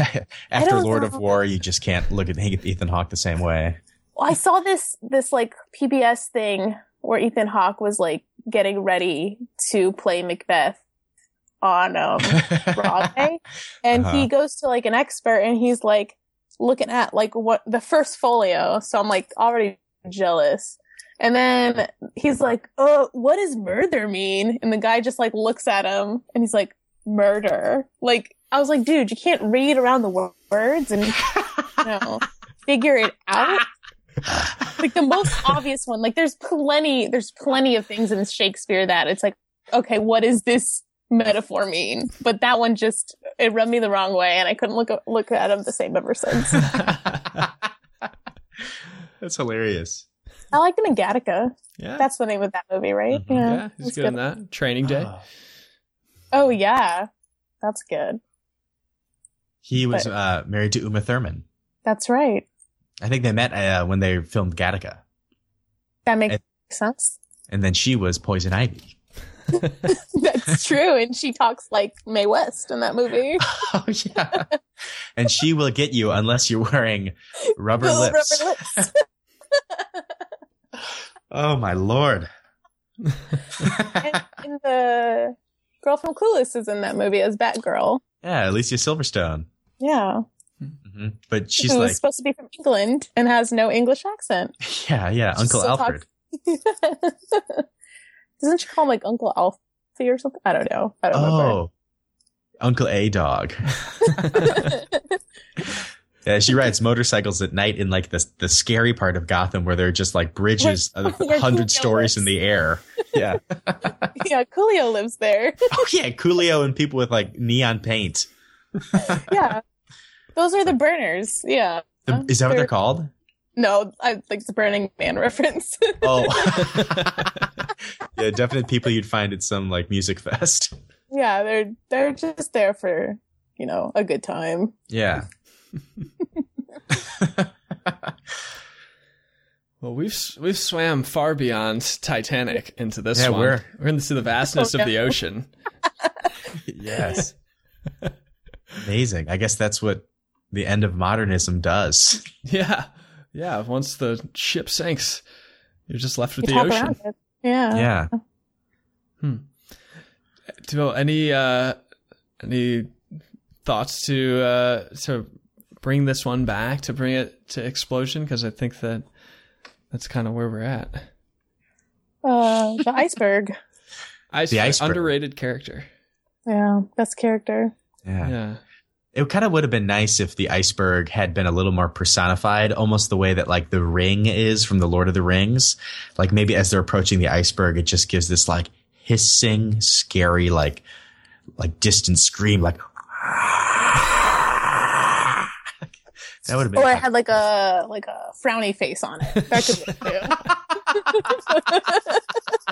C: I
D: After
C: don't
D: Lord
C: know.
D: of War, you just can't look at Ethan Hawke the same way.
C: Well, I saw this this like PBS thing where Ethan Hawke was like getting ready to play Macbeth on um, Broadway, and
D: Uh-huh.
C: he goes to like an expert, and he's like looking at like what the first folio. So I'm like already jealous. And then he's like, "Oh, what does murder mean?" And the guy just like looks at him, and he's like, "Murder." Like I was like, "Dude, you can't read around the wo- words and you know, figure it out." like the most obvious one. Like there's plenty, there's plenty of things in Shakespeare that it's like, okay, what does this metaphor mean? But that one just it rubbed me the wrong way, and I couldn't look look at him the same ever since.
D: That's hilarious.
C: I liked him in Gattaca.
A: Yeah.
C: That's the name of that movie, right?
D: Mhm.
A: Mm-hmm. yeah, he's
C: that's
A: good in that. Training Day.
D: Ah.
C: Oh yeah, that's good.
D: He was
C: But-
D: uh, married to Uma Thurman.
C: That's right.
D: I think they met uh, when they filmed Gattaca,
C: That makes
D: It-
C: sense.
D: and then she was Poison Ivy.
C: That's true. And she talks like Mae West in that movie.
D: Oh yeah, and she will get you unless you're wearing rubber
C: Little
D: lips.
C: rubber lips.
D: Oh my lord!
C: and, and the girl from Clueless is in that movie as Batgirl.
D: yeah, Alicia Silverstone.
C: Yeah.
D: hmm But she's
C: who's
D: like,
C: supposed to be from England and has no English accent.
D: yeah, yeah, Uncle
C: So
D: Alfred.
C: Doesn't she call him like Uncle Alfie or something? I don't know. I don't remember.
D: Oh, Uncle A Dog. Oh. Yeah, Uh, she rides motorcycles at night in like the the scary part of Gotham where there are just like bridges
C: Where-
D: a
C: where Coolio
D: hundred stories in
C: lives.
D: the air. Yeah.
C: yeah, Coolio lives there.
D: oh yeah, Coolio and people with like neon paint.
C: Yeah. Those are the burners. Yeah.
D: The- is that what they're called?
C: No, I think it's a Burning Man reference.
D: Oh. yeah, definite people you'd find at some like music fest.
C: yeah, they're they're just there for, you know, a good time.
D: Yeah.
A: Well, we've s- we've swam far beyond Titanic into this
D: Yeah,
A: one.
D: we're-
A: we're into the vastness
C: Oh,
A: of the ocean.
D: Yes. Amazing. I guess that's what the end of modernism does.
A: Yeah, yeah. Once the ship sinks, you're just left with
C: You
A: the
C: talk
A: ocean.
C: around it. Yeah.
D: Yeah.
A: Do any uh, any thoughts to uh, to bring this one back to bring it to explosion? Because I think that that's kind of where we're at.
C: Uh, the iceberg.
A: Ice,
D: The iceberg.
A: underrated character.
C: Yeah, best character.
D: Yeah.
A: Yeah,
D: It kind of would have been nice if the iceberg had been a little more personified, almost the way that like the ring is from the Lord of the Rings. Like maybe as they're approaching the iceberg, it just gives this like hissing, scary, like like distant scream, like That would have been.
C: Or it had like a like a frowny face on it. That could be it, too.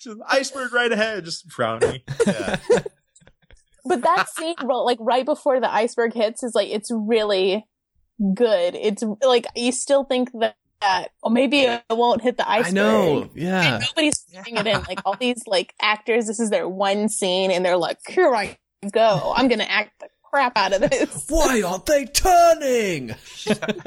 D: Just iceberg right ahead, just frowny. Yeah.
C: but that scene, ro- like right before the iceberg hits, is like it's really good. It's like you still think that, that oh maybe it won't hit the iceberg.
A: I know.
C: And
A: Yeah.
C: nobody's putting it in. Like all these like actors, this is their one scene, and they're like, "Here I go. I'm gonna act the crap out of this."
A: Why aren't they turning?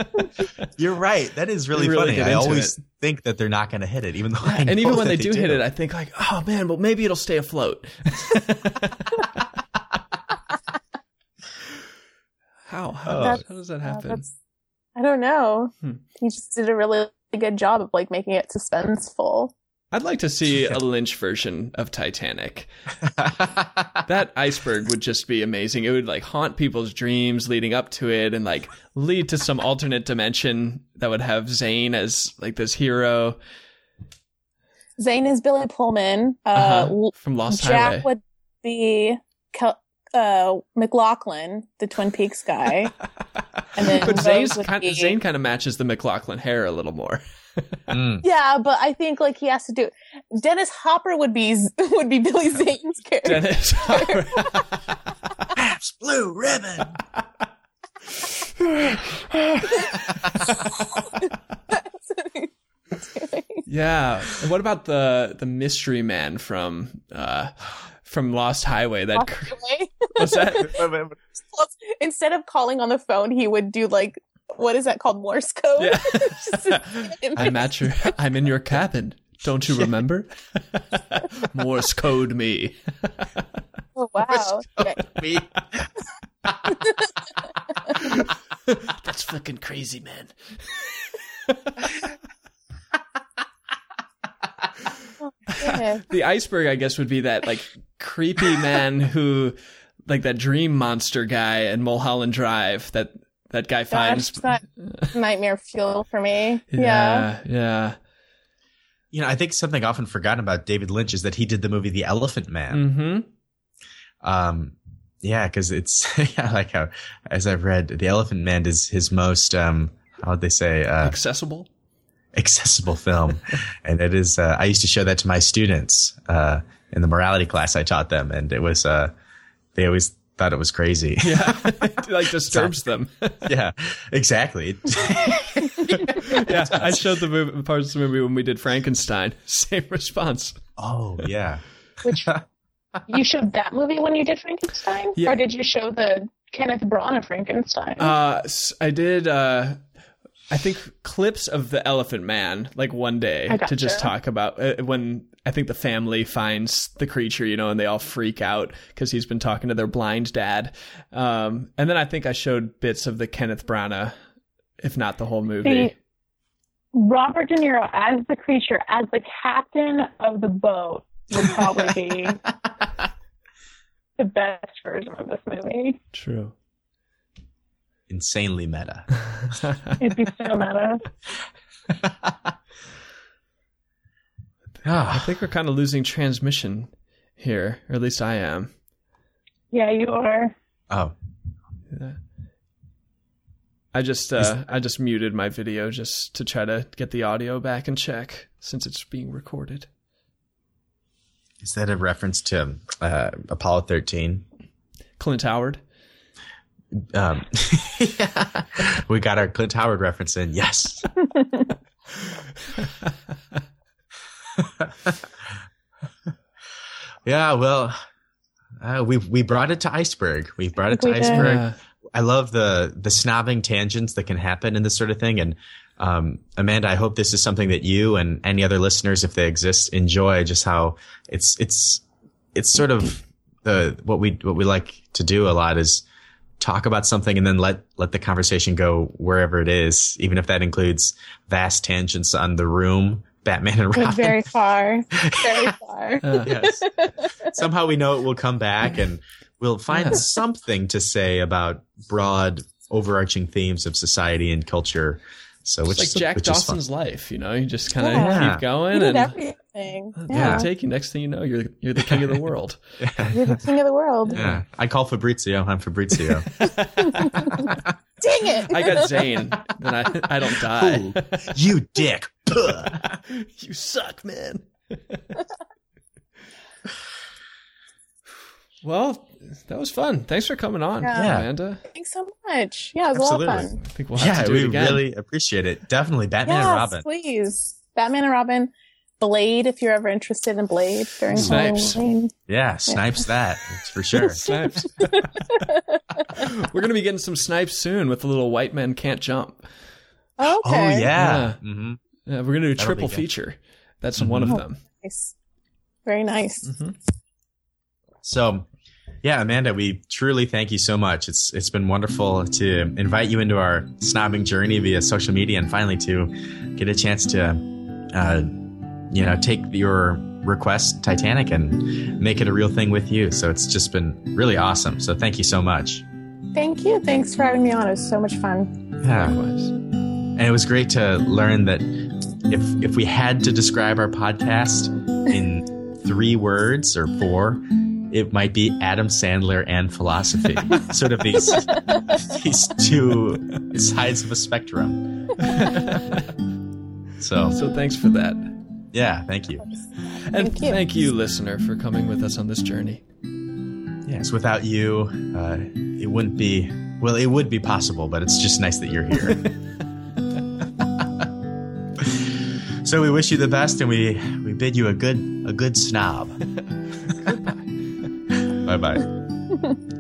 D: You're right. That is really,
A: They really
D: funny.
A: get
D: I
A: into
D: always think that they're not going to hit it, even though. I
A: And
D: know
A: even when
D: that
A: they, do, hit it, I think like, oh man, well maybe it'll stay afloat. how how,
D: Oh.
A: how does that
C: Uh,
A: happen?
C: that's- I don't know.
A: Hmm.
C: He just did a really good job of like making it suspenseful.
A: I'd like to see a Lynch version of Titanic. That iceberg would just be amazing. It would like haunt people's dreams leading up to it and like lead to some alternate dimension that would have Zane as like this hero
C: Zane is Billy Pullman. Uh,
A: uh-huh, from Lost
C: Jack
A: Highway.
C: would be Kel- uh, McLaughlin, the Twin Peaks guy. and then
A: but
C: Rose
A: Zane's
C: would
A: kind,
C: be-
A: Zane kind of matches the McLaughlin hair a little more.
D: Mm.
C: yeah, but I think like he has to do. Dennis Hopper would be would be Billy Zane's character.
A: Dennis Hopper.
D: Pabst Blue Ribbon.
A: yeah. And what about the the mystery man from uh from Lost Highway? That
C: Anyway,
A: was that
C: Instead of calling on the phone, he would do like what is that called Morse code?
A: Yeah.
C: Just-
A: I'm at your I'm in your cabin. Don't you remember? Morse code me.
C: oh, wow. Yeah.
D: Me.
A: That's fucking crazy, man.
C: Yeah.
A: The iceberg, I guess, would be that like creepy man who, like that dream monster guy in Mulholland Drive. That that guy
C: Gosh,
A: finds.
C: that nightmare fuel for me. Yeah.
A: yeah, yeah.
D: You know, I think something often forgotten about David Lynch is that he did the movie The Elephant Man.
A: Mm-hmm.
D: Um, yeah, because it's yeah, I like how as I've read, The Elephant Man is his most um, how would they say uh,
A: Accessible.
D: accessible film, and it is. Uh, I used to show that to my students uh, in the morality class I taught them, and it was uh, they always thought it was crazy.
A: Yeah, it, like disturbs them.
D: yeah, exactly.
A: yeah, I showed the movie, parts of the movie when we did Frankenstein. Same response.
D: oh yeah.
C: You showed that movie when you did Frankenstein?
A: Yeah.
C: Or did you show the Kenneth Branagh Frankenstein?
A: Uh, s- I did. Uh, I think clips of the Elephant Man, like one day,
C: I
A: to just
C: gotcha.
A: talk about uh, when I think the family finds the creature, you know, and they all freak out because he's been talking to their blind dad. Um, and then I think I showed bits of the Kenneth Branagh, if not the whole movie.
E: See, Robert De Niro as the creature, as the captain of the boat, would probably be the best version of this movie.
A: True.
D: insanely meta.
E: It'd be so meta.
A: I think we're kind of losing transmission here, or at least I am.
E: Yeah, you are.
D: oh,
A: I just uh, I just muted my video just to try to get the audio back and check since it's being recorded.
D: is that a reference to uh, Apollo 13?
A: Clint Howard.
D: Um, We got our Clint Howard reference in. Yes. yeah, well, uh, we we brought it to Iceberg. We brought it to
E: We did.
D: Iceberg.
A: Yeah.
D: I love the the snobbing tangents that can happen in this sort of thing. And um, Amanda, I hope this is something that you and any other listeners, if they exist, enjoy. Just how it's it's it's sort of the what we what we like to do a lot is talk about something and then let let the conversation go wherever it is, even if that includes vast tangents on the room, Batman and Robin.
C: Went very far. Very far.
D: yes. Somehow we know it will come back and we'll find something to say about broad overarching themes of society and culture. So
A: It's
D: which
A: like
D: is,
A: Jack
D: which
A: Dawson's life, you know. You just kind of
D: Yeah.
A: keep
C: You
A: going,
C: did
A: and
C: everything.
A: they'll
C: Yeah.
A: take you. Next thing you know, you're you're the king of the world.
D: is fun.
C: You're the king of the world.
D: yeah. I call Fabrizio. I'm Fabrizio.
C: Dang it!
A: I got Zane, and I, I don't die.
D: you dick.
A: you suck, man. well, that was fun. Thanks for coming on,
C: Yeah.
A: Amanda.
C: Thanks so much. Yeah, it was a lot of
D: Absolutely.
A: I
C: fun.
A: think we'll have
D: yeah,
A: to do
D: we
A: it again.
D: really appreciate it. Definitely Batman
C: yes,
D: and Robin.
C: please. Batman and Robin. Blade, if you're ever interested in Blade during
A: Snipes.
C: Halloween.
D: Yeah, snipes that. That's for sure.
A: Snipes. We're gonna be getting some snipes soon with the little white men can't jump.
C: Okay.
D: Oh yeah.
A: Yeah.
D: hmm
A: Uh, we're gonna do a
D: That'll
A: triple
D: be good.
A: feature. That's
D: Mhm.
A: one
C: Mm-hmm.
A: of them.
C: Nice. Very nice.
A: Mhm.
D: So, yeah, Amanda, we truly thank you so much. It's it's been wonderful to invite you into our snobbing journey via social media, and finally to get a chance to, uh, you know, take your request Titanic and make it a real thing with you. So it's just been really awesome. So thank you so much.
C: Thank you. Thanks for having me on. It was so much fun.
D: Yeah,
A: Mm-hmm. Likewise.
D: and it was great to learn that if if we had to describe our podcast in three words or four. It might be Adam Sandler and philosophy, sort of these these two sides of a spectrum. so,
A: So thanks for that.
D: yeah, thank you.
A: And
C: Thank you.
A: thank you, listener, for coming with us on this journey.
D: Yes, without you, uh, it wouldn't be, well, it would be possible, but it's just nice that you're here. so we wish you the best and we, we bid you a good, a good snob. Bye bye.